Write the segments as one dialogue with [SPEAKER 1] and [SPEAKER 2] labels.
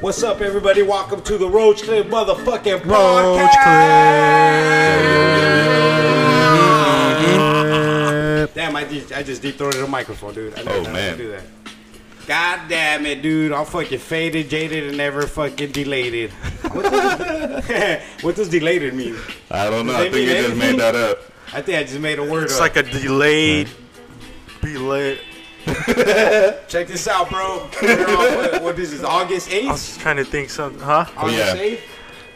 [SPEAKER 1] What's up, everybody? Welcome to the Roach Clip motherfucking
[SPEAKER 2] Roach
[SPEAKER 1] podcast. Damn, I just, I just deep throated a microphone, dude. I never
[SPEAKER 3] Oh,
[SPEAKER 1] thought I
[SPEAKER 3] man.
[SPEAKER 1] could do that. God damn it, dude. I'm fucking faded, jaded, and never fucking delated. What does, what does delated mean?
[SPEAKER 3] I don't know.
[SPEAKER 1] Does
[SPEAKER 3] I
[SPEAKER 1] that mean
[SPEAKER 3] think you just
[SPEAKER 1] anything?
[SPEAKER 3] made that up.
[SPEAKER 1] I think I just made a word
[SPEAKER 2] It's
[SPEAKER 1] up.
[SPEAKER 2] like a delayed, delayed.
[SPEAKER 1] Check this out, bro. We're on, what, what is this, August
[SPEAKER 2] I
[SPEAKER 1] 8th?
[SPEAKER 2] was trying to think something, huh?
[SPEAKER 1] August
[SPEAKER 3] Oh, yeah.
[SPEAKER 1] 8th?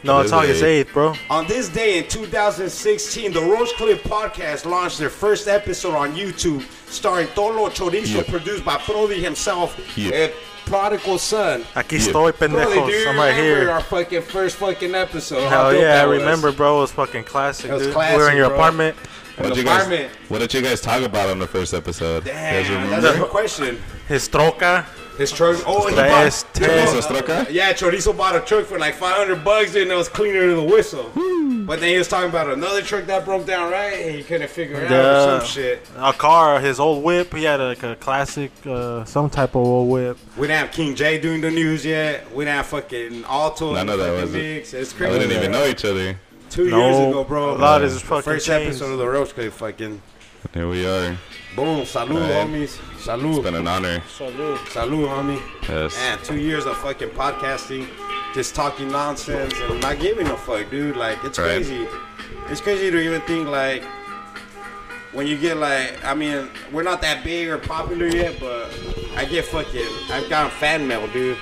[SPEAKER 2] No, it's
[SPEAKER 3] Delayed.
[SPEAKER 2] August eighth, bro.
[SPEAKER 1] On this day in 2016, the Roach Clip podcast launched their first episode on YouTube, starring Tolo Chorizo,
[SPEAKER 3] Yeah.
[SPEAKER 1] produced by Prodi himself,
[SPEAKER 3] Yeah.
[SPEAKER 1] and Prodigal Son.
[SPEAKER 2] Aquí estoy,
[SPEAKER 1] Prodi, do
[SPEAKER 2] pendejos.
[SPEAKER 1] you
[SPEAKER 2] I'm right
[SPEAKER 1] remember
[SPEAKER 2] here.
[SPEAKER 1] our fucking first fucking episode? How
[SPEAKER 2] Hell
[SPEAKER 1] dope
[SPEAKER 2] yeah, I
[SPEAKER 1] that was.
[SPEAKER 2] remember, bro. It was fucking classic,
[SPEAKER 1] It was
[SPEAKER 2] dude.
[SPEAKER 1] classic,
[SPEAKER 2] we were in your
[SPEAKER 1] bro.
[SPEAKER 2] apartment.
[SPEAKER 1] An
[SPEAKER 3] What did you guys?
[SPEAKER 1] apartment.
[SPEAKER 3] What did you guys talk about on the first episode? You guys
[SPEAKER 1] Damn,
[SPEAKER 3] remember?
[SPEAKER 1] that's a good question.
[SPEAKER 2] His troca.
[SPEAKER 1] His truck. Oh, he
[SPEAKER 2] Tres,
[SPEAKER 1] bought,
[SPEAKER 2] tres.
[SPEAKER 3] Chorizo Stroka?
[SPEAKER 1] Yeah, Chorizo bought a truck for like 500 bucks and it was cleaner than the whistle. But then he was talking about another truck that broke down, right? And he couldn't figure it out or
[SPEAKER 2] Yeah.
[SPEAKER 1] some shit.
[SPEAKER 2] A car, his old whip. He had like a classic, uh, some type of old whip.
[SPEAKER 1] We didn't have King J doing the news yet. We didn't have fucking Alto.
[SPEAKER 3] None
[SPEAKER 1] and
[SPEAKER 3] of that
[SPEAKER 1] fucking
[SPEAKER 3] was it.
[SPEAKER 1] Mix. It's
[SPEAKER 3] We
[SPEAKER 1] crazy.
[SPEAKER 3] didn't even know each other.
[SPEAKER 1] Two
[SPEAKER 2] No,
[SPEAKER 1] years ago, bro.
[SPEAKER 2] a lot has fucking
[SPEAKER 1] First
[SPEAKER 2] changed.
[SPEAKER 1] episode of the Roach Clip fucking.
[SPEAKER 3] Here we are.
[SPEAKER 1] Boom. Salud,
[SPEAKER 3] Right.
[SPEAKER 1] homies.
[SPEAKER 3] It's
[SPEAKER 1] Salud.
[SPEAKER 3] been an honor.
[SPEAKER 1] Salud, homie.
[SPEAKER 3] Yes.
[SPEAKER 1] Man, two years of fucking podcasting, just talking nonsense and not giving a fuck, dude. Like, it's
[SPEAKER 3] Right.
[SPEAKER 1] crazy. It's crazy to even think, like, when you get, like, I mean, we're not that big or popular yet, but I get fucking, I've gotten fan mail, dude.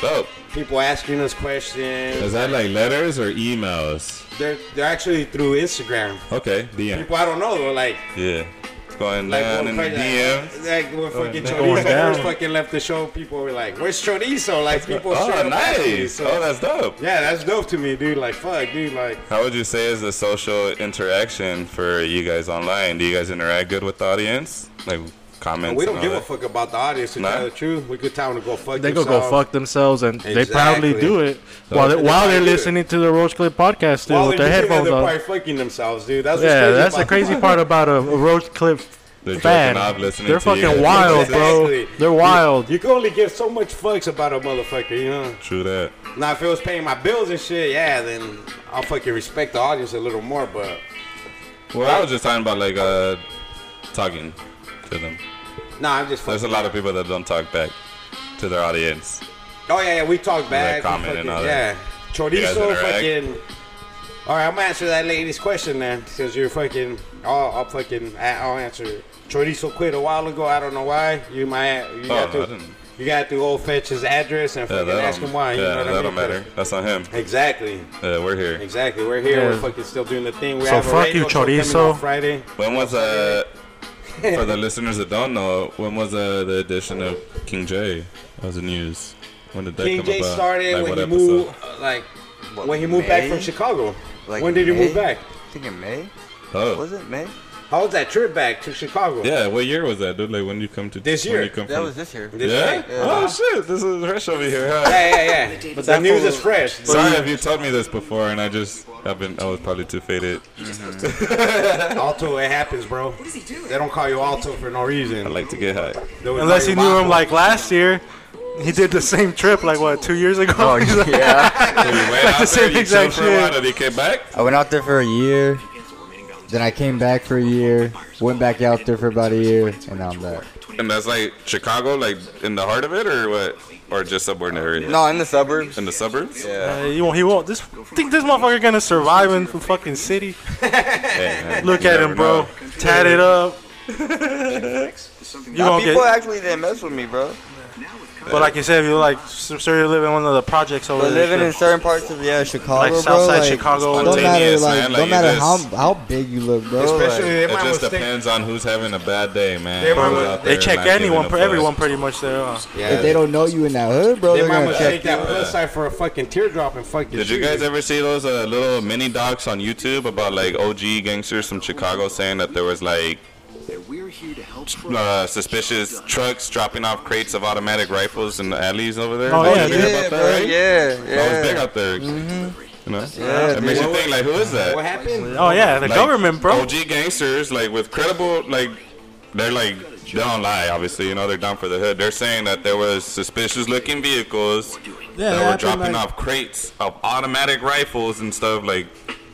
[SPEAKER 3] So,
[SPEAKER 1] people asking us questions.
[SPEAKER 3] is that like letters or emails?
[SPEAKER 1] They're they're actually through Instagram.
[SPEAKER 3] Okay. DM.
[SPEAKER 1] People I don't know though, like
[SPEAKER 3] Yeah. It's going
[SPEAKER 1] like
[SPEAKER 3] down
[SPEAKER 1] one
[SPEAKER 3] in the
[SPEAKER 1] person-
[SPEAKER 3] DM.
[SPEAKER 1] like, like when fucking
[SPEAKER 2] Oh, they're going
[SPEAKER 1] Chorizo first
[SPEAKER 2] down.
[SPEAKER 1] fucking left the show, people were like, "Where's Chorizo?" Like people. straight
[SPEAKER 3] Oh,
[SPEAKER 1] up asked me,
[SPEAKER 3] nice.
[SPEAKER 1] so-
[SPEAKER 3] Oh, that's dope.
[SPEAKER 1] yeah, that's dope to me, dude. Like fuck, dude. Like
[SPEAKER 3] How would you say is the social interaction for you guys online? Do you guys interact good with the audience? Like comments?
[SPEAKER 1] we don't
[SPEAKER 3] and
[SPEAKER 1] give
[SPEAKER 3] all
[SPEAKER 1] a fuck about the audience. To
[SPEAKER 3] Nah.
[SPEAKER 1] tell the truth, we could tell them to go fuck.
[SPEAKER 2] They go go
[SPEAKER 1] themselves.
[SPEAKER 2] fuck themselves, and they
[SPEAKER 1] Exactly.
[SPEAKER 2] proudly do it while they,
[SPEAKER 1] They
[SPEAKER 2] while
[SPEAKER 1] probably
[SPEAKER 2] they're
[SPEAKER 1] do it.
[SPEAKER 2] listening to the Roach Clip podcast, dude,
[SPEAKER 1] While
[SPEAKER 2] with
[SPEAKER 1] they're
[SPEAKER 2] their
[SPEAKER 1] doing it,
[SPEAKER 2] headphones
[SPEAKER 1] they're
[SPEAKER 2] on.
[SPEAKER 1] probably fucking themselves, dude. That's what's
[SPEAKER 2] Yeah,
[SPEAKER 1] crazy
[SPEAKER 2] that's the
[SPEAKER 1] about
[SPEAKER 2] crazy
[SPEAKER 1] them.
[SPEAKER 2] part about a a Roach Clip
[SPEAKER 3] They're jerking
[SPEAKER 2] fan.
[SPEAKER 3] off listening
[SPEAKER 2] They're
[SPEAKER 3] to you
[SPEAKER 2] fucking
[SPEAKER 3] guys.
[SPEAKER 2] wild, bro.
[SPEAKER 1] Exactly.
[SPEAKER 2] They're wild.
[SPEAKER 1] You can only give so much fucks about a motherfucker, you know.
[SPEAKER 3] that? True that.
[SPEAKER 1] Now, if it was paying my bills and shit, yeah, then I'll fucking respect the audience a little more. But
[SPEAKER 3] Well, I was just talking about like uh, talking to them.
[SPEAKER 1] nah, I'm just
[SPEAKER 3] There's
[SPEAKER 1] fucking.
[SPEAKER 3] a lot of people that don't talk back to their audience.
[SPEAKER 1] oh yeah, yeah, we talk back. we
[SPEAKER 3] comment and
[SPEAKER 1] fucking-
[SPEAKER 3] all
[SPEAKER 1] yeah,
[SPEAKER 3] that. guys
[SPEAKER 1] chorizo,
[SPEAKER 3] interact?
[SPEAKER 1] fucking. All right, I'm gonna answer that lady's question then, since you're fucking. I'll, I'll fucking. I- I'll answer it. Chorizo quit a while ago. I don't know why. You might. You got
[SPEAKER 3] no, I
[SPEAKER 1] to.
[SPEAKER 3] didn't-
[SPEAKER 1] You got to go fetch his address and
[SPEAKER 3] Oh, Yeah,
[SPEAKER 1] fucking
[SPEAKER 3] that
[SPEAKER 1] ask
[SPEAKER 3] don't,
[SPEAKER 1] him why. You
[SPEAKER 3] yeah,
[SPEAKER 1] know what I
[SPEAKER 3] that
[SPEAKER 1] mean?
[SPEAKER 3] don't matter. That's on him.
[SPEAKER 1] Exactly.
[SPEAKER 3] Yeah, we're here.
[SPEAKER 1] Exactly. We're here. We're
[SPEAKER 2] Yeah.
[SPEAKER 1] fucking still doing the thing. We
[SPEAKER 2] So
[SPEAKER 1] have a
[SPEAKER 2] fuck
[SPEAKER 1] radio
[SPEAKER 2] you,
[SPEAKER 1] show coming
[SPEAKER 2] chorizo.
[SPEAKER 1] on Friday.
[SPEAKER 3] When was uh for the listeners that don't know, when was uh, the addition of King J? That was the news. When did that
[SPEAKER 1] King
[SPEAKER 3] come
[SPEAKER 1] J
[SPEAKER 3] about?
[SPEAKER 1] started
[SPEAKER 3] Like,
[SPEAKER 1] when
[SPEAKER 3] what
[SPEAKER 1] he
[SPEAKER 3] episode?
[SPEAKER 1] moved, uh, like
[SPEAKER 4] What,
[SPEAKER 1] when he moved back
[SPEAKER 4] May?
[SPEAKER 1] from Chicago.
[SPEAKER 4] Like
[SPEAKER 1] when did he
[SPEAKER 4] May?
[SPEAKER 1] move back?
[SPEAKER 4] I think in May.
[SPEAKER 3] Oh,
[SPEAKER 4] Was it May?
[SPEAKER 1] How was that trip back to Chicago?
[SPEAKER 3] yeah. What year was that, dude? Like when you come to
[SPEAKER 1] This
[SPEAKER 3] when
[SPEAKER 1] year.
[SPEAKER 3] You come
[SPEAKER 4] That
[SPEAKER 3] from-
[SPEAKER 4] was this year.
[SPEAKER 1] This
[SPEAKER 3] yeah?
[SPEAKER 1] year?
[SPEAKER 3] Oh shit! This is fresh over here. Huh?
[SPEAKER 1] Yeah, yeah, yeah. but the
[SPEAKER 4] that
[SPEAKER 1] news
[SPEAKER 4] fool-
[SPEAKER 1] is fresh.
[SPEAKER 3] Sorry if you told me this before, and I just haven't. I was probably too faded.
[SPEAKER 1] Alto, it happens, bro. They don't call you Alto for no reason.
[SPEAKER 3] I like to get high.
[SPEAKER 1] They would
[SPEAKER 2] Unless
[SPEAKER 1] call
[SPEAKER 2] you knew him
[SPEAKER 1] Baco.
[SPEAKER 2] like last year, he did the same trip like what two years ago. He's like,
[SPEAKER 4] Oh, yeah.
[SPEAKER 3] So you went out
[SPEAKER 2] same
[SPEAKER 3] there, you
[SPEAKER 2] exact
[SPEAKER 3] chilled for a while,
[SPEAKER 2] shit.
[SPEAKER 3] and you came back.
[SPEAKER 4] I went out there for a year. Then I came back for a year. Went back out there for about a year, and now I'm back.
[SPEAKER 3] And that's like Chicago, like in the heart of it, or what? Or just somewhere in the area?
[SPEAKER 4] No, in the suburbs.
[SPEAKER 3] In the suburbs?
[SPEAKER 2] Uh,
[SPEAKER 4] Yeah.
[SPEAKER 2] he won't. He won't. This think this motherfucker gonna survive in the fucking city? Look
[SPEAKER 3] You
[SPEAKER 2] at
[SPEAKER 3] never
[SPEAKER 2] him, bro.
[SPEAKER 3] know.
[SPEAKER 2] Tatted up. you
[SPEAKER 4] Nah,
[SPEAKER 2] gonna
[SPEAKER 4] people
[SPEAKER 2] get.
[SPEAKER 4] actually didn't mess with me, bro.
[SPEAKER 2] But like you said, you're like sure you live in one of the projects over
[SPEAKER 4] But
[SPEAKER 2] there.
[SPEAKER 4] living in
[SPEAKER 2] shit.
[SPEAKER 4] certain parts of yeah Chicago,
[SPEAKER 2] like
[SPEAKER 4] bro.
[SPEAKER 2] Southside
[SPEAKER 4] like,
[SPEAKER 2] Chicago.
[SPEAKER 4] Don't matter
[SPEAKER 3] Spontaneous,
[SPEAKER 4] like,
[SPEAKER 3] man, like,
[SPEAKER 4] don't
[SPEAKER 3] it
[SPEAKER 4] matter how
[SPEAKER 3] just-
[SPEAKER 4] how big you look, bro.
[SPEAKER 1] especially
[SPEAKER 4] like,
[SPEAKER 1] they
[SPEAKER 3] It
[SPEAKER 1] might
[SPEAKER 3] just
[SPEAKER 1] mistake-
[SPEAKER 3] depends on who's having a bad day, man.
[SPEAKER 1] They might
[SPEAKER 3] Who's
[SPEAKER 1] wanna-
[SPEAKER 3] out
[SPEAKER 2] They
[SPEAKER 3] there
[SPEAKER 2] check
[SPEAKER 3] not giving
[SPEAKER 2] anyone,
[SPEAKER 3] a
[SPEAKER 2] per,
[SPEAKER 3] fuck.
[SPEAKER 2] everyone pretty much there. huh?
[SPEAKER 1] Yeah.
[SPEAKER 4] if they don't know you in that hood, bro,
[SPEAKER 1] They
[SPEAKER 4] they are
[SPEAKER 1] might
[SPEAKER 4] gonna
[SPEAKER 1] mistake
[SPEAKER 4] check you.
[SPEAKER 1] that plus sign for a fucking teardrop and fucking.
[SPEAKER 3] Did you guys ever see those uh, little mini docs on YouTube about like OG gangsters from Chicago saying that there was like
[SPEAKER 5] that we're here to help
[SPEAKER 3] uh, suspicious trucks dropping off crates of automatic rifles in the alleys over there?
[SPEAKER 2] Oh,
[SPEAKER 3] Did
[SPEAKER 2] yeah,
[SPEAKER 3] you hear
[SPEAKER 2] dude.
[SPEAKER 3] about
[SPEAKER 4] Yeah,
[SPEAKER 3] that,
[SPEAKER 4] bro.
[SPEAKER 3] right?
[SPEAKER 4] Yeah,
[SPEAKER 3] That was big
[SPEAKER 4] yeah. Mm-hmm.
[SPEAKER 3] out there. You know,
[SPEAKER 4] Yeah,
[SPEAKER 3] it makes
[SPEAKER 4] dude.
[SPEAKER 3] you think like, who is that?
[SPEAKER 1] What happened?
[SPEAKER 2] Oh yeah, the
[SPEAKER 3] Like,
[SPEAKER 2] government, bro.
[SPEAKER 3] OG gangsters, like with credible, like they're like They don't lie, obviously. You know, they're down for the hood. They're saying that there was suspicious-looking vehicles
[SPEAKER 4] Yeah,
[SPEAKER 3] that were
[SPEAKER 4] happened,
[SPEAKER 3] dropping
[SPEAKER 4] like-
[SPEAKER 3] off crates of automatic rifles and stuff like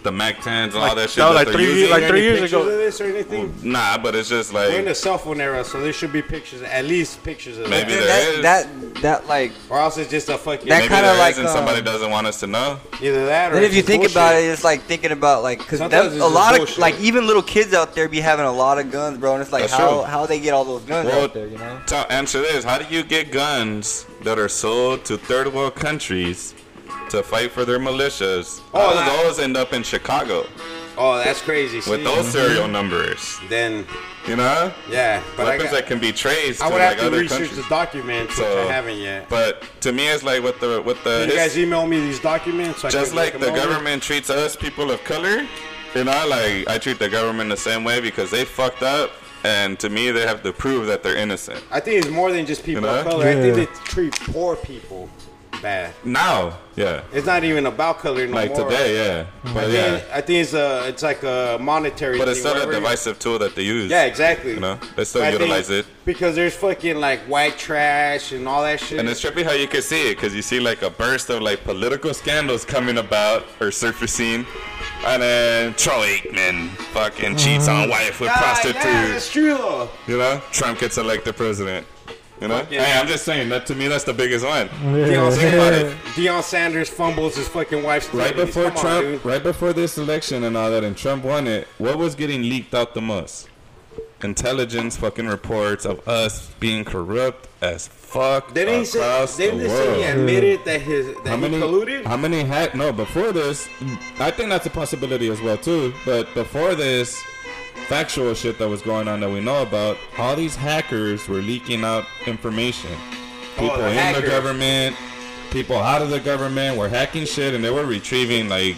[SPEAKER 3] the Mac-10s and all that shit.
[SPEAKER 2] that
[SPEAKER 3] that
[SPEAKER 2] was like
[SPEAKER 3] they're
[SPEAKER 2] three years-
[SPEAKER 3] using.
[SPEAKER 2] like three
[SPEAKER 1] Any
[SPEAKER 2] years
[SPEAKER 1] pictures of
[SPEAKER 2] ago.
[SPEAKER 1] this or anything?
[SPEAKER 3] Nah, but it's just like
[SPEAKER 1] We're in the cell phone era, so there should be pictures, at least pictures of
[SPEAKER 3] Maybe
[SPEAKER 1] that.
[SPEAKER 3] there is.
[SPEAKER 4] That, that that like
[SPEAKER 1] Or else it's just a fucking.
[SPEAKER 4] That
[SPEAKER 3] maybe
[SPEAKER 4] kinda
[SPEAKER 3] there
[SPEAKER 4] like,
[SPEAKER 3] is and somebody
[SPEAKER 4] um,
[SPEAKER 3] doesn't want us to know.
[SPEAKER 1] either that or.
[SPEAKER 4] then if
[SPEAKER 1] it's
[SPEAKER 4] you
[SPEAKER 1] just
[SPEAKER 4] think
[SPEAKER 1] bullshit.
[SPEAKER 4] about it, it's like thinking about like because
[SPEAKER 1] Sometimes it's
[SPEAKER 4] a
[SPEAKER 1] just
[SPEAKER 4] lot of
[SPEAKER 1] bullshit.
[SPEAKER 4] like even little kids out there be having a lot of guns, bro. And it's like
[SPEAKER 3] That's
[SPEAKER 4] how
[SPEAKER 3] true.
[SPEAKER 4] how they get all those guns
[SPEAKER 3] Well,
[SPEAKER 4] out there, you know?
[SPEAKER 3] So answer this: How do you get guns that are sold to third world countries to fight for their militias?
[SPEAKER 1] Oh,
[SPEAKER 3] All
[SPEAKER 1] that-
[SPEAKER 3] of those end up in Chicago
[SPEAKER 1] Oh, that's crazy. See?
[SPEAKER 3] with those serial numbers.
[SPEAKER 1] Then,
[SPEAKER 3] You know,
[SPEAKER 1] yeah. But I,
[SPEAKER 3] weapons
[SPEAKER 1] got,
[SPEAKER 3] that can be traced
[SPEAKER 1] I
[SPEAKER 3] to
[SPEAKER 1] would
[SPEAKER 3] like
[SPEAKER 1] have to
[SPEAKER 3] other
[SPEAKER 1] research
[SPEAKER 3] countries.
[SPEAKER 1] the documents, which
[SPEAKER 3] So- uh,
[SPEAKER 1] I haven't yet.
[SPEAKER 3] But to me, it's like with the with the
[SPEAKER 1] Can you guys
[SPEAKER 3] his,
[SPEAKER 1] email me these documents? So I
[SPEAKER 3] just
[SPEAKER 1] can
[SPEAKER 3] like
[SPEAKER 1] look
[SPEAKER 3] the
[SPEAKER 1] them over?
[SPEAKER 3] government treats us people of color. You know, like I treat the government the same way because they fucked up, and to me, they have to prove that they're innocent.
[SPEAKER 1] I think it's more than just people
[SPEAKER 3] You know?
[SPEAKER 1] of color. I think
[SPEAKER 6] Yeah.
[SPEAKER 1] they treat poor people bad.
[SPEAKER 3] Now, yeah,
[SPEAKER 1] It's not even about color no
[SPEAKER 3] like
[SPEAKER 1] more.
[SPEAKER 3] today, yeah,
[SPEAKER 1] I
[SPEAKER 3] but yeah.
[SPEAKER 1] think, I think it's a, it's like a monetary.
[SPEAKER 3] But
[SPEAKER 1] thing,
[SPEAKER 3] it's still a
[SPEAKER 1] wherever you-
[SPEAKER 3] divisive tool that they use.
[SPEAKER 1] Yeah, exactly.
[SPEAKER 3] You know, they still
[SPEAKER 1] I think
[SPEAKER 3] utilize it.
[SPEAKER 1] because there's fucking like white trash and all that shit.
[SPEAKER 3] And it's trippy how you can see it because you see like a burst of like political scandals coming about or surfacing. And then Troy Aikman fucking cheats on wife with
[SPEAKER 1] Ah, yeah,
[SPEAKER 3] prostitutes.
[SPEAKER 1] that's true though.
[SPEAKER 3] You know, Trump gets elected president. You know,
[SPEAKER 1] yeah.
[SPEAKER 3] hey, I'm just saying that to me that's the biggest one.
[SPEAKER 1] Deion
[SPEAKER 3] Think about it.
[SPEAKER 1] Sanders, Deion Sanders fumbles his fucking wife's
[SPEAKER 3] Right
[SPEAKER 1] titties.
[SPEAKER 3] before
[SPEAKER 1] Come on,
[SPEAKER 3] Trump,
[SPEAKER 1] dude.
[SPEAKER 3] right before this election and all that, and Trump won it, what was getting leaked out the most? Intelligence fucking reports of us being corrupt as fuck
[SPEAKER 1] Didn't he
[SPEAKER 3] across
[SPEAKER 1] say? Didn't
[SPEAKER 3] the
[SPEAKER 1] they say
[SPEAKER 3] world.
[SPEAKER 1] he admitted that his that
[SPEAKER 3] How
[SPEAKER 1] he
[SPEAKER 3] many
[SPEAKER 1] colluded?
[SPEAKER 3] How many had no before this? I think that's a possibility as well too. But before this, factual shit that was going on that we know about, all these hackers were leaking out information. People
[SPEAKER 1] Oh, the
[SPEAKER 3] in the
[SPEAKER 1] hackers.
[SPEAKER 3] government, people out of the government were hacking shit, and they were retrieving like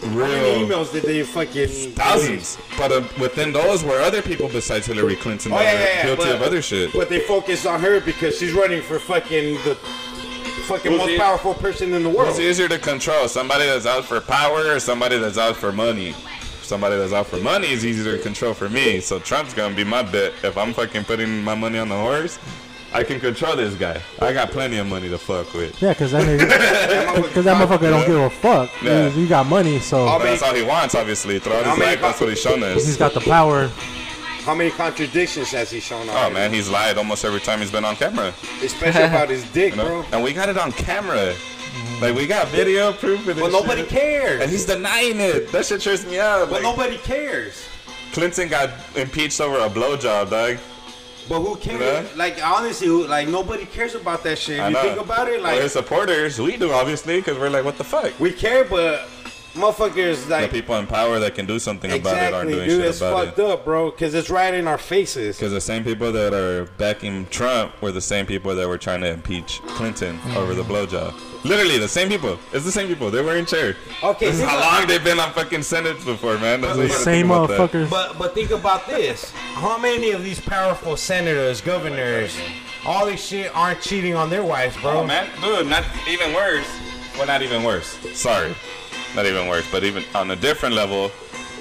[SPEAKER 1] How many
[SPEAKER 3] real
[SPEAKER 1] emails did they fucking
[SPEAKER 3] thousands. But uh, within those were other people besides Hillary Clinton
[SPEAKER 1] Oh,
[SPEAKER 3] that
[SPEAKER 1] yeah,
[SPEAKER 3] were
[SPEAKER 1] yeah, yeah,
[SPEAKER 3] guilty
[SPEAKER 1] but-
[SPEAKER 3] of other shit.
[SPEAKER 1] But they focused on her because she's running for fucking the fucking
[SPEAKER 3] Who's
[SPEAKER 1] most
[SPEAKER 3] the-
[SPEAKER 1] powerful person in the world.
[SPEAKER 3] It's easier to control somebody that's out for power or somebody that's out for money. Somebody that's out for money is easier to control for me. So Trump's gonna be my bet. If I'm fucking putting my money on the horse, I can control this guy. I got plenty of money to fuck with.
[SPEAKER 7] Yeah, because that nigga, because that motherfucker don't give a fuck.
[SPEAKER 3] Yeah.
[SPEAKER 7] You got money, so
[SPEAKER 3] But that's all he wants, obviously. Throughout
[SPEAKER 1] How
[SPEAKER 3] his
[SPEAKER 1] many
[SPEAKER 3] life, that's what he's shown
[SPEAKER 7] he's
[SPEAKER 3] us.
[SPEAKER 7] got the power.
[SPEAKER 1] How many contradictions has he shown?
[SPEAKER 3] Oh
[SPEAKER 1] already?
[SPEAKER 3] man, he's lied almost every time he's been on camera.
[SPEAKER 1] especially about his dick,
[SPEAKER 3] You know?
[SPEAKER 1] bro.
[SPEAKER 3] And we got it on camera. Like we got video proof of this.
[SPEAKER 1] But nobody
[SPEAKER 3] shit.
[SPEAKER 1] cares.
[SPEAKER 3] And he's denying it. That shit trips me out.
[SPEAKER 1] But
[SPEAKER 3] Like,
[SPEAKER 1] nobody cares.
[SPEAKER 3] Clinton got impeached over a blowjob, dog.
[SPEAKER 1] But who cares?
[SPEAKER 3] Yeah.
[SPEAKER 1] Like honestly, who, like nobody cares about that shit. If
[SPEAKER 3] I
[SPEAKER 1] you
[SPEAKER 3] know.
[SPEAKER 1] think about it,
[SPEAKER 3] Well,
[SPEAKER 1] like
[SPEAKER 3] his supporters, we do obviously, because we're like, what the fuck?
[SPEAKER 1] we care, but motherfuckers
[SPEAKER 3] The
[SPEAKER 1] like
[SPEAKER 3] people in power that can do something about it aren't
[SPEAKER 1] exactly,
[SPEAKER 3] doing
[SPEAKER 1] dude.
[SPEAKER 3] shit
[SPEAKER 1] It's
[SPEAKER 3] about
[SPEAKER 1] fucked
[SPEAKER 3] it.
[SPEAKER 1] up, bro, because it's right in our faces.
[SPEAKER 3] Because the same people that are backing Trump were the same people that were trying to impeach Clinton over the blowjob. Literally, the same people. It's the same people. They were in chair.
[SPEAKER 1] Okay,
[SPEAKER 3] This is
[SPEAKER 1] think
[SPEAKER 3] how
[SPEAKER 1] about-
[SPEAKER 3] long they've been on fucking Senate before, man. That's what
[SPEAKER 7] The
[SPEAKER 3] you gotta
[SPEAKER 7] same
[SPEAKER 3] think about that.
[SPEAKER 7] motherfuckers.
[SPEAKER 1] But but think about this: how many of these powerful senators, governors, all this shit aren't cheating on their wives, bro?
[SPEAKER 3] Oh, man. Dude, not even worse. Well, not even worse. Sorry. Not even worse. But even on a different level,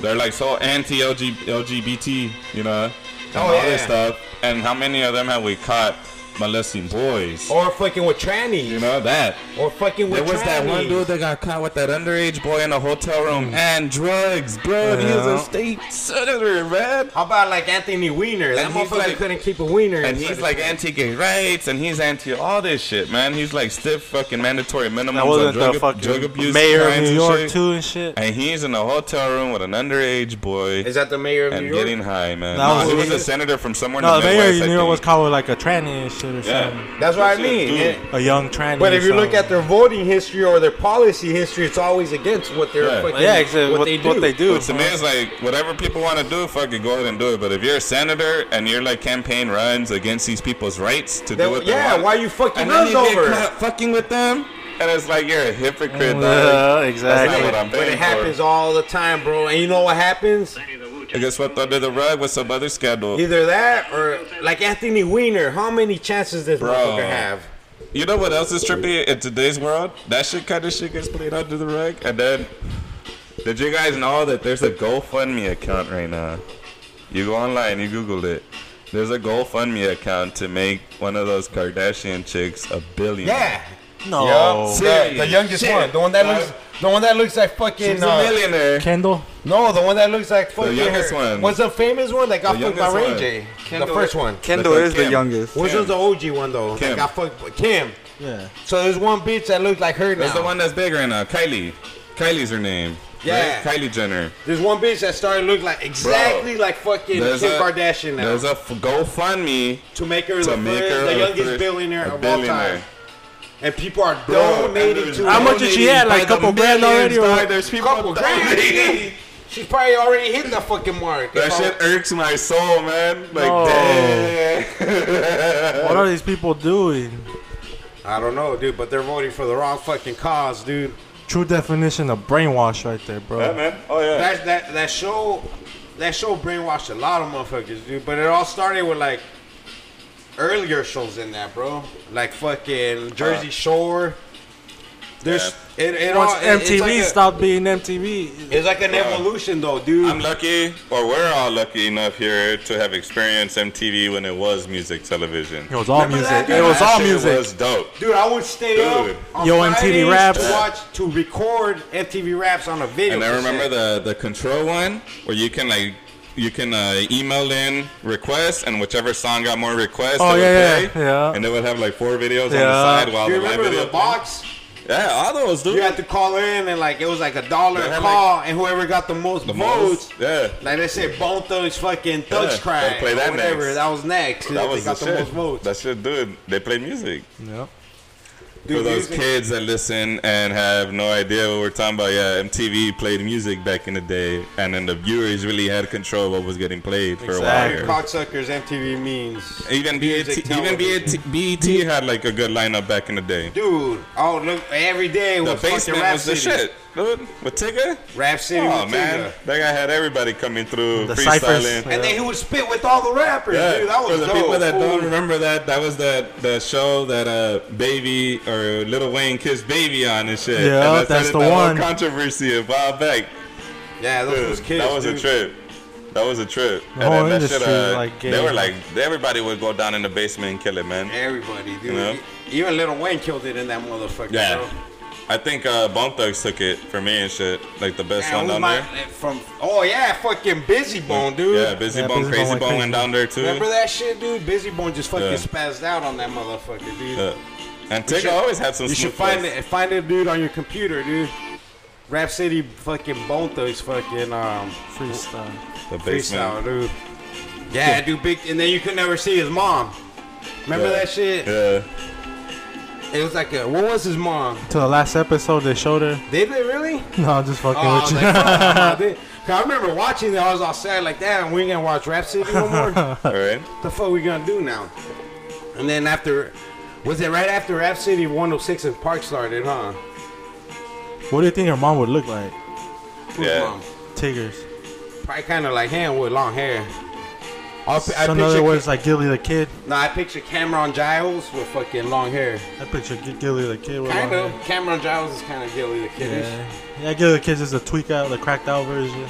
[SPEAKER 3] they're like so anti LGBT, you know? And all this
[SPEAKER 1] yeah.
[SPEAKER 3] stuff. And how many of them have we caught molesting boys?
[SPEAKER 1] Or fucking with trannies,
[SPEAKER 3] You know, that.
[SPEAKER 1] or fucking with
[SPEAKER 3] There was that one
[SPEAKER 1] trannies.
[SPEAKER 3] dude that got caught with that underage boy in a hotel room and drugs, bro. He was
[SPEAKER 2] Yeah.
[SPEAKER 3] a state senator, man.
[SPEAKER 1] How about like Anthony Weiner? That
[SPEAKER 3] And he's
[SPEAKER 1] motherfucker
[SPEAKER 3] like-
[SPEAKER 1] couldn't keep a wiener.
[SPEAKER 3] And he's like anti-gay rights, and he's anti all this shit, man. He's like stiff fucking mandatory minimums
[SPEAKER 2] That
[SPEAKER 3] on
[SPEAKER 2] wasn't
[SPEAKER 3] drug,
[SPEAKER 2] the
[SPEAKER 3] drug abuse
[SPEAKER 2] fucking mayor of
[SPEAKER 3] crimes
[SPEAKER 2] New
[SPEAKER 3] and
[SPEAKER 2] York
[SPEAKER 3] shit.
[SPEAKER 2] too and shit.
[SPEAKER 3] and he's in a hotel room with an underage boy
[SPEAKER 1] is that the mayor of New
[SPEAKER 3] and
[SPEAKER 1] York?
[SPEAKER 3] getting high, man.
[SPEAKER 2] That
[SPEAKER 3] No,
[SPEAKER 2] was-
[SPEAKER 3] he was a senator from somewhere in
[SPEAKER 2] No,
[SPEAKER 3] the
[SPEAKER 2] the mayor
[SPEAKER 3] Midwest.
[SPEAKER 2] of
[SPEAKER 3] I
[SPEAKER 2] New York was
[SPEAKER 3] think.
[SPEAKER 2] caught with like a tranny and shit or something.
[SPEAKER 3] yeah.
[SPEAKER 1] That's what I
[SPEAKER 3] That's it,
[SPEAKER 1] mean.
[SPEAKER 3] dude.
[SPEAKER 1] It-
[SPEAKER 2] A young tranny.
[SPEAKER 1] But if
[SPEAKER 2] or
[SPEAKER 1] you look
[SPEAKER 2] something.
[SPEAKER 1] at their voting history or their policy history, it's always against what they're
[SPEAKER 3] Yeah.
[SPEAKER 1] fucking.
[SPEAKER 2] yeah, exactly
[SPEAKER 1] What,
[SPEAKER 2] what,
[SPEAKER 1] they do.
[SPEAKER 3] But to me, it's like whatever people want to do, fucking go ahead and do it. But if you're a senator and you're like campaign runs against these people's rights to
[SPEAKER 1] That-
[SPEAKER 3] do what
[SPEAKER 1] yeah,
[SPEAKER 3] they want,
[SPEAKER 1] why you fucking
[SPEAKER 3] and
[SPEAKER 1] runs
[SPEAKER 3] then you
[SPEAKER 1] over?
[SPEAKER 3] get caught fucking with them, and it's like you're a hypocrite.
[SPEAKER 2] Yeah,
[SPEAKER 3] dog. That's
[SPEAKER 2] exactly.
[SPEAKER 3] not what I'm
[SPEAKER 1] But
[SPEAKER 3] paying
[SPEAKER 1] it happens all the time, bro. And you know what happens?
[SPEAKER 3] for. I get swept under the rug with some other scandal.
[SPEAKER 1] Either that or like Anthony Weiner. How many chances does
[SPEAKER 3] Bro.
[SPEAKER 1] motherfucker have?
[SPEAKER 3] You know what else is trippy in today's world? That shit kind of shit gets played under the rug. And then, did you guys know that there's a GoFundMe account right now? You go online, you Google it. There's a GoFundMe account to make one of those Kardashian chicks a billion.
[SPEAKER 1] Yeah.
[SPEAKER 8] No.
[SPEAKER 1] Yup, the, the youngest
[SPEAKER 3] Shit.
[SPEAKER 1] one, the one that looks, the one that looks like fucking.
[SPEAKER 3] She's a
[SPEAKER 1] Uh,
[SPEAKER 3] millionaire.
[SPEAKER 2] Kendall.
[SPEAKER 1] no, the one that looks like fucking.
[SPEAKER 3] youngest one.
[SPEAKER 1] Was the famous one that got
[SPEAKER 3] The
[SPEAKER 1] fucked by
[SPEAKER 3] youngest
[SPEAKER 1] Ray
[SPEAKER 3] one.
[SPEAKER 1] J. The
[SPEAKER 9] Kendall-
[SPEAKER 1] first one.
[SPEAKER 4] Kendall
[SPEAKER 3] Like a
[SPEAKER 4] is the
[SPEAKER 3] Kim.
[SPEAKER 4] youngest.
[SPEAKER 1] Which
[SPEAKER 3] Kim.
[SPEAKER 1] was the OG one though?
[SPEAKER 3] Kim.
[SPEAKER 1] That got fucked. by- Kim.
[SPEAKER 2] Yeah.
[SPEAKER 1] So there's one bitch that looks like her now.
[SPEAKER 3] That's the one that's big right now. Kylie. Kylie's her name.
[SPEAKER 1] Yeah.
[SPEAKER 3] Right? Kylie Jenner.
[SPEAKER 1] There's one bitch that started looking like exactly like fucking Kim
[SPEAKER 3] There's a-
[SPEAKER 1] Kardashian now.
[SPEAKER 3] There's a f- GoFundMe
[SPEAKER 1] to make her,
[SPEAKER 3] to
[SPEAKER 1] the,
[SPEAKER 3] make
[SPEAKER 1] first-
[SPEAKER 3] her
[SPEAKER 1] the youngest
[SPEAKER 3] first-
[SPEAKER 1] billionaire
[SPEAKER 3] a
[SPEAKER 1] of all
[SPEAKER 3] billionaire.
[SPEAKER 1] time. And people are
[SPEAKER 3] Bro,
[SPEAKER 1] donating
[SPEAKER 3] and
[SPEAKER 1] to
[SPEAKER 8] How
[SPEAKER 1] her.
[SPEAKER 8] much did she have? Like a couple grand already? Or?
[SPEAKER 3] Dog, there's people
[SPEAKER 1] Couple grand.
[SPEAKER 3] donating.
[SPEAKER 1] She's probably already hit the fucking mark.
[SPEAKER 3] That
[SPEAKER 1] If I-
[SPEAKER 3] shit irks my soul, man. Like,
[SPEAKER 8] No.
[SPEAKER 3] damn.
[SPEAKER 8] What are these people doing?
[SPEAKER 1] I don't know, dude, but they're voting for the wrong fucking cause, dude.
[SPEAKER 8] True definition of brainwash right there,
[SPEAKER 3] Yeah,
[SPEAKER 8] bro.
[SPEAKER 3] man. Oh, yeah.
[SPEAKER 1] That that that show, that show brainwashed a lot of motherfuckers, dude. But it all started with like earlier shows than that, bro. Like fucking Jersey Shore. There's it, it all
[SPEAKER 8] Once
[SPEAKER 1] it,
[SPEAKER 8] MTV
[SPEAKER 1] it's like a-
[SPEAKER 8] stopped being MTV,
[SPEAKER 1] It's like an evolution, though, dude.
[SPEAKER 3] I'm lucky, or we're all lucky enough here to have experienced MTV when it was music television.
[SPEAKER 8] it was all
[SPEAKER 1] Remember
[SPEAKER 8] music.
[SPEAKER 1] that, dude?
[SPEAKER 8] It was
[SPEAKER 3] That
[SPEAKER 8] all
[SPEAKER 3] shit
[SPEAKER 8] music.
[SPEAKER 3] was dope.
[SPEAKER 1] Dude, I would stay
[SPEAKER 3] Dude.
[SPEAKER 1] up on
[SPEAKER 8] Yo,
[SPEAKER 1] Fridays
[SPEAKER 8] MTV Raps.
[SPEAKER 1] to watch to record MTV Raps on a video.
[SPEAKER 3] And I remember
[SPEAKER 1] cassette.
[SPEAKER 3] the the control one where you can like you can uh, email in requests and whichever song got more requests.
[SPEAKER 8] Oh,
[SPEAKER 3] it would
[SPEAKER 8] yeah, yeah,
[SPEAKER 3] play.
[SPEAKER 8] yeah.
[SPEAKER 3] And they would have like four videos on
[SPEAKER 8] Yeah.
[SPEAKER 3] the side while
[SPEAKER 1] Do you
[SPEAKER 3] the live
[SPEAKER 1] remember
[SPEAKER 3] video.
[SPEAKER 1] the box?
[SPEAKER 3] Yeah, all those dude.
[SPEAKER 1] You had to call in and like it was like a dollar
[SPEAKER 3] They
[SPEAKER 1] a
[SPEAKER 3] had,
[SPEAKER 1] call, and whoever got the most
[SPEAKER 3] the
[SPEAKER 1] votes,
[SPEAKER 3] most. Yeah.
[SPEAKER 1] like let's say Bone Thugs fucking Thugs
[SPEAKER 3] Yeah,
[SPEAKER 1] Cry,
[SPEAKER 3] they play
[SPEAKER 1] or
[SPEAKER 3] that
[SPEAKER 1] whatever.
[SPEAKER 3] next.
[SPEAKER 1] That was next.
[SPEAKER 3] That was
[SPEAKER 1] they got
[SPEAKER 3] the,
[SPEAKER 1] the,
[SPEAKER 3] shit.
[SPEAKER 1] most votes.
[SPEAKER 3] That shit, dude. They play music.
[SPEAKER 8] Yeah.
[SPEAKER 1] Dude,
[SPEAKER 3] For those
[SPEAKER 1] music-
[SPEAKER 3] kids that listen and have no idea what we're talking about, yeah, MTV played music back in the day, and then the viewers really had control of what was getting played for
[SPEAKER 8] Exactly.
[SPEAKER 3] a while.
[SPEAKER 1] cocksuckers MTV means.
[SPEAKER 3] Even
[SPEAKER 1] Music
[SPEAKER 3] BET, even
[SPEAKER 1] television.
[SPEAKER 3] BET, BET E had like a good lineup back in the day.
[SPEAKER 1] Dude, oh look, every day
[SPEAKER 3] The
[SPEAKER 1] was fucking
[SPEAKER 3] basement
[SPEAKER 1] Rap
[SPEAKER 3] was the
[SPEAKER 1] City.
[SPEAKER 3] shit, dude. With Tigger?
[SPEAKER 1] Rap City,
[SPEAKER 3] Oh
[SPEAKER 1] was
[SPEAKER 3] man,
[SPEAKER 1] bigger.
[SPEAKER 3] that guy had everybody coming through
[SPEAKER 8] The
[SPEAKER 3] freestyling.
[SPEAKER 8] ciphers.
[SPEAKER 1] and then he would spit with all the rappers.
[SPEAKER 3] Yeah,
[SPEAKER 1] dude, that was
[SPEAKER 3] for the
[SPEAKER 1] dope,
[SPEAKER 3] people that
[SPEAKER 1] fool.
[SPEAKER 3] don't remember that, that was that the show that uh baby or Little Wayne kissed baby on and shit.
[SPEAKER 8] Yeah,
[SPEAKER 3] and
[SPEAKER 8] that's
[SPEAKER 3] started
[SPEAKER 8] the
[SPEAKER 3] that whole
[SPEAKER 8] one.
[SPEAKER 3] controversy a while back.
[SPEAKER 1] Yeah, those
[SPEAKER 3] Dude,
[SPEAKER 1] was kids.
[SPEAKER 3] that was
[SPEAKER 1] dude.
[SPEAKER 3] a trip. That was a trip.
[SPEAKER 8] The whole
[SPEAKER 3] then that uh,
[SPEAKER 8] industry, like,
[SPEAKER 3] they
[SPEAKER 8] gay.
[SPEAKER 3] were like everybody would go down in the basement and kill it, man.
[SPEAKER 1] Everybody, dude.
[SPEAKER 3] You know?
[SPEAKER 1] Even Little Wayne killed it in that motherfucker.
[SPEAKER 3] Yeah.
[SPEAKER 1] Bro.
[SPEAKER 3] I think uh, Bone Thugs took it for me and shit, like the best
[SPEAKER 1] Man,
[SPEAKER 3] one
[SPEAKER 1] who
[SPEAKER 3] down
[SPEAKER 1] my-
[SPEAKER 3] there.
[SPEAKER 1] From oh yeah, fucking Busy Bone, dude.
[SPEAKER 3] Yeah, Busy
[SPEAKER 8] Yeah,
[SPEAKER 3] Bone,
[SPEAKER 8] Busy Bone
[SPEAKER 3] Crazy
[SPEAKER 8] went
[SPEAKER 3] Bone
[SPEAKER 8] crazy.
[SPEAKER 3] went down there too.
[SPEAKER 1] Remember that shit, dude? Busy Bone just fucking
[SPEAKER 3] Yeah.
[SPEAKER 1] spazzed out on that motherfucker, dude.
[SPEAKER 3] Uh, and
[SPEAKER 1] You
[SPEAKER 3] Tigger
[SPEAKER 1] should-
[SPEAKER 3] always had some.
[SPEAKER 1] You should
[SPEAKER 3] smooth
[SPEAKER 1] find
[SPEAKER 3] plays.
[SPEAKER 1] it, find it, dude, on your computer, dude. Rap City, fucking Bone Thugs, fucking um,
[SPEAKER 8] Freestyle.
[SPEAKER 3] The
[SPEAKER 1] freestyle,
[SPEAKER 3] basement.
[SPEAKER 1] dude. Yeah, dude, big, and then you could never see his mom. Remember
[SPEAKER 3] Yeah.
[SPEAKER 1] that shit?
[SPEAKER 3] Yeah.
[SPEAKER 1] It was like a what was his mom?
[SPEAKER 8] To the last episode, they showed her.
[SPEAKER 1] Did they really?
[SPEAKER 8] No, I'm just fucking
[SPEAKER 1] Oh, I
[SPEAKER 8] with
[SPEAKER 1] was
[SPEAKER 8] you.
[SPEAKER 1] like, "Fuck, dude." 'Cause I remember watching it. I was all sad, like, damn, we ain't gonna watch Rap City no more.
[SPEAKER 3] All right.
[SPEAKER 1] the fuck we gonna do now? And then after, was it right after Rap City 106 and Park started, huh?
[SPEAKER 8] what do you think her mom would look like?
[SPEAKER 1] Who's
[SPEAKER 3] Yeah.
[SPEAKER 1] mom?
[SPEAKER 8] Tigers.
[SPEAKER 1] Um, Probably kind of like him with long hair. I'll, pi- I
[SPEAKER 8] So in other
[SPEAKER 1] picture,
[SPEAKER 8] words, like Gilly the Kid.
[SPEAKER 1] nah, I picture Cameron Giles with fucking long hair.
[SPEAKER 8] I picture G- Gilly the Kid. With
[SPEAKER 1] Kind
[SPEAKER 8] long
[SPEAKER 1] of. Cameron Giles is kind of Gilly the
[SPEAKER 8] hair.
[SPEAKER 1] Kiddish.
[SPEAKER 8] Yeah. yeah, Gilly the Kid's is the tweak out, the cracked out version.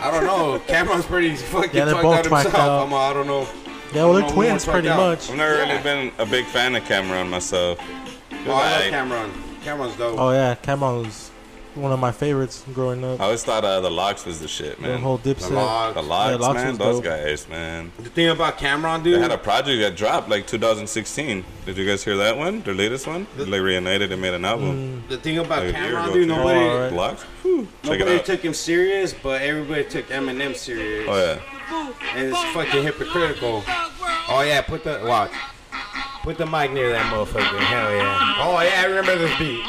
[SPEAKER 1] I don't know. Cameron's pretty fucking
[SPEAKER 8] Yeah, they're
[SPEAKER 1] fucked
[SPEAKER 8] both
[SPEAKER 1] out
[SPEAKER 8] twacked
[SPEAKER 1] himself.
[SPEAKER 8] out.
[SPEAKER 1] I'm, I don't know. Oh,
[SPEAKER 8] Yeah, well,
[SPEAKER 1] No,
[SPEAKER 8] they're
[SPEAKER 1] we
[SPEAKER 8] twins
[SPEAKER 1] won't
[SPEAKER 8] pretty
[SPEAKER 1] crack out.
[SPEAKER 8] much.
[SPEAKER 3] I've never
[SPEAKER 1] Yeah.
[SPEAKER 3] really been a big fan of Cameron myself.
[SPEAKER 1] Oh, I love
[SPEAKER 3] Like,
[SPEAKER 1] Cameron. Cameron's dope.
[SPEAKER 8] Oh yeah, Cameron was one of my favorites growing up.
[SPEAKER 3] I always thought uh, the locks was the shit,
[SPEAKER 8] The
[SPEAKER 3] man.
[SPEAKER 8] whole
[SPEAKER 1] the,
[SPEAKER 8] Dipset.
[SPEAKER 1] log.
[SPEAKER 3] The locks,
[SPEAKER 8] Yeah, Lox
[SPEAKER 3] man.
[SPEAKER 8] was
[SPEAKER 3] Those
[SPEAKER 8] dope.
[SPEAKER 3] guys, man.
[SPEAKER 1] the thing about Cameron,
[SPEAKER 3] They
[SPEAKER 1] dude.
[SPEAKER 3] had a project that dropped like 2016. Did you guys hear that one? Their latest one? They reunited and made an album.
[SPEAKER 1] the thing about
[SPEAKER 3] Like a year
[SPEAKER 1] Cameron,
[SPEAKER 3] ago,
[SPEAKER 1] dude,
[SPEAKER 3] too.
[SPEAKER 1] nobody,
[SPEAKER 8] Oh, Mm. alright.
[SPEAKER 3] Locks? Whew. Check it
[SPEAKER 1] nobody
[SPEAKER 3] out.
[SPEAKER 1] took him serious, but everybody took Eminem serious.
[SPEAKER 3] Oh yeah.
[SPEAKER 1] And it's fucking hypocritical. Oh yeah, put the watch. Put the mic near that motherfucker. Hell yeah. Oh yeah, I remember this beat.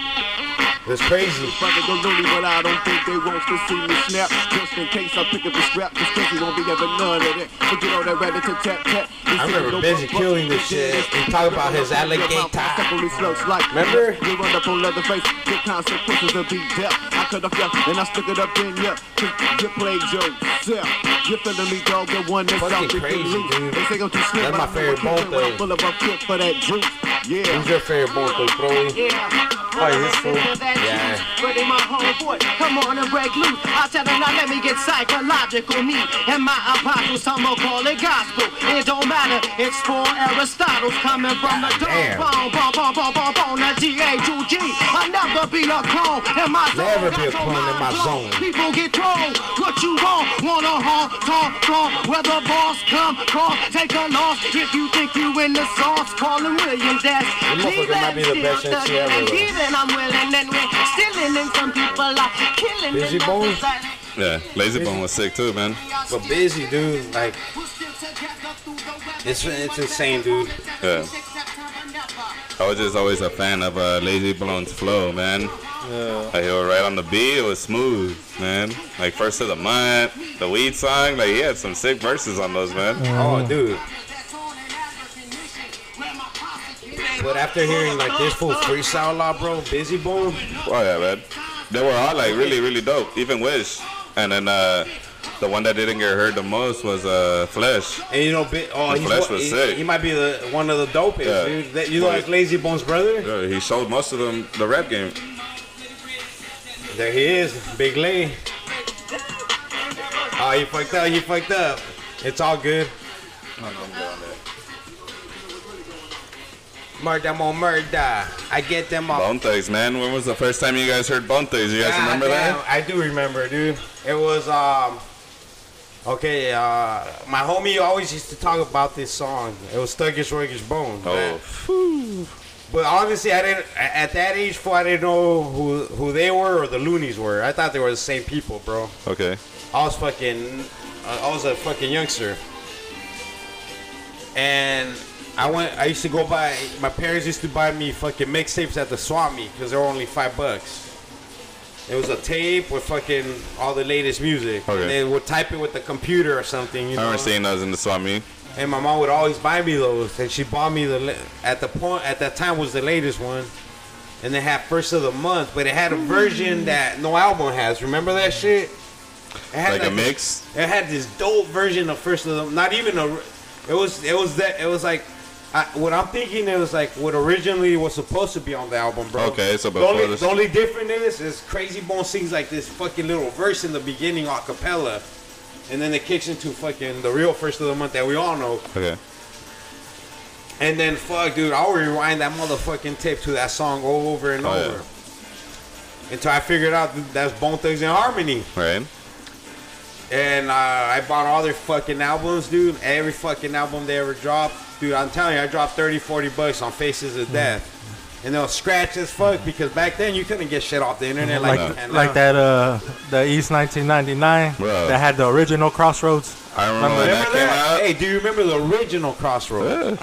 [SPEAKER 1] It's crazy.
[SPEAKER 10] Brother gon' do me, but I don't think they want to see me snap. Just in case I pick up the scrap, just cause you won't be having none of it. Forget all that rabbit to tap tap.
[SPEAKER 1] I remember Busy killing this shit. He talked about his alligator.
[SPEAKER 10] Remember?
[SPEAKER 1] Remember?
[SPEAKER 10] We run up on Leatherface, big consequences of be death. I cut off ya, and I stuck it up in ya. You, you played yourself. You feeling me, dog? The one that's
[SPEAKER 1] Fucking
[SPEAKER 10] out to
[SPEAKER 1] crazy,
[SPEAKER 10] leave.
[SPEAKER 1] dude.
[SPEAKER 10] They say I'm too slim, but
[SPEAKER 1] That's my
[SPEAKER 10] I know I keep
[SPEAKER 1] favorite bone
[SPEAKER 10] it when I'm
[SPEAKER 1] thing.
[SPEAKER 10] Full of I'm fit for that juice. Yeah.
[SPEAKER 1] Who's your favorite Boto, bro?
[SPEAKER 4] Probably this fool.
[SPEAKER 1] Yeah.
[SPEAKER 11] Ready, my homeboy, come on and break loose. I tell them now, let me get psychological. Me and my apostles, some will call it gospel. It don't matter, it's for Aristotle's coming from the
[SPEAKER 1] Ah, Damn.
[SPEAKER 11] dog. Bone, bone, bone, bone, bone, bone, that G-A-2-G. I'll never be a clone in my zone.
[SPEAKER 1] Never be a
[SPEAKER 11] Got your
[SPEAKER 1] clone in
[SPEAKER 11] mind
[SPEAKER 1] my
[SPEAKER 11] blown.
[SPEAKER 1] zone.
[SPEAKER 11] People get thrown. What you want? Wanna honk, talk, flaunt. Whether boss come, call, take a loss. If you think you in the sauce, call him William Dash.
[SPEAKER 1] motherfucker might be the best MC ever, though.
[SPEAKER 11] Even I'm willing and we're stealing and some people are killing
[SPEAKER 1] Busy
[SPEAKER 11] and
[SPEAKER 1] Bones?
[SPEAKER 11] nothing's
[SPEAKER 3] Yeah, Lazy Bone was sick too, man.
[SPEAKER 11] like-
[SPEAKER 1] But busy, dude. Like, it's, it's insane, dude.
[SPEAKER 3] Yeah. I was just always a fan of uh, Lazy Bone's flow, man. Like he was right on the beat. It was smooth, man. Like first of the month, the weed song. Like he had some sick verses on those, man.
[SPEAKER 1] Oh, dude. But after hearing like this fool freestyle a lot, bro, Busy Bone,
[SPEAKER 3] Oh yeah, man. They were all like really, really dope. Even Wish. And then uh, the one that didn't get heard the most was uh, Flesh.
[SPEAKER 1] and you know, Bi- oh,
[SPEAKER 3] The
[SPEAKER 1] he's
[SPEAKER 3] Flash
[SPEAKER 1] one-
[SPEAKER 3] was
[SPEAKER 1] he,
[SPEAKER 3] sick.
[SPEAKER 1] he might be the one of the dopest,
[SPEAKER 3] Yeah.
[SPEAKER 1] dude. That, you know, like Lazy Bone's brother.
[SPEAKER 3] Yeah, He showed most of them the rap game.
[SPEAKER 1] There he is, Big Lay. Oh, he fucked up. He fucked up. It's all good. Murder, mo murder. I get them off.
[SPEAKER 3] Bone Thugs, man. When was the first time you guys heard Bone Thugs? You guys
[SPEAKER 1] God
[SPEAKER 3] remember
[SPEAKER 1] damn,
[SPEAKER 3] that?
[SPEAKER 1] I do remember, dude. It was um okay. Uh, my homie always used to talk about this song. It was Thuggish Ruggish Bone.
[SPEAKER 3] Oh,
[SPEAKER 1] man. But honestly, I didn't a- at that age. Fool, I didn't know who who they were or the Loonies were. I thought they were the same people, bro.
[SPEAKER 3] okay.
[SPEAKER 1] I was fucking, I was a fucking youngster, and I went. I used to go buy. My parents used to buy me fucking mixtapes at the Swami because they were only five bucks. It was a tape with fucking all the latest music,
[SPEAKER 3] Okay.
[SPEAKER 1] and they would type it with the computer or something. You
[SPEAKER 3] I
[SPEAKER 1] know?
[SPEAKER 3] remember seeing those in the Swami.
[SPEAKER 1] And my mom would always buy me those, and she bought me the la- at the point at that time was the latest one, and they had first of the month, but it had a version that no album has. Remember that shit? It had
[SPEAKER 3] Like a
[SPEAKER 1] this-
[SPEAKER 3] mix?
[SPEAKER 1] It had this dope version of first of the not even a. It was it was that it was like. I, what I'm thinking it was like what originally was supposed to be on the album, bro.
[SPEAKER 3] Okay, so
[SPEAKER 1] the only,
[SPEAKER 3] before this-
[SPEAKER 1] the only difference is, is Crazy Bone sings like this fucking little verse in the beginning a cappella, and then it kicks into fucking the real first of the month that we all know.
[SPEAKER 3] Okay.
[SPEAKER 1] And then fuck, dude, I'll rewind that motherfucking tape to that song all over and
[SPEAKER 3] Oh, yeah.
[SPEAKER 1] over until I figured out that that's Bone Thugs and Harmony.
[SPEAKER 3] Right?
[SPEAKER 1] And uh, I bought all their fucking albums, dude. Every fucking album they ever dropped, dude. I'm telling you, I dropped 30, 40 bucks on Faces of Death. And they'll scratch as fuck because back then you couldn't get shit off the internet like,
[SPEAKER 3] Like-
[SPEAKER 1] you can now.
[SPEAKER 8] Like that, uh, the East 1999
[SPEAKER 3] Bruh.
[SPEAKER 8] that had the original Crossroads.
[SPEAKER 3] I remember when
[SPEAKER 1] Remember
[SPEAKER 3] that came
[SPEAKER 1] that?
[SPEAKER 3] out.
[SPEAKER 1] Hey, do you remember the original Crossroads?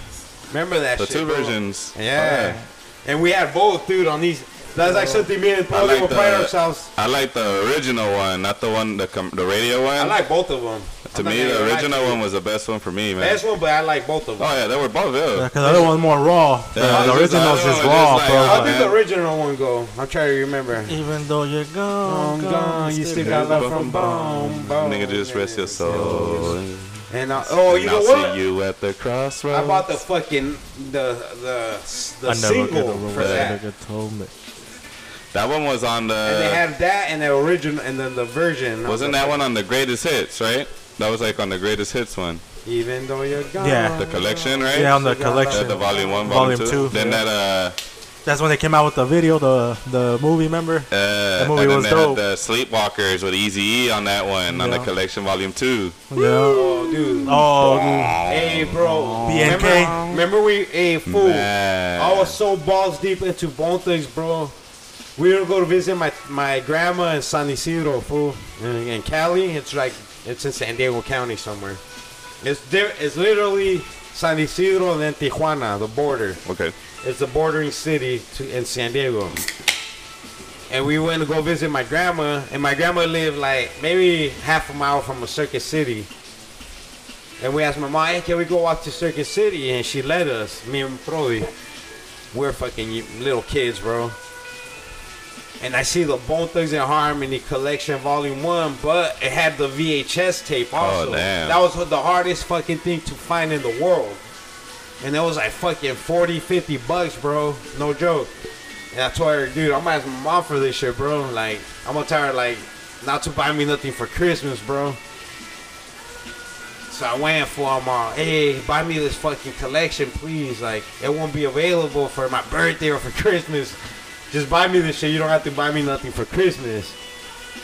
[SPEAKER 1] Remember that
[SPEAKER 3] The
[SPEAKER 1] shit?
[SPEAKER 3] two
[SPEAKER 1] bro?
[SPEAKER 3] versions. Oh,
[SPEAKER 1] Yeah. And we had both, dude, on these. That's like something me and
[SPEAKER 3] I
[SPEAKER 1] Paul
[SPEAKER 3] like,
[SPEAKER 1] would
[SPEAKER 3] the,
[SPEAKER 1] pride ourselves.
[SPEAKER 3] I like the original one, not the one, the, com- the radio one.
[SPEAKER 1] I like both of them.
[SPEAKER 3] to me, the original one was the best one for me, man.
[SPEAKER 1] Best one, but I like both of them.
[SPEAKER 3] Oh, yeah, they were both ill.
[SPEAKER 8] Because the other one's more raw. The-
[SPEAKER 3] Yeah,
[SPEAKER 8] the
[SPEAKER 3] it's just- the
[SPEAKER 8] original's
[SPEAKER 3] other
[SPEAKER 8] just
[SPEAKER 3] one was
[SPEAKER 8] raw,
[SPEAKER 3] just
[SPEAKER 8] bro.
[SPEAKER 3] like,
[SPEAKER 1] How
[SPEAKER 3] Oh,
[SPEAKER 1] did
[SPEAKER 3] man.
[SPEAKER 1] the original one go? I'm trying to remember.
[SPEAKER 8] Even though you're gone,
[SPEAKER 1] Bone, gone, you still got love from bone, bone.
[SPEAKER 3] Nigga, just rest your soul.
[SPEAKER 1] And I, oh, you
[SPEAKER 3] and
[SPEAKER 1] know
[SPEAKER 3] I'll
[SPEAKER 1] what?
[SPEAKER 3] see you at the crossroads.
[SPEAKER 1] I bought the fucking the the the single for that,
[SPEAKER 3] that one was on
[SPEAKER 1] and they
[SPEAKER 3] the.
[SPEAKER 1] had that and the original, and then the version.
[SPEAKER 3] Uh, Wasn't that one on the greatest hits, right? That was like on the greatest hits one.
[SPEAKER 1] Even though you're gone.
[SPEAKER 8] Yeah.
[SPEAKER 3] The collection, right?
[SPEAKER 8] Yeah, on the
[SPEAKER 3] Uh,
[SPEAKER 8] collection.
[SPEAKER 3] the volume one, volume,
[SPEAKER 8] Volume
[SPEAKER 3] two.
[SPEAKER 8] two,
[SPEAKER 3] Then
[SPEAKER 8] yeah.
[SPEAKER 3] that uh,
[SPEAKER 8] That's when they came out with the video, the the movie. Remember?
[SPEAKER 3] uh, uh
[SPEAKER 8] That movie
[SPEAKER 3] and then
[SPEAKER 8] was
[SPEAKER 3] they
[SPEAKER 8] dope.
[SPEAKER 3] had the Sleepwalkers with Easy E on that one on the
[SPEAKER 8] Yeah.
[SPEAKER 3] collection volume two.
[SPEAKER 8] Yeah.
[SPEAKER 1] Oh, dude.
[SPEAKER 8] Oh, dude.
[SPEAKER 1] Hey, bro.
[SPEAKER 8] BNK.
[SPEAKER 1] Remember, remember we? Hey, fool.
[SPEAKER 3] Man.
[SPEAKER 1] I was so balls deep into bone things, bro. We would go to visit my my grandma in San Isidro, fool, in, in Cali. It's like it's in San Diego County somewhere. It's there. It's literally San Isidro and then Tijuana, the border.
[SPEAKER 3] Okay.
[SPEAKER 1] It's a bordering city to, in San Diego. And we went to go visit my grandma, and my grandma lived like maybe half a mile from a Circuit City. And we asked my mom, hey, can we go walk to Circuit City? And she let us, me and Prodi. We're fucking y- little kids, bro. and I see the Bone Thugs and Harmony collection volume one, but it had the VHS tape also.
[SPEAKER 3] damn.
[SPEAKER 1] That was the hardest fucking thing to find in the world. And it was like fucking 40, 50 bucks, bro. No joke. And I told her, dude, I'm gonna ask my mom for this shit, bro. Like, I'm gonna tell her, like, not to buy me nothing for Christmas, bro. So I went for him all. Hey, buy me this fucking collection, please. Like, it won't be available for my birthday or for Christmas. Just buy me this shit. You don't have to buy me nothing for Christmas.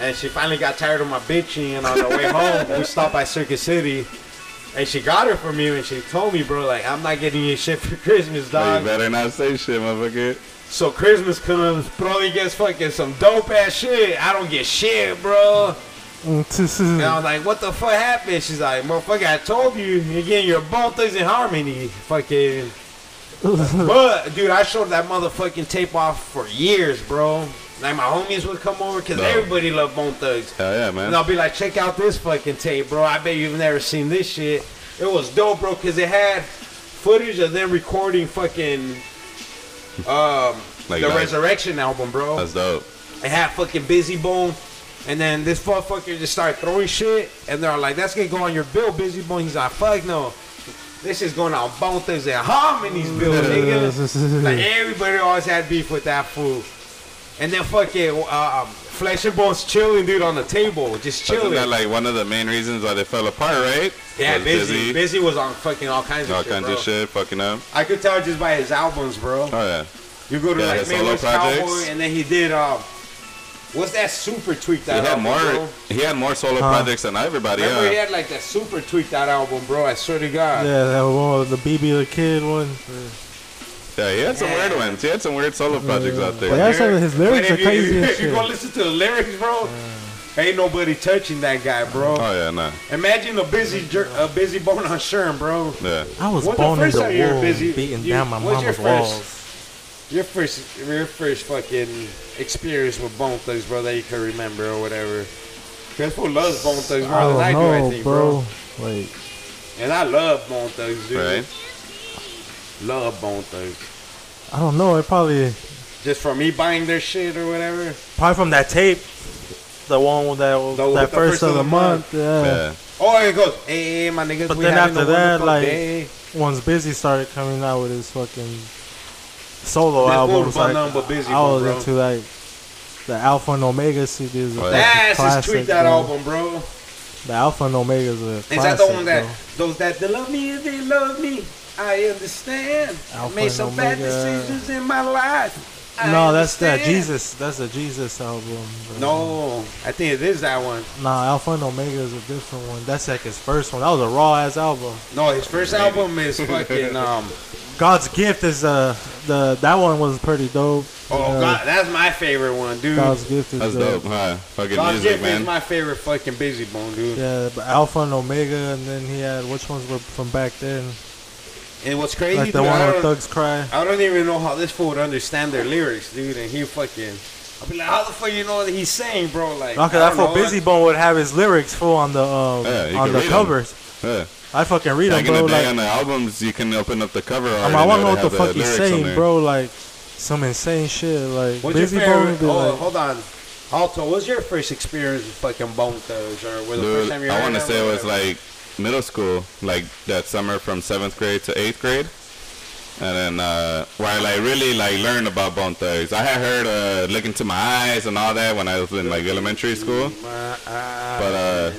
[SPEAKER 1] And she finally got tired of my bitching, and on the way home, we stopped by Circus City. And she got it for me, and she told me, bro, like, I'm not getting you shit for Christmas,
[SPEAKER 3] Oh,
[SPEAKER 1] dog.
[SPEAKER 3] you better not say shit, motherfucker.
[SPEAKER 1] So Christmas comes, Brody gets fucking some dope ass shit. I don't get shit, bro. And I was like, what the fuck happened? She's like, motherfucker, I told you, you're getting your bone things in harmony. Fucking. But, dude, I showed that motherfucking tape off for years, bro. Like, my homies would come over because
[SPEAKER 3] No.
[SPEAKER 1] everybody loved Bone Thugs.
[SPEAKER 3] Hell yeah, man.
[SPEAKER 1] And I'll be like, check out this fucking tape, bro. I bet you've never seen this shit. It was dope, bro, because it had footage of them recording fucking um,
[SPEAKER 3] Like
[SPEAKER 1] the
[SPEAKER 3] live.
[SPEAKER 1] Resurrection album, bro.
[SPEAKER 3] That's dope.
[SPEAKER 1] It had fucking Busy Bone. And then this motherfucker just started throwing shit. And they're like, that's going to go on your bill, Busy Bone. He's like, fuck no. This is going on Bone Thugs and Harmony's bill, nigga. Like everybody always had beef with that fool. And then fucking uh, um, Flesh and Bones chilling, dude, on the table, just
[SPEAKER 3] Isn't
[SPEAKER 1] chilling.
[SPEAKER 3] that like one of the main reasons why they fell apart, right?
[SPEAKER 1] yeah,
[SPEAKER 3] Was
[SPEAKER 1] busy, busy. was on fucking all kinds of
[SPEAKER 3] all
[SPEAKER 1] shit,
[SPEAKER 3] kinds
[SPEAKER 1] bro.
[SPEAKER 3] of shit, fucking up.
[SPEAKER 1] I could tell just by his albums, bro.
[SPEAKER 3] Oh yeah.
[SPEAKER 1] You go to
[SPEAKER 3] Yeah,
[SPEAKER 1] like
[SPEAKER 3] his solo
[SPEAKER 1] Midwest Cowboy,
[SPEAKER 3] projects.
[SPEAKER 1] and then he did um, what's that super tweak
[SPEAKER 3] He
[SPEAKER 1] that
[SPEAKER 3] had
[SPEAKER 1] album,
[SPEAKER 3] more.
[SPEAKER 1] bro?
[SPEAKER 3] He had more solo projects than everybody.
[SPEAKER 1] Remember he
[SPEAKER 3] Yeah.
[SPEAKER 1] had like that super tweak that album, bro. I swear to God.
[SPEAKER 8] Yeah, that one, with the BB the Kid one.
[SPEAKER 3] Yeah, he had some weird ones. He had some weird solo projects out there.
[SPEAKER 2] Yeah, some of his lyrics
[SPEAKER 1] But
[SPEAKER 2] are
[SPEAKER 1] if you,
[SPEAKER 2] crazy as
[SPEAKER 1] if you go
[SPEAKER 2] shit.
[SPEAKER 1] listen to the lyrics, bro, ain't nobody touching that guy, bro.
[SPEAKER 3] Oh yeah, nah.
[SPEAKER 1] Imagine a busy jer- a busy bone on Sherm, bro.
[SPEAKER 3] Yeah.
[SPEAKER 8] Oh,
[SPEAKER 2] I was
[SPEAKER 1] What's the
[SPEAKER 2] born in
[SPEAKER 1] first time you were
[SPEAKER 2] the
[SPEAKER 1] busy?
[SPEAKER 2] wall, beating
[SPEAKER 1] You-
[SPEAKER 2] down my
[SPEAKER 1] what's your
[SPEAKER 2] mama's
[SPEAKER 1] first-
[SPEAKER 2] walls.
[SPEAKER 1] Your first your first fucking experience with Bone Thugs, bro, that you can remember or whatever. Cause who loves Bone Thugs
[SPEAKER 2] I
[SPEAKER 1] more than I
[SPEAKER 2] don't
[SPEAKER 1] do,
[SPEAKER 2] know,
[SPEAKER 1] I think, bro.
[SPEAKER 2] bro. Like,
[SPEAKER 1] And I love Bone Thugs, dude.
[SPEAKER 3] Right.
[SPEAKER 1] Love Bone Thugs.
[SPEAKER 2] I don't know. It probably
[SPEAKER 1] Just for me buying their shit or whatever.
[SPEAKER 8] Probably from that tape. The one with that,
[SPEAKER 1] The-
[SPEAKER 8] that
[SPEAKER 1] the
[SPEAKER 8] first, of the month. Yeah.
[SPEAKER 3] Yeah.
[SPEAKER 1] Oh, it goes, hey, hey, my niggas,
[SPEAKER 8] But
[SPEAKER 1] we
[SPEAKER 8] then
[SPEAKER 1] having a
[SPEAKER 8] after that,
[SPEAKER 1] wonderful
[SPEAKER 8] like,
[SPEAKER 1] day.
[SPEAKER 8] Once Busy started coming out with his fucking solo
[SPEAKER 1] That fool
[SPEAKER 8] albums,
[SPEAKER 1] was
[SPEAKER 8] like,
[SPEAKER 1] nothing but Busy
[SPEAKER 8] I was
[SPEAKER 1] Bone, bro.
[SPEAKER 8] into like the Alpha and Omega CDs.
[SPEAKER 3] Oh, yeah.
[SPEAKER 1] That's his tweet that
[SPEAKER 8] bro.
[SPEAKER 1] album, bro.
[SPEAKER 8] The Alpha and Omega is a classic.
[SPEAKER 1] Is that the one that
[SPEAKER 8] bro.
[SPEAKER 1] those that they love me and they love me? I understand.
[SPEAKER 8] Alpha
[SPEAKER 1] I made
[SPEAKER 8] and
[SPEAKER 1] some bad
[SPEAKER 8] Omega.
[SPEAKER 1] decisions in my life. I
[SPEAKER 8] No, that's that
[SPEAKER 1] understand.
[SPEAKER 8] Jesus. That's the Jesus album. bro.
[SPEAKER 1] No, I think it is that one.
[SPEAKER 8] Nah, Alpha and Omega is a different one. That's like his first one. That was a raw ass album.
[SPEAKER 1] No, his first album is fucking um.
[SPEAKER 8] God's Gift is uh the that one was pretty dope.
[SPEAKER 1] Oh
[SPEAKER 8] Uh,
[SPEAKER 1] God, that's my favorite one, dude.
[SPEAKER 8] God's Gift is
[SPEAKER 3] That's
[SPEAKER 8] dope.
[SPEAKER 3] dope, huh? Fucking
[SPEAKER 1] God's
[SPEAKER 3] music,
[SPEAKER 1] Gift
[SPEAKER 3] man.
[SPEAKER 1] is my favorite fucking Busy Bone, dude.
[SPEAKER 8] Yeah, but Alpha and Omega, and then he had which ones were from back then?
[SPEAKER 1] And what's crazy,
[SPEAKER 8] Like the
[SPEAKER 1] dude,
[SPEAKER 8] one
[SPEAKER 1] I
[SPEAKER 8] where
[SPEAKER 1] don't-
[SPEAKER 8] Thugs Cry.
[SPEAKER 1] I don't even know how this fool would understand their lyrics, dude. And he fucking, I'll be like, how the fuck you know that he's saying, bro? Like,
[SPEAKER 8] Okay,
[SPEAKER 1] I
[SPEAKER 8] that
[SPEAKER 1] don't
[SPEAKER 8] fool
[SPEAKER 1] know.
[SPEAKER 8] Busy Bone would have his lyrics full on the um,
[SPEAKER 3] Yeah, you
[SPEAKER 8] on
[SPEAKER 3] can
[SPEAKER 8] the
[SPEAKER 3] read 'em.
[SPEAKER 8] covers.
[SPEAKER 3] Yeah.
[SPEAKER 8] I fucking read them,
[SPEAKER 3] Back in
[SPEAKER 8] bro.
[SPEAKER 3] the day,
[SPEAKER 8] Like,
[SPEAKER 3] on the albums, you can open up the cover art.
[SPEAKER 8] I'm,
[SPEAKER 3] and
[SPEAKER 8] I want to
[SPEAKER 3] it
[SPEAKER 8] know
[SPEAKER 3] would
[SPEAKER 8] what the
[SPEAKER 3] have
[SPEAKER 8] fuck he's
[SPEAKER 3] lyrics on
[SPEAKER 8] saying,
[SPEAKER 3] there.
[SPEAKER 8] bro. Like some insane shit. Like
[SPEAKER 1] What's
[SPEAKER 8] Busy
[SPEAKER 1] your
[SPEAKER 8] Bone
[SPEAKER 1] favorite?
[SPEAKER 8] would be
[SPEAKER 1] oh,
[SPEAKER 8] like,
[SPEAKER 1] hold on. Alto, what was your first experience with fucking Bone Thugs, or was the
[SPEAKER 3] Dude,
[SPEAKER 1] first time you?
[SPEAKER 3] I
[SPEAKER 1] heard
[SPEAKER 3] want to
[SPEAKER 1] them,
[SPEAKER 3] say it
[SPEAKER 1] or
[SPEAKER 3] was
[SPEAKER 1] whatever?
[SPEAKER 3] like middle school, like that summer from seventh grade to eighth grade, and then uh, where I like really like learned about Bone Thugs. I had heard uh, "Look into My Eyes" and all that when I was in like elementary school, but uh,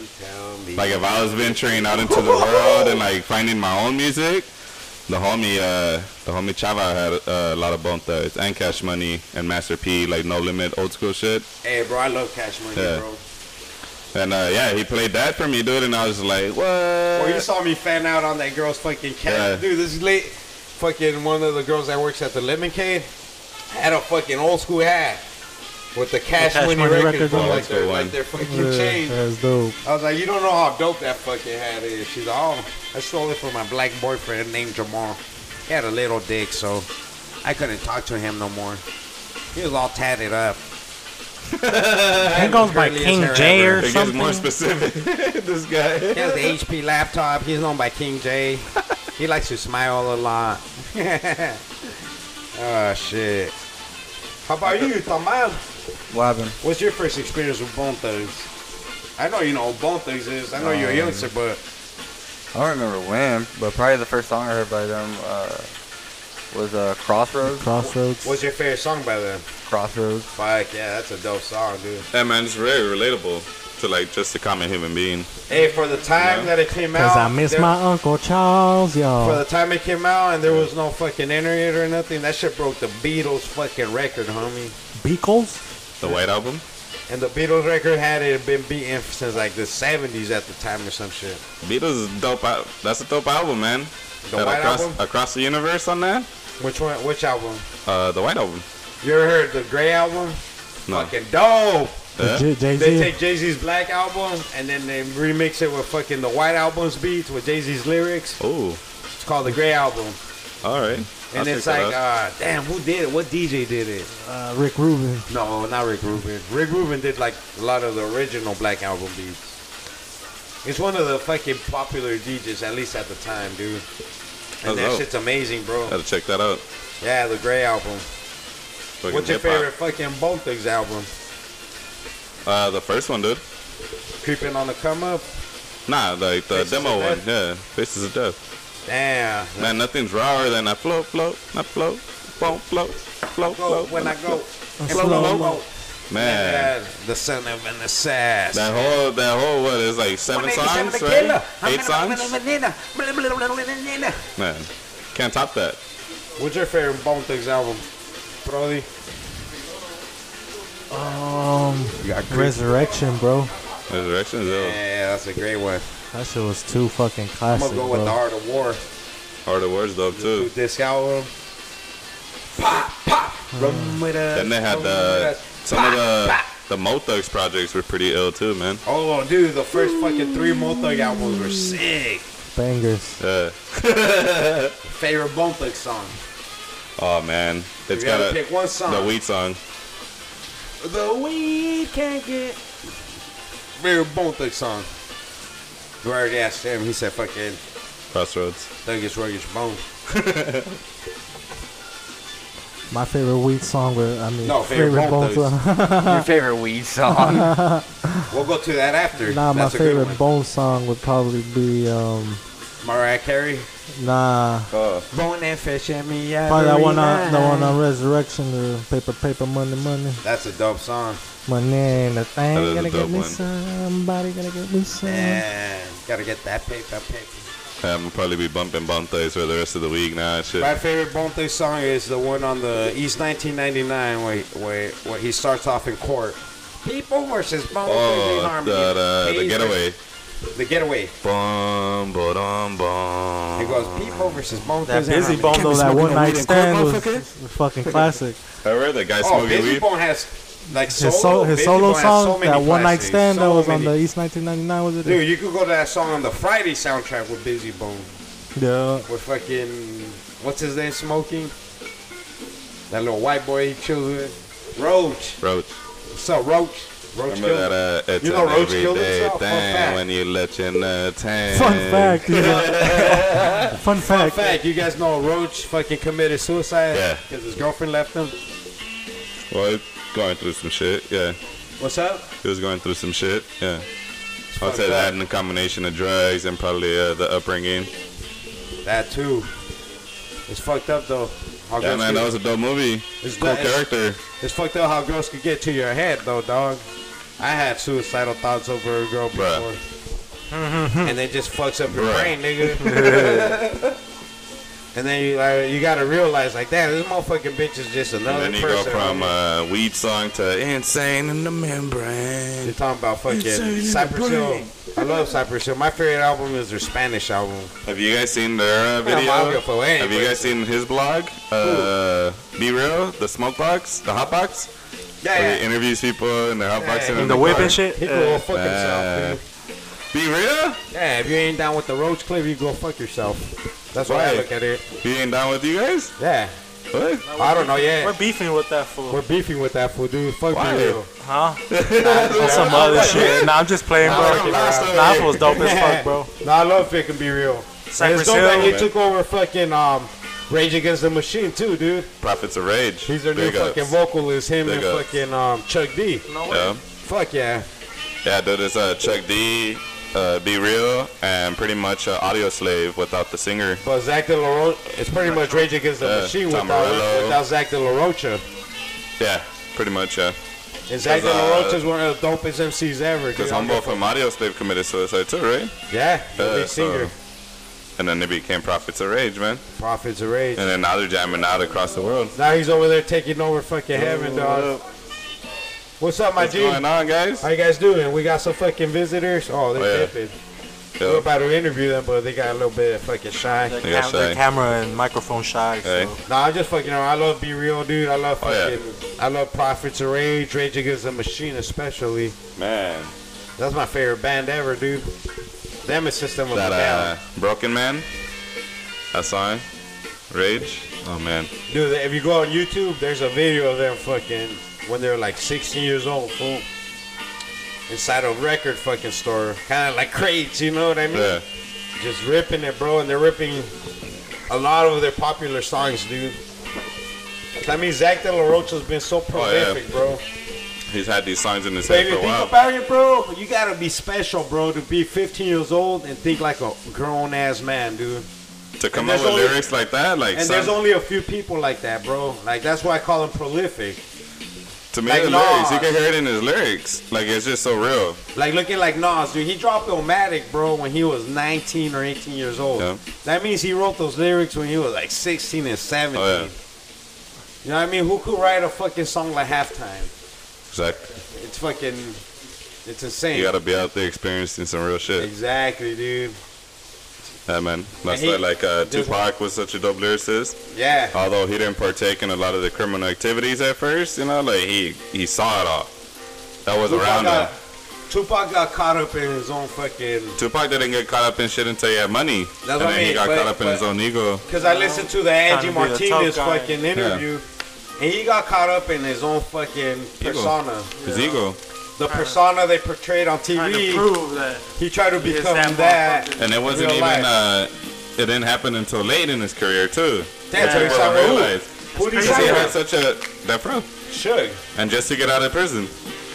[SPEAKER 3] like if I was venturing out into the world and like finding my own music, the homie, uh, the homie Chava had uh, a lot of Bone Thugs and Cash Money and Master P, like No Limit, old school shit.
[SPEAKER 1] Hey, bro, I love Cash Money,
[SPEAKER 3] Yeah.
[SPEAKER 1] bro.
[SPEAKER 3] And uh, yeah, he played that for me, dude, and I was like, what?
[SPEAKER 1] Or Oh, you saw me fan out on that girl's fucking cat,
[SPEAKER 3] Yeah.
[SPEAKER 1] dude. This is late. Fucking one of the girls that works at the Lemoncade had a fucking old school hat with the Cash,
[SPEAKER 8] Cash
[SPEAKER 1] Money,
[SPEAKER 8] Money
[SPEAKER 1] record,
[SPEAKER 8] record
[SPEAKER 1] bro,
[SPEAKER 3] one.
[SPEAKER 1] like their
[SPEAKER 3] Old
[SPEAKER 1] like
[SPEAKER 3] school
[SPEAKER 1] their fucking
[SPEAKER 2] yeah,
[SPEAKER 1] chain.
[SPEAKER 2] that's dope.
[SPEAKER 1] I was like, you don't know how dope that fucking hat is. She's like, oh, I stole it from my black boyfriend named Jamal. He had a little dick, so I couldn't talk to him no more. He was all tatted up.
[SPEAKER 8] He goes by King J or
[SPEAKER 3] It gets
[SPEAKER 8] something.
[SPEAKER 3] more specific. this
[SPEAKER 1] He
[SPEAKER 3] guy.
[SPEAKER 1] has the HP laptop. He's known by King J. He likes to smile a lot. oh shit. How about you, Tamal?
[SPEAKER 12] What happened?
[SPEAKER 1] What's your first experience with Bone Thugs? I know you know what Bone Thugs is. I know
[SPEAKER 2] Um,
[SPEAKER 1] you're a youngster, but
[SPEAKER 4] I don't remember when, but probably the first song I heard by them uh, was uh, Crossroads.
[SPEAKER 2] Crossroads.
[SPEAKER 1] what's your favorite song by them?
[SPEAKER 4] Crossroads.
[SPEAKER 1] Fuck yeah, that's a dope song, dude.
[SPEAKER 3] Yeah, man, it's very relatable to like just a common human being.
[SPEAKER 1] Hey, for the time
[SPEAKER 3] Yeah.
[SPEAKER 1] that it came out,
[SPEAKER 2] Cause I miss
[SPEAKER 1] there-
[SPEAKER 2] my uncle Charles,
[SPEAKER 1] For
[SPEAKER 2] y'all.
[SPEAKER 1] the time it came out and there was no fucking internet or nothing, that shit broke the Beatles fucking record, homie.
[SPEAKER 2] Beakles.
[SPEAKER 3] The White Album.
[SPEAKER 1] And the Beatles record had it been beaten since like the 70s at the time or some shit.
[SPEAKER 3] Beatles is dope. Al- that's a dope album, man.
[SPEAKER 1] The
[SPEAKER 3] That
[SPEAKER 1] White
[SPEAKER 3] across,
[SPEAKER 1] Album?
[SPEAKER 3] across the universe on that.
[SPEAKER 1] Which one? Which album?
[SPEAKER 3] Uh, the White Album.
[SPEAKER 1] You ever heard the Gray album?
[SPEAKER 3] No.
[SPEAKER 1] Fucking dope.
[SPEAKER 3] Yeah.
[SPEAKER 2] Jay
[SPEAKER 1] They
[SPEAKER 2] Z.
[SPEAKER 1] take Jay Z's Black album and then they remix it with fucking the White album's beats with Jay Z's lyrics.
[SPEAKER 3] Oh,
[SPEAKER 1] It's called the Gray album,
[SPEAKER 3] all right. I'll
[SPEAKER 1] and
[SPEAKER 3] check
[SPEAKER 1] it's
[SPEAKER 3] that
[SPEAKER 1] like, uh,
[SPEAKER 3] out.
[SPEAKER 1] damn, who did it? What DJ did it?
[SPEAKER 2] Uh, Rick Rubin.
[SPEAKER 1] No, not Rick Rubin. Rick Rubin did like a lot of the original Black album beats. It's one of the fucking popular DJs, at least at the time, dude.
[SPEAKER 3] Oh,
[SPEAKER 1] And that
[SPEAKER 3] dope.
[SPEAKER 1] shit's amazing, bro.
[SPEAKER 3] Gotta check that out.
[SPEAKER 1] Yeah, the Gray album.
[SPEAKER 3] Fucking
[SPEAKER 1] What's your
[SPEAKER 3] hip-hop.
[SPEAKER 1] favorite fucking Bone Thugs album?
[SPEAKER 3] Uh, the first one, dude.
[SPEAKER 1] Creeping on the Come Up?
[SPEAKER 3] Nah, like the
[SPEAKER 1] Faces
[SPEAKER 3] demo
[SPEAKER 1] of
[SPEAKER 3] one.
[SPEAKER 1] Death?
[SPEAKER 3] Yeah, Faces of Death.
[SPEAKER 1] Damn.
[SPEAKER 3] Man, nothing's rawer than I float, float, I float, float, float, float,
[SPEAKER 1] Go
[SPEAKER 3] float.
[SPEAKER 1] when I go.
[SPEAKER 2] slow
[SPEAKER 1] Slow
[SPEAKER 2] mo.
[SPEAKER 1] mo.
[SPEAKER 3] Man,
[SPEAKER 1] Yeah, the son of an assassin.
[SPEAKER 3] that whole that whole what is like seven songs, right? Eight songs. Man, can't top that.
[SPEAKER 1] What's your favorite Bone Thugs album, Brody?
[SPEAKER 2] Um,
[SPEAKER 1] You got
[SPEAKER 2] Resurrection, bro.
[SPEAKER 3] Resurrection is ill.
[SPEAKER 1] Yeah, that's a great one.
[SPEAKER 2] That shit was too fucking
[SPEAKER 1] I'm
[SPEAKER 2] classic,
[SPEAKER 1] gonna go with the
[SPEAKER 2] bro.
[SPEAKER 1] Heart of War.
[SPEAKER 3] Heart of Words dope
[SPEAKER 1] Two
[SPEAKER 3] too.
[SPEAKER 1] disc album. Pop, pop. Run with us.
[SPEAKER 3] Then they had
[SPEAKER 1] run
[SPEAKER 3] the
[SPEAKER 1] with us.
[SPEAKER 3] some of the the Mothugs projects were pretty ill too, man.
[SPEAKER 1] Oh, dude, the first fucking three Bone Thug albums were sick.
[SPEAKER 2] Bangers.
[SPEAKER 3] Yeah.
[SPEAKER 1] Favorite Bone Thug song?
[SPEAKER 3] Oh man, it's
[SPEAKER 1] you gotta
[SPEAKER 3] got a
[SPEAKER 1] pick uh. one song.
[SPEAKER 3] the weed song.
[SPEAKER 1] The weed can't get. Favorite Bone Thug song? You already asked him. He said fucking
[SPEAKER 3] Crossroads.
[SPEAKER 1] Thuggish Ruggish Bone.
[SPEAKER 2] My favorite weed song, but I mean,
[SPEAKER 1] No, favorite Bone
[SPEAKER 2] Bone
[SPEAKER 1] Thugs.
[SPEAKER 2] song.
[SPEAKER 4] Your favorite weed song?
[SPEAKER 1] We'll go to that after.
[SPEAKER 2] nah, my
[SPEAKER 1] That's a good
[SPEAKER 2] favorite
[SPEAKER 1] one.
[SPEAKER 2] Bone song would probably be um,
[SPEAKER 1] Mariah Carey.
[SPEAKER 2] nah,
[SPEAKER 3] Oh,
[SPEAKER 1] Bone and fish and me.
[SPEAKER 2] probably that one on the one uh, on Resurrection, the paper, paper, money, money,
[SPEAKER 1] That's a dope song.
[SPEAKER 2] money, and
[SPEAKER 3] That
[SPEAKER 2] the
[SPEAKER 3] is
[SPEAKER 2] thing
[SPEAKER 3] a
[SPEAKER 2] gonna
[SPEAKER 3] dope
[SPEAKER 2] get me
[SPEAKER 3] one.
[SPEAKER 2] somebody gonna get me some.
[SPEAKER 1] Man, gotta get that paper, paper.
[SPEAKER 3] I'm probably be bumping Bontes for the rest of the week now. and Shit.
[SPEAKER 1] My favorite Bone Thugs song is the one on the East 1999 where, where, where he starts off in court. People versus Bone Thugs in
[SPEAKER 3] Oh,
[SPEAKER 1] harmony.
[SPEAKER 3] the, the, the
[SPEAKER 1] Pays
[SPEAKER 3] getaway.
[SPEAKER 1] versus- The getaway.
[SPEAKER 3] Bum, ba-dum, bum.
[SPEAKER 1] It goes people versus Bone
[SPEAKER 8] That
[SPEAKER 1] Thugs in
[SPEAKER 8] busy
[SPEAKER 1] harmony.
[SPEAKER 8] bone
[SPEAKER 2] Although
[SPEAKER 8] though,
[SPEAKER 2] that one
[SPEAKER 8] in
[SPEAKER 2] night stand
[SPEAKER 8] court,
[SPEAKER 2] was a fucking classic.
[SPEAKER 3] I heard the guy
[SPEAKER 1] Oh,
[SPEAKER 3] smoking
[SPEAKER 1] Busy
[SPEAKER 3] weed.
[SPEAKER 1] Bone has like solo,
[SPEAKER 2] His, sol- his
[SPEAKER 1] Busy
[SPEAKER 2] solo
[SPEAKER 1] Bone has
[SPEAKER 2] song,
[SPEAKER 1] so many
[SPEAKER 2] that one night
[SPEAKER 1] classics,
[SPEAKER 2] stand
[SPEAKER 1] so
[SPEAKER 2] that was
[SPEAKER 1] many.
[SPEAKER 2] on the East 1999, was it?
[SPEAKER 1] Dude, you could go to that song on the Friday soundtrack with Busy Bone.
[SPEAKER 2] Yeah.
[SPEAKER 1] With fucking. What's his name? Smoking? That little white boy he chills with. Roach.
[SPEAKER 3] Roach.
[SPEAKER 1] What's up, Roach? Roach
[SPEAKER 3] Remember
[SPEAKER 1] killed
[SPEAKER 3] that? Uh, it's
[SPEAKER 1] You know
[SPEAKER 3] an
[SPEAKER 1] Roach killed
[SPEAKER 3] everyday
[SPEAKER 1] himself? Fun fact.
[SPEAKER 3] thing when you let your nut hang.
[SPEAKER 2] Fun fact. you know. Fun
[SPEAKER 1] Fun
[SPEAKER 2] fact.
[SPEAKER 1] fact, you guys know Roach fucking committed suicide
[SPEAKER 3] uh, Yeah.
[SPEAKER 1] because his girlfriend left him.
[SPEAKER 3] Well, he going through some shit. Yeah,
[SPEAKER 1] What's up?
[SPEAKER 3] he was going through some shit. Yeah. I'll
[SPEAKER 1] fucked
[SPEAKER 3] say
[SPEAKER 1] up.
[SPEAKER 3] that and a combination of drugs and probably uh, the upbringing.
[SPEAKER 1] That too. It's fucked up though. How
[SPEAKER 3] Yeah,
[SPEAKER 1] girls
[SPEAKER 3] man,
[SPEAKER 1] could-
[SPEAKER 3] that was a dope movie.
[SPEAKER 1] It's
[SPEAKER 3] Cool
[SPEAKER 1] not- it's-
[SPEAKER 3] character.
[SPEAKER 1] it's fucked up how girls could get to your head though, dog. I had suicidal thoughts over a girl before.
[SPEAKER 3] Bruh.
[SPEAKER 1] and it just fucks up your
[SPEAKER 3] Bruh.
[SPEAKER 1] brain, nigga. and then you like, you gotta realize like damn, this motherfucking bitch is just
[SPEAKER 3] And
[SPEAKER 1] another
[SPEAKER 3] then you go
[SPEAKER 1] person.
[SPEAKER 3] from uh, weed song to insane in the membrane.
[SPEAKER 1] You're talking about fucking Cypress Hill. I love Cypress Hill. My favorite album is their Spanish album.
[SPEAKER 3] Have you guys seen their uh,
[SPEAKER 1] Yeah,
[SPEAKER 3] video?
[SPEAKER 1] I'll give away,
[SPEAKER 3] Have you
[SPEAKER 1] but-
[SPEAKER 3] guys seen his blog? Uh, Be real, the smoke box, the hot box. Where he interviews people in the hot box
[SPEAKER 1] Yeah,
[SPEAKER 3] and
[SPEAKER 1] in
[SPEAKER 3] in
[SPEAKER 8] The whip
[SPEAKER 3] car.
[SPEAKER 8] and shit.
[SPEAKER 1] He could
[SPEAKER 8] Uh,
[SPEAKER 1] go fuck himself. dude.
[SPEAKER 3] Be real.
[SPEAKER 1] Yeah, if you ain't down with the Roach clip, you go fuck yourself. That's why I
[SPEAKER 3] Why?
[SPEAKER 1] look at it.
[SPEAKER 3] He ain't down with you guys.
[SPEAKER 1] Yeah,
[SPEAKER 3] What?
[SPEAKER 1] I don't know.
[SPEAKER 8] uh, we're
[SPEAKER 1] Yeah,
[SPEAKER 8] beefing with that fool.
[SPEAKER 1] we're beefing with that fool, dude. Fuck
[SPEAKER 3] Why?
[SPEAKER 1] me, real.
[SPEAKER 8] Huh? On some other shit. Nah, I'm just playing, bro.
[SPEAKER 1] Nah, I'm lost
[SPEAKER 8] Nah, that was dope as fuck, bro.
[SPEAKER 1] Nah, I love it. Can be real. And
[SPEAKER 8] Cypress
[SPEAKER 1] it's dope that
[SPEAKER 8] Hill.
[SPEAKER 1] he took over fucking um Rage Against the Machine too, dude.
[SPEAKER 3] Prophets of Rage.
[SPEAKER 1] He's their
[SPEAKER 3] Big
[SPEAKER 1] new
[SPEAKER 3] ups.
[SPEAKER 1] fucking vocalist. Him
[SPEAKER 3] Big
[SPEAKER 1] and
[SPEAKER 3] ups.
[SPEAKER 1] fucking um, Chuck D.
[SPEAKER 3] Yeah.
[SPEAKER 1] Fuck yeah.
[SPEAKER 3] Yeah, dude, it's uh, Chuck D, uh, Be Real, and pretty much uh, Audio Slave without the singer.
[SPEAKER 1] But Zach De La Ro- it's pretty much Rage Against the
[SPEAKER 3] Yeah,
[SPEAKER 1] Machine
[SPEAKER 3] Tom
[SPEAKER 1] without,
[SPEAKER 3] Morello.
[SPEAKER 1] without Zach De La Rocha.
[SPEAKER 3] Yeah, pretty much, yeah.
[SPEAKER 1] And Zach De
[SPEAKER 3] Because,
[SPEAKER 1] La
[SPEAKER 3] uh,
[SPEAKER 1] Rocha is one of the dopest MCs ever. Dude.
[SPEAKER 3] Because Humble from Audio Slave committed suicide too, right?
[SPEAKER 1] Yeah, the
[SPEAKER 3] Yeah,
[SPEAKER 1] lead singer.
[SPEAKER 3] so- And then they became Prophets of Rage, man.
[SPEAKER 1] Prophets of Rage.
[SPEAKER 3] And then now they're jamming out across the world.
[SPEAKER 1] Now he's over there taking over fucking heaven, dog. What's up, my
[SPEAKER 3] What's
[SPEAKER 1] G?
[SPEAKER 3] going on, guys?
[SPEAKER 1] How you guys doing? We got some fucking visitors. Oh, they're
[SPEAKER 3] Oh, yeah.
[SPEAKER 1] dipping. We're
[SPEAKER 3] Yo,
[SPEAKER 1] about to interview them, but they got a little bit of fucking shy.
[SPEAKER 8] They're,
[SPEAKER 3] They got
[SPEAKER 8] cam- they're
[SPEAKER 3] shy.
[SPEAKER 8] camera and microphone shy.
[SPEAKER 3] Hey.
[SPEAKER 8] So.
[SPEAKER 1] Nah, I'm just fucking around. I love Be Real, dude. I love
[SPEAKER 3] Oh, yeah.
[SPEAKER 1] fucking. I love Prophets of Rage. Rage Against the Machine, especially.
[SPEAKER 3] man.
[SPEAKER 1] That's my favorite band ever, dude. Them and System of a
[SPEAKER 3] That
[SPEAKER 1] Down.
[SPEAKER 3] uh, Broken Man, that song, Rage. Oh, man.
[SPEAKER 1] Dude, if you go on YouTube, there's a video of them fucking when they're like 16 years old, fool. Inside a record fucking store. Kind of like crates, you know what I mean?
[SPEAKER 3] Yeah.
[SPEAKER 1] Just ripping it, bro. And they're ripping a lot of their popular songs, dude. I mean, Zach De La Rocha's been so
[SPEAKER 3] Oh, yeah.
[SPEAKER 1] prolific, bro.
[SPEAKER 3] He's had these songs in his
[SPEAKER 1] But
[SPEAKER 3] head
[SPEAKER 1] if you
[SPEAKER 3] for a
[SPEAKER 1] think
[SPEAKER 3] while.
[SPEAKER 1] about it, bro, you gotta be special, bro, to be 15 years old and think like a grown ass man, dude.
[SPEAKER 3] To come
[SPEAKER 1] and
[SPEAKER 3] up
[SPEAKER 1] there's
[SPEAKER 3] with
[SPEAKER 1] only-
[SPEAKER 3] lyrics like that, like,
[SPEAKER 1] And
[SPEAKER 3] some,
[SPEAKER 1] there's only a few people like that, bro. Like that's why I call them prolific.
[SPEAKER 3] to me,
[SPEAKER 1] like,
[SPEAKER 3] the
[SPEAKER 1] no.
[SPEAKER 3] lyrics, you can hear it in his lyrics. Like, it's just so real.
[SPEAKER 1] Like looking like Nas, dude. He dropped Illmatic, bro, when he was 19 or 18 years old.
[SPEAKER 3] Yeah.
[SPEAKER 1] That means he wrote those lyrics when he was like 16 and 17.
[SPEAKER 3] Oh, yeah.
[SPEAKER 1] You know what I mean? Who could write a fucking song like halftime?
[SPEAKER 3] Exactly.
[SPEAKER 1] It's fucking, it's insane.
[SPEAKER 3] You gotta be out there experiencing some real shit.
[SPEAKER 1] exactly, dude.
[SPEAKER 3] Yeah, man.
[SPEAKER 1] And
[SPEAKER 3] That's
[SPEAKER 1] he-
[SPEAKER 3] why, like, uh,
[SPEAKER 1] there's
[SPEAKER 3] Tupac was such a dope lyricist.
[SPEAKER 1] Yeah.
[SPEAKER 3] Although he didn't partake in a lot of the criminal activities at first, you know, like, he, he saw it all. That was around him.
[SPEAKER 1] got, Tupac got caught up in his own fucking.
[SPEAKER 3] Tupac didn't get caught up in shit until he had money.
[SPEAKER 1] That's
[SPEAKER 3] and
[SPEAKER 1] what
[SPEAKER 3] then
[SPEAKER 1] I
[SPEAKER 3] he
[SPEAKER 1] mean,
[SPEAKER 3] got
[SPEAKER 1] but-
[SPEAKER 3] caught up in his
[SPEAKER 1] but-
[SPEAKER 3] own ego.
[SPEAKER 1] Because I listened to the
[SPEAKER 8] to
[SPEAKER 1] Angie
[SPEAKER 8] be the tough
[SPEAKER 1] Martinez
[SPEAKER 8] guy.
[SPEAKER 1] fucking interview, and he got caught up in his own fucking
[SPEAKER 3] Ego.
[SPEAKER 1] persona.
[SPEAKER 3] His ego.
[SPEAKER 1] The persona they portrayed on
[SPEAKER 8] Trying to
[SPEAKER 1] TV.
[SPEAKER 8] prove that.
[SPEAKER 1] He tried to
[SPEAKER 8] he is
[SPEAKER 1] become that.
[SPEAKER 8] that motherfucker.
[SPEAKER 3] And it wasn't
[SPEAKER 1] Real
[SPEAKER 3] even,
[SPEAKER 1] life.
[SPEAKER 3] uh, it didn't happen until late in his career, too.
[SPEAKER 1] That's what
[SPEAKER 3] People
[SPEAKER 1] he's
[SPEAKER 3] don't
[SPEAKER 1] talking about.
[SPEAKER 3] realize.
[SPEAKER 1] Who do you
[SPEAKER 3] Because he
[SPEAKER 1] say?
[SPEAKER 3] had such a, that bro.
[SPEAKER 1] Suge.
[SPEAKER 3] And just to get out of prison.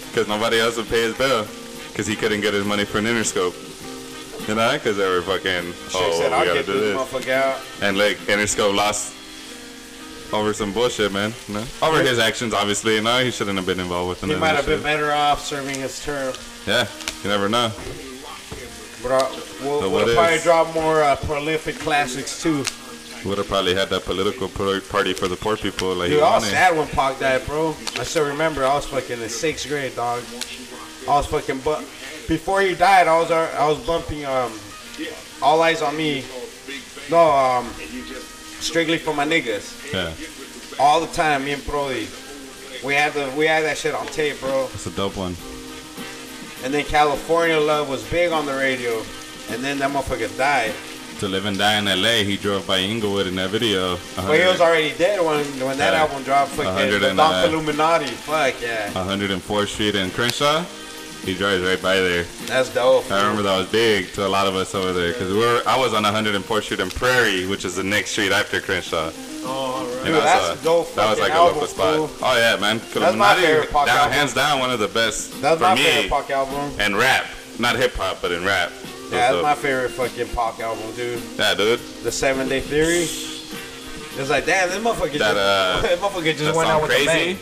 [SPEAKER 3] Because nobody else would pay his bail. Because he couldn't get his money for an Interscope. You know, because they were fucking,
[SPEAKER 1] Suge
[SPEAKER 3] oh,
[SPEAKER 1] said,
[SPEAKER 3] we
[SPEAKER 1] I'll
[SPEAKER 3] gotta
[SPEAKER 1] get
[SPEAKER 3] do
[SPEAKER 1] this
[SPEAKER 3] this.
[SPEAKER 1] motherfucker out.
[SPEAKER 3] And like Interscope lost over some bullshit, man. You know? Over his actions, obviously. No, he shouldn't have been involved with
[SPEAKER 1] He
[SPEAKER 3] none of
[SPEAKER 1] might
[SPEAKER 3] that
[SPEAKER 1] have been
[SPEAKER 3] shit.
[SPEAKER 1] better off serving his term.
[SPEAKER 3] Yeah, you never know.
[SPEAKER 1] But I, we'll, we'll
[SPEAKER 3] But what
[SPEAKER 1] probably
[SPEAKER 3] is?
[SPEAKER 1] drop more uh, prolific classics too.
[SPEAKER 3] Would have probably had that political pro- party for the poor people, like
[SPEAKER 1] Dude,
[SPEAKER 3] he
[SPEAKER 1] I was
[SPEAKER 3] wanted.
[SPEAKER 1] sad when Pac died, bro. I still remember. I was fucking in sixth grade, dog. I was fucking, but before he died, I was uh, I was bumping um, all eyes on me. No, um, strictly for my niggas,
[SPEAKER 3] Yeah,
[SPEAKER 1] all the time. Me and Brody, we had the we had that shit on tape, bro.
[SPEAKER 3] that's a dope one.
[SPEAKER 1] And then California Love was big on the radio, and then that motherfucker died.
[SPEAKER 3] To live and die in L.A., he drove by Inglewood in that video. A
[SPEAKER 1] But he was
[SPEAKER 3] hundred-
[SPEAKER 1] already dead when when that
[SPEAKER 3] Yeah.
[SPEAKER 1] album dropped. Fucking
[SPEAKER 3] 100
[SPEAKER 1] the
[SPEAKER 3] and,
[SPEAKER 1] Donk
[SPEAKER 3] uh,
[SPEAKER 1] Illuminati. Fuck yeah,
[SPEAKER 3] 104th Street in Crenshaw. He drives right by there.
[SPEAKER 1] that's dope.
[SPEAKER 3] I remember that was big to a lot of us over there because we were. I was on 104th Street in Prairie, which is the next street after Crenshaw.
[SPEAKER 8] Oh, all right.
[SPEAKER 3] And
[SPEAKER 1] Dude,
[SPEAKER 3] that's,
[SPEAKER 1] that's
[SPEAKER 3] a-
[SPEAKER 1] a dope
[SPEAKER 3] That was
[SPEAKER 1] fucking
[SPEAKER 3] like a
[SPEAKER 1] album,
[SPEAKER 3] local spot.
[SPEAKER 1] fool.
[SPEAKER 3] Oh yeah, man.
[SPEAKER 1] That's my favorite pop
[SPEAKER 3] down,
[SPEAKER 1] album.
[SPEAKER 3] Hands down, one of the best
[SPEAKER 1] That's
[SPEAKER 3] for
[SPEAKER 1] my
[SPEAKER 3] me.
[SPEAKER 1] favorite Pac album.
[SPEAKER 3] And rap, not hip hop, but in rap.
[SPEAKER 1] Yeah, that's
[SPEAKER 3] So-
[SPEAKER 1] my favorite fucking Pac album, dude.
[SPEAKER 3] yeah, dude.
[SPEAKER 1] The Seven Day Theory. It's like, damn, this motherfucker
[SPEAKER 3] That,
[SPEAKER 1] just,
[SPEAKER 3] uh,
[SPEAKER 1] that motherfucker just
[SPEAKER 3] That
[SPEAKER 1] went out
[SPEAKER 3] song
[SPEAKER 1] with a
[SPEAKER 3] crazy.
[SPEAKER 1] bang.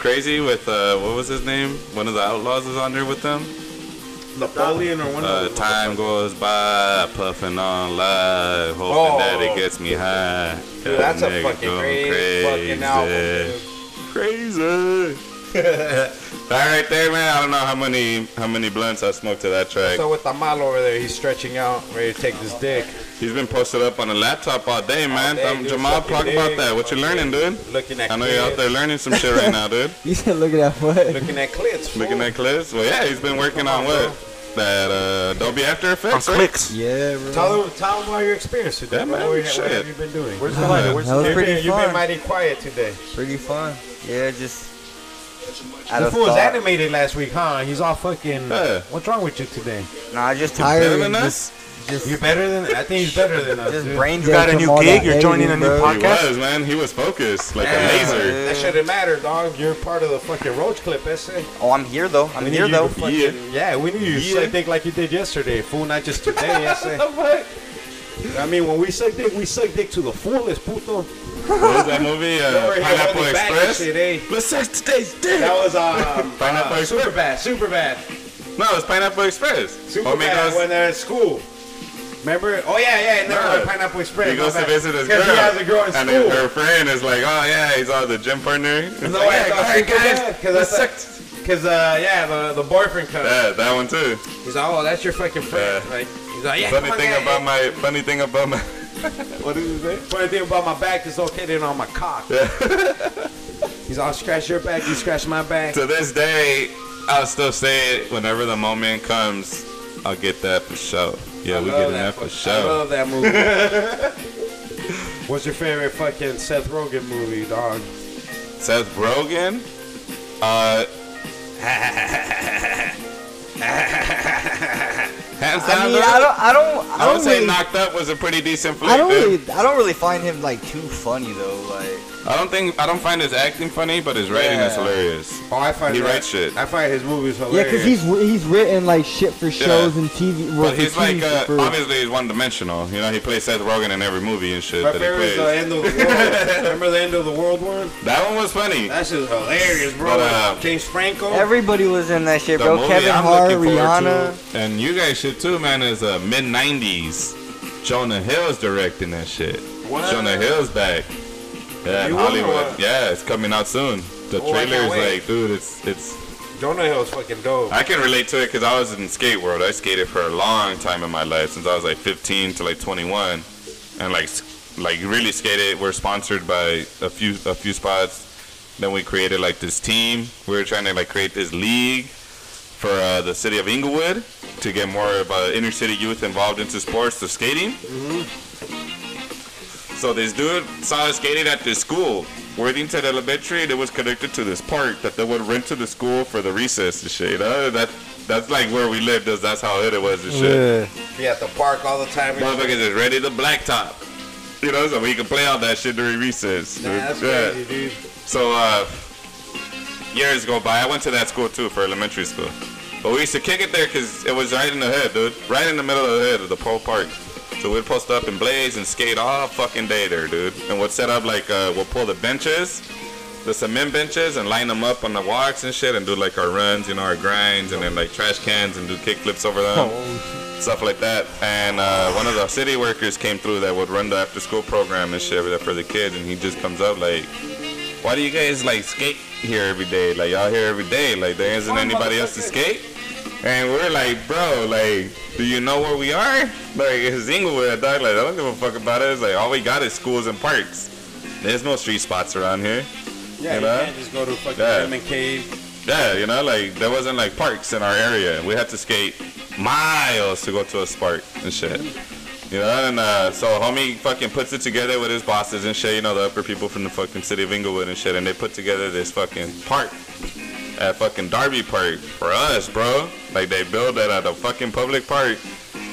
[SPEAKER 3] Crazy with uh, what was his name? One of the outlaws was on there with them.
[SPEAKER 1] Napoleon or one
[SPEAKER 3] Uh,
[SPEAKER 1] of them.
[SPEAKER 3] time goes by, puffing on live, hoping
[SPEAKER 1] Oh.
[SPEAKER 3] that it gets me high.
[SPEAKER 1] Dude, that's a
[SPEAKER 3] Nigga
[SPEAKER 1] fucking
[SPEAKER 3] going
[SPEAKER 1] great fucking album, dude.
[SPEAKER 3] crazy. that right there, man. I don't know how many how many blunts I smoked to that track.
[SPEAKER 1] So with the mal over there, he's stretching out, ready to take this dick.
[SPEAKER 3] He's been posted up on a laptop all day, man.
[SPEAKER 1] day,
[SPEAKER 3] Um,
[SPEAKER 1] dude,
[SPEAKER 3] Jamal,
[SPEAKER 1] sucking
[SPEAKER 3] talk about
[SPEAKER 1] dick,
[SPEAKER 3] that. What you
[SPEAKER 1] fucking-
[SPEAKER 3] learning, dude?
[SPEAKER 1] Looking at
[SPEAKER 3] I know you're out
[SPEAKER 1] clits.
[SPEAKER 3] there learning some shit right now, dude.
[SPEAKER 12] You said look at that what?
[SPEAKER 1] Looking at clits. fool.
[SPEAKER 3] Looking at clips. Well, yeah, he's been working on what? That uh, Adobe After
[SPEAKER 8] On
[SPEAKER 3] Effects, right?
[SPEAKER 8] clicks.
[SPEAKER 12] Yeah, bro.
[SPEAKER 1] Tell them, tell them about your experience today.
[SPEAKER 3] Yeah,
[SPEAKER 1] bro.
[SPEAKER 3] man,
[SPEAKER 1] What you- What
[SPEAKER 3] shit.
[SPEAKER 1] have you been doing?
[SPEAKER 8] Where's the lighter? Where's
[SPEAKER 12] That was
[SPEAKER 1] You've
[SPEAKER 12] pretty
[SPEAKER 1] been, you've been
[SPEAKER 12] fun.
[SPEAKER 1] mighty quiet today.
[SPEAKER 12] Pretty fun.
[SPEAKER 4] Yeah, just. Out
[SPEAKER 1] The
[SPEAKER 4] of
[SPEAKER 1] fool was
[SPEAKER 4] thought.
[SPEAKER 1] animated last week, huh? He's all fucking.
[SPEAKER 3] Yeah.
[SPEAKER 1] What's wrong with you today?
[SPEAKER 4] Nah, I just
[SPEAKER 12] Tired
[SPEAKER 3] Better
[SPEAKER 12] and
[SPEAKER 3] than
[SPEAKER 12] just
[SPEAKER 3] us?
[SPEAKER 4] just
[SPEAKER 1] You better than I think he's better than us.
[SPEAKER 4] just
[SPEAKER 1] dude.
[SPEAKER 4] brain
[SPEAKER 8] You got
[SPEAKER 4] dead
[SPEAKER 8] a
[SPEAKER 4] from
[SPEAKER 8] new
[SPEAKER 4] all
[SPEAKER 8] gig?
[SPEAKER 4] that
[SPEAKER 8] You're joining a
[SPEAKER 4] hating,
[SPEAKER 8] new
[SPEAKER 4] bro.
[SPEAKER 3] He
[SPEAKER 8] podcast?
[SPEAKER 3] was, man. He was focused like
[SPEAKER 1] Yeah,
[SPEAKER 3] a laser.
[SPEAKER 1] That shouldn't matter, dog. You're part of the fucking roach clip, essay.
[SPEAKER 4] Oh, I'm here though. I'm
[SPEAKER 1] We need
[SPEAKER 4] here
[SPEAKER 1] you
[SPEAKER 4] though.
[SPEAKER 1] to fucking- yeah, we need you to suck dick like you did yesterday, fool. Not just today, essay. I mean, when we suck dick, we suck dick to the fullest, puto.
[SPEAKER 3] What was that movie?
[SPEAKER 1] Don't
[SPEAKER 3] Uh,
[SPEAKER 1] worry,
[SPEAKER 3] Pineapple
[SPEAKER 1] holding back and
[SPEAKER 3] Express.
[SPEAKER 1] shit, eh?
[SPEAKER 3] Let's suck today's dick.
[SPEAKER 1] That was um,
[SPEAKER 3] Pineapple
[SPEAKER 1] uh,
[SPEAKER 3] Express. Oh,
[SPEAKER 1] super bad, super bad,
[SPEAKER 3] No, it's Pineapple Express.
[SPEAKER 1] eh? super
[SPEAKER 3] Homie
[SPEAKER 1] bad.
[SPEAKER 3] goes-
[SPEAKER 1] When they're at school, remember? Oh yeah, yeah. Never
[SPEAKER 3] No.
[SPEAKER 1] mind. Pineapple Express.
[SPEAKER 3] he goes
[SPEAKER 1] my
[SPEAKER 3] to
[SPEAKER 1] bad.
[SPEAKER 3] visit his
[SPEAKER 1] 'Cause
[SPEAKER 3] girl,
[SPEAKER 1] He has a girl in
[SPEAKER 3] and
[SPEAKER 1] school.
[SPEAKER 3] then her friend is like, "Oh yeah, he's all the gym partner." It's
[SPEAKER 1] No,
[SPEAKER 3] like,
[SPEAKER 1] I
[SPEAKER 3] yeah,
[SPEAKER 1] thought
[SPEAKER 3] go ahead,
[SPEAKER 1] she was
[SPEAKER 3] guys.
[SPEAKER 1] bad, 'cause I
[SPEAKER 3] Let's
[SPEAKER 1] thought-
[SPEAKER 3] suck t-
[SPEAKER 1] Cause uh, yeah, the, the boyfriend comes.
[SPEAKER 3] That that one too.
[SPEAKER 1] He's like, oh, that's your fucking friend.
[SPEAKER 3] Yeah.
[SPEAKER 1] Like, he's like, yeah.
[SPEAKER 3] funny
[SPEAKER 1] come on,
[SPEAKER 3] thing
[SPEAKER 1] yeah,
[SPEAKER 3] about my funny thing about my
[SPEAKER 1] What did you say? Funny thing about my back is located on my cock. He's all scratch your back, you scratch my back.
[SPEAKER 3] to this day, I'll still say it whenever the moment comes. I'll get that for sure. Yeah,
[SPEAKER 1] I
[SPEAKER 3] we
[SPEAKER 1] love
[SPEAKER 3] getting that for
[SPEAKER 1] fuck-
[SPEAKER 3] sure.
[SPEAKER 1] I love that movie. What's your favorite fucking Seth Rogen movie, dog?
[SPEAKER 3] Seth Rogen. Uh, hands down,
[SPEAKER 4] I mean,
[SPEAKER 3] dude,
[SPEAKER 4] I don't, I don't, I
[SPEAKER 3] I would
[SPEAKER 4] don't
[SPEAKER 3] say
[SPEAKER 4] really,
[SPEAKER 3] Knocked Up was a pretty decent flick.
[SPEAKER 4] I don't
[SPEAKER 3] dude.
[SPEAKER 4] really, I don't really find him like too funny though. Like,
[SPEAKER 3] I don't think I don't find his acting funny, but his writing is
[SPEAKER 1] Yeah.
[SPEAKER 3] hilarious.
[SPEAKER 1] Oh, I find
[SPEAKER 3] He
[SPEAKER 1] that-
[SPEAKER 3] writes shit.
[SPEAKER 1] I find his movies
[SPEAKER 12] Yeah,
[SPEAKER 1] hilarious.
[SPEAKER 12] because he's he's written like shit for shows and TV. well,
[SPEAKER 3] But
[SPEAKER 12] for
[SPEAKER 3] he's like
[SPEAKER 12] TV
[SPEAKER 3] uh,
[SPEAKER 12] for-
[SPEAKER 3] obviously he's one dimensional. You know, he plays Seth Rogen in every movie and shit
[SPEAKER 1] My
[SPEAKER 3] that he
[SPEAKER 1] favorite is
[SPEAKER 3] plays.
[SPEAKER 1] the end of the world. Remember the end of the world one?
[SPEAKER 4] uh,
[SPEAKER 3] that one was funny.
[SPEAKER 1] That shit's hilarious, bro.
[SPEAKER 3] But, uh,
[SPEAKER 1] James Franco.
[SPEAKER 4] everybody was in that shit,
[SPEAKER 3] The
[SPEAKER 4] bro.
[SPEAKER 3] movie
[SPEAKER 4] Kevin
[SPEAKER 3] I'm
[SPEAKER 4] Hart,
[SPEAKER 3] looking forward
[SPEAKER 4] Rihanna.
[SPEAKER 3] to, and you guys should too, man, is uh, mid nineties. Jonah Hill's directing that shit.
[SPEAKER 1] What?
[SPEAKER 3] Jonah Hill's back. Yeah, in
[SPEAKER 1] New one or
[SPEAKER 3] Hollywood.
[SPEAKER 1] what?
[SPEAKER 3] Yeah, it's coming out soon. The
[SPEAKER 1] Oh, I
[SPEAKER 3] trailer
[SPEAKER 1] can't
[SPEAKER 3] is
[SPEAKER 1] wait.
[SPEAKER 3] like, dude, it's it's.
[SPEAKER 1] Jonah Hill's fucking dope.
[SPEAKER 3] I can relate to it because I was in skate world. I skated for a long time in my life since I was like 15 to like 21, and like s- like really skated. We're sponsored by a few a few spots. Then we created like this team. We were trying to like create this league for uh, the city of Inglewood to get more of uh, inner city youth involved into sports to skating. So this dude saw us skating at this school, Worthington Elementary, and it was connected to this park that they would rent to the school for the recess and shit. You know? That that's like where we lived. Is that's how it was and shit.
[SPEAKER 8] Yeah.
[SPEAKER 1] Be at the park all the time.
[SPEAKER 3] Motherfuckers is ready to blacktop. You know, so we can play all that shit during recess.
[SPEAKER 1] Nah,
[SPEAKER 3] dude.
[SPEAKER 1] that's
[SPEAKER 3] Yeah.
[SPEAKER 1] crazy, dude.
[SPEAKER 3] So uh, years go by. I went to that school too for elementary school, but we used to kick it there because it was right in the hood, dude. Right in the middle of the hood of the Pole Park. So we'd post up in blaze and skate all fucking day there, dude. And we'd set up like uh, we'll pull the benches, the cement benches, and line them up on the walks and shit, and do like our runs, you know, our grinds, and then like trash cans and do kick flips over them stuff like that. And uh, one of the city workers came through that would run the after school program and shit for the kids, and he just comes up like, "Why do you guys like skate here every day? Like y'all here every day? Like there isn't anybody else to skate?" And we're like, "Bro, like, do you know where we are? Like it's Inglewood, dog. Like I don't give a fuck about it. It's like all we got is schools and parks. There's no street spots around here."
[SPEAKER 1] Yeah,
[SPEAKER 3] You
[SPEAKER 1] you
[SPEAKER 3] know?
[SPEAKER 1] can't just go to a fucking
[SPEAKER 3] Yeah.
[SPEAKER 1] yeah. cave.
[SPEAKER 3] Yeah, you know, like there wasn't like parks in our area. We had to skate miles to go to a park and shit. You know, and uh, so homie fucking puts it together with his bosses and shit. You know, the upper people from the fucking city of Inglewood and shit, and they put together this fucking park at fucking Darby Park for us, bro. Like they built it at a fucking public park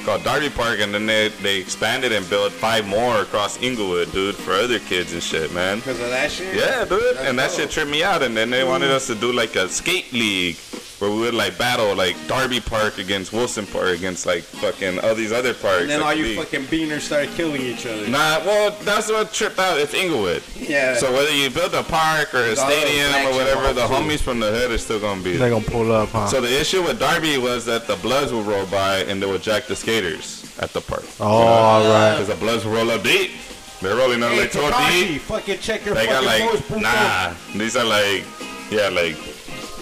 [SPEAKER 3] called Darby Park, and then they they expanded and built five more across Inglewood, dude, for other kids and shit, man.
[SPEAKER 1] Because of that shit?
[SPEAKER 3] Yeah, dude. And that
[SPEAKER 1] dope.
[SPEAKER 3] shit tripped me out. And then they wanted us to do like a skate league where we would like battle like Darby Park against Wilson Park against like fucking all these other parks.
[SPEAKER 1] And then
[SPEAKER 3] at
[SPEAKER 1] all
[SPEAKER 3] the
[SPEAKER 1] you
[SPEAKER 3] league.
[SPEAKER 1] fucking beaners started killing each other.
[SPEAKER 3] Nah, well, that's what tripped out. It's Inglewood.
[SPEAKER 1] Yeah.
[SPEAKER 3] So whether you build a park or a
[SPEAKER 1] all
[SPEAKER 3] stadium or
[SPEAKER 1] black
[SPEAKER 3] whatever,
[SPEAKER 1] shit
[SPEAKER 3] the
[SPEAKER 1] all
[SPEAKER 3] homies from the hood are still gonna be there.
[SPEAKER 8] They're gonna pull up, huh?
[SPEAKER 3] So the issue with Darby was that the Bloods would roll by and they would jack the skaters at the park.
[SPEAKER 8] oh, all right.
[SPEAKER 3] Because the Bloods would roll up deep. They're rolling up
[SPEAKER 1] hey,
[SPEAKER 3] like 12 deep.
[SPEAKER 1] Takashi, fucking check your
[SPEAKER 3] They got
[SPEAKER 1] fucking
[SPEAKER 3] like
[SPEAKER 1] voice, boo-boo.
[SPEAKER 3] nah. These are like yeah, like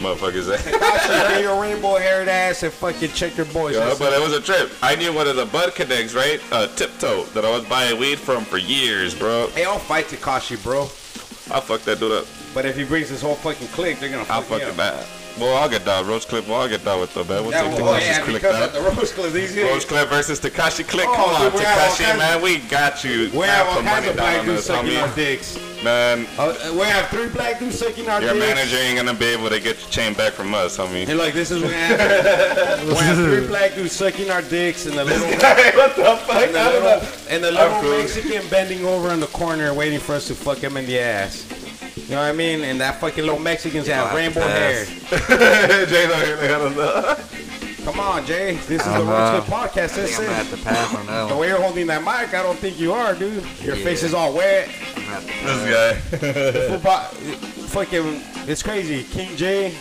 [SPEAKER 3] motherfuckers.
[SPEAKER 1] Takashi, get your rainbow haired ass and fucking check your boys.
[SPEAKER 3] Yeah, but it was a trip. I knew one of the bud connects, right? Uh, Tiptoe that I was buying weed from for years, bro.
[SPEAKER 1] hey, I'll fight Takashi, bro.
[SPEAKER 3] I fucked that dude up.
[SPEAKER 1] But if he brings his whole fucking clique, they're gonna fuck
[SPEAKER 3] I'll
[SPEAKER 1] me
[SPEAKER 3] fucking
[SPEAKER 1] up.
[SPEAKER 3] bad. Well, I'll get that. Roach Clip, well, I'll get that with the bad. We'll
[SPEAKER 1] That
[SPEAKER 3] take
[SPEAKER 1] will- oh,
[SPEAKER 3] Takashi's
[SPEAKER 1] yeah,
[SPEAKER 3] Click
[SPEAKER 1] because of
[SPEAKER 3] that.
[SPEAKER 1] the Rose Clip, these
[SPEAKER 3] Roach Clip versus Takashi Click.
[SPEAKER 1] Oh,
[SPEAKER 3] Come on,
[SPEAKER 1] dude, we have all
[SPEAKER 3] Takashi,
[SPEAKER 1] kinds of-
[SPEAKER 3] man. We got you.
[SPEAKER 1] We
[SPEAKER 3] Man,
[SPEAKER 1] have all
[SPEAKER 3] put
[SPEAKER 1] kinds
[SPEAKER 3] money
[SPEAKER 1] of
[SPEAKER 3] down
[SPEAKER 1] black
[SPEAKER 3] on
[SPEAKER 1] dudes
[SPEAKER 3] this,
[SPEAKER 1] sucking
[SPEAKER 3] homie.
[SPEAKER 1] our dicks.
[SPEAKER 3] Man,
[SPEAKER 1] Uh, we have three black dudes sucking our
[SPEAKER 3] your
[SPEAKER 1] dicks.
[SPEAKER 3] manager ain't gonna be able to get your chain back from us, homie.
[SPEAKER 1] And like this is what happened. we have three black dudes sucking our dicks and the little
[SPEAKER 3] what the fuck?
[SPEAKER 1] and the little, and the
[SPEAKER 3] I'm
[SPEAKER 1] little
[SPEAKER 3] cool.
[SPEAKER 1] Mexican bending over in the corner waiting for us to fuck him in the ass. You know what I mean? And that fucking little Mexicans have rainbow hair. Come on, Jay. This is the Roach
[SPEAKER 3] uh,
[SPEAKER 1] Clip podcast.
[SPEAKER 4] I think
[SPEAKER 1] That's
[SPEAKER 4] I'm gonna
[SPEAKER 1] it.
[SPEAKER 4] have to pass on that
[SPEAKER 1] The
[SPEAKER 4] one.
[SPEAKER 1] way you're holding that mic, I don't think you are, dude. Your face is all wet.
[SPEAKER 4] I'm gonna have to pass.
[SPEAKER 3] This
[SPEAKER 1] Football,
[SPEAKER 3] guy.
[SPEAKER 1] fucking, it's crazy. King J,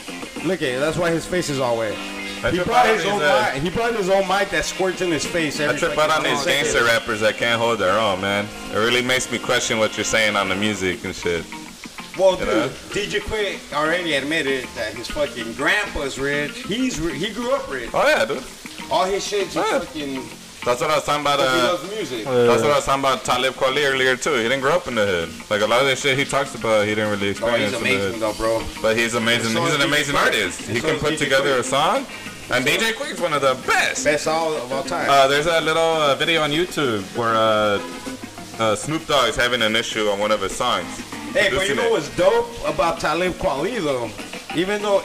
[SPEAKER 1] look at it. That's why his face is all wet.
[SPEAKER 3] I
[SPEAKER 1] He
[SPEAKER 3] trip
[SPEAKER 1] brought
[SPEAKER 3] out on
[SPEAKER 1] his
[SPEAKER 3] these,
[SPEAKER 1] own
[SPEAKER 3] uh,
[SPEAKER 1] mic. He brought his own mic that squirts in his face.
[SPEAKER 3] I
[SPEAKER 1] Every
[SPEAKER 3] trip out
[SPEAKER 1] fucking
[SPEAKER 3] on these
[SPEAKER 1] second.
[SPEAKER 3] gangster rappers that can't hold their own, man. It really makes me question what you're saying on the music and shit.
[SPEAKER 1] Well,
[SPEAKER 3] You
[SPEAKER 1] dude,
[SPEAKER 3] know?
[SPEAKER 1] DJ Quick already admitted that his fucking grandpa's rich. He's ri- he grew up rich.
[SPEAKER 3] Oh yeah, dude.
[SPEAKER 1] All his shit's just
[SPEAKER 3] Yeah.
[SPEAKER 1] fucking.
[SPEAKER 3] That's what I was talking about.
[SPEAKER 1] he
[SPEAKER 3] Uh,
[SPEAKER 1] loves music.
[SPEAKER 3] that's what I was talking about. Talib Kweli earlier too. He didn't grow up in the hood. Like a lot of the shit he talks about, he didn't really
[SPEAKER 1] Oh,
[SPEAKER 3] experience
[SPEAKER 1] he's
[SPEAKER 3] in the
[SPEAKER 1] amazing
[SPEAKER 3] hood.
[SPEAKER 1] though, bro.
[SPEAKER 3] But he's
[SPEAKER 1] And
[SPEAKER 3] amazing.
[SPEAKER 1] so
[SPEAKER 3] he's
[SPEAKER 1] is
[SPEAKER 3] an
[SPEAKER 1] DJ
[SPEAKER 3] amazing
[SPEAKER 1] Quick.
[SPEAKER 3] artist. He
[SPEAKER 1] And so
[SPEAKER 3] can
[SPEAKER 1] is
[SPEAKER 3] put
[SPEAKER 1] DJ
[SPEAKER 3] together
[SPEAKER 1] Quick.
[SPEAKER 3] a song, and DJ Quick's one of the best.
[SPEAKER 1] Best all of all time.
[SPEAKER 3] Uh, there's a little uh, video on YouTube where uh, uh, Snoop Dogg's having an issue on one of his songs.
[SPEAKER 1] Hey, but you
[SPEAKER 3] Producing
[SPEAKER 1] know
[SPEAKER 3] it.
[SPEAKER 1] what's dope about Talib Kweli though? Even though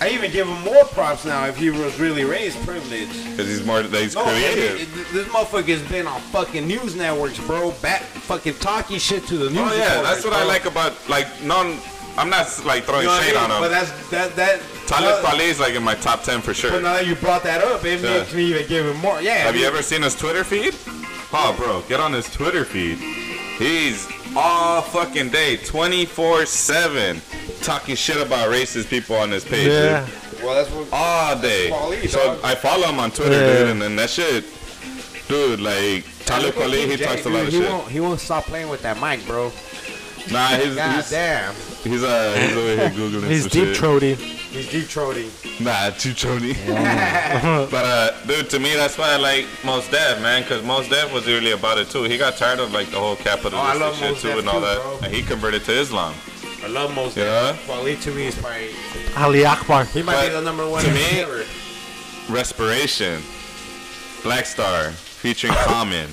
[SPEAKER 1] I even give him more props now if he was really raised privileged.
[SPEAKER 3] 'Cause he's more, he's
[SPEAKER 1] No,
[SPEAKER 3] creative.
[SPEAKER 1] he- he- this motherfucker's been on fucking news networks, bro. Back fucking talking shit to the news.
[SPEAKER 3] Oh yeah,
[SPEAKER 1] reporters,
[SPEAKER 3] that's what I
[SPEAKER 1] bro.
[SPEAKER 3] like about like non. I'm not like throwing
[SPEAKER 1] You know what I
[SPEAKER 3] shade
[SPEAKER 1] mean?
[SPEAKER 3] on
[SPEAKER 1] But
[SPEAKER 3] him.
[SPEAKER 1] that's that that.
[SPEAKER 3] Talib
[SPEAKER 1] uh,
[SPEAKER 3] Kweli is like in my top ten for
[SPEAKER 1] But
[SPEAKER 3] sure.
[SPEAKER 1] now that you brought that up, it
[SPEAKER 3] Yeah.
[SPEAKER 1] makes me even give him more. Yeah.
[SPEAKER 3] Have you ever seen his Twitter feed? Oh, bro, get on his Twitter feed. He's all fucking day, 24/7, talking shit about racist people on his page.
[SPEAKER 2] Yeah.
[SPEAKER 3] Dude.
[SPEAKER 1] Well, that's what.
[SPEAKER 3] All day.
[SPEAKER 1] Kweli,
[SPEAKER 3] so
[SPEAKER 1] dog.
[SPEAKER 3] I follow him on Twitter,
[SPEAKER 2] Yeah.
[SPEAKER 3] dude, and, and that shit, dude, like Talib Kweli, he
[SPEAKER 1] Jay,
[SPEAKER 3] talks a
[SPEAKER 1] dude,
[SPEAKER 3] lot of
[SPEAKER 1] he
[SPEAKER 3] shit.
[SPEAKER 1] Won't, he won't stop playing with that mic, bro.
[SPEAKER 3] Nah, he's
[SPEAKER 1] God
[SPEAKER 3] he's,
[SPEAKER 1] damn.
[SPEAKER 3] he's, uh, he's over here googling
[SPEAKER 2] He's
[SPEAKER 3] some
[SPEAKER 2] deep
[SPEAKER 3] shit.
[SPEAKER 2] throaty.
[SPEAKER 1] He's deep throating.
[SPEAKER 3] Nah, too chony. but uh, dude, to me, that's why I like Most Def, man, because Most Def was really about it too. He got tired of like the whole capitalistic
[SPEAKER 1] Oh, I love
[SPEAKER 3] shit
[SPEAKER 1] Mos
[SPEAKER 3] too
[SPEAKER 1] Def
[SPEAKER 3] and all
[SPEAKER 1] too,
[SPEAKER 3] that,
[SPEAKER 1] bro.
[SPEAKER 3] and he converted to Islam.
[SPEAKER 1] I love most.
[SPEAKER 3] Yeah.
[SPEAKER 1] Kweli to me is probably
[SPEAKER 2] Ali Akbar.
[SPEAKER 1] he might be
[SPEAKER 3] But
[SPEAKER 1] the number one.
[SPEAKER 3] to
[SPEAKER 1] in
[SPEAKER 3] me-
[SPEAKER 1] ever.
[SPEAKER 3] Respiration, Black Star, featuring Common.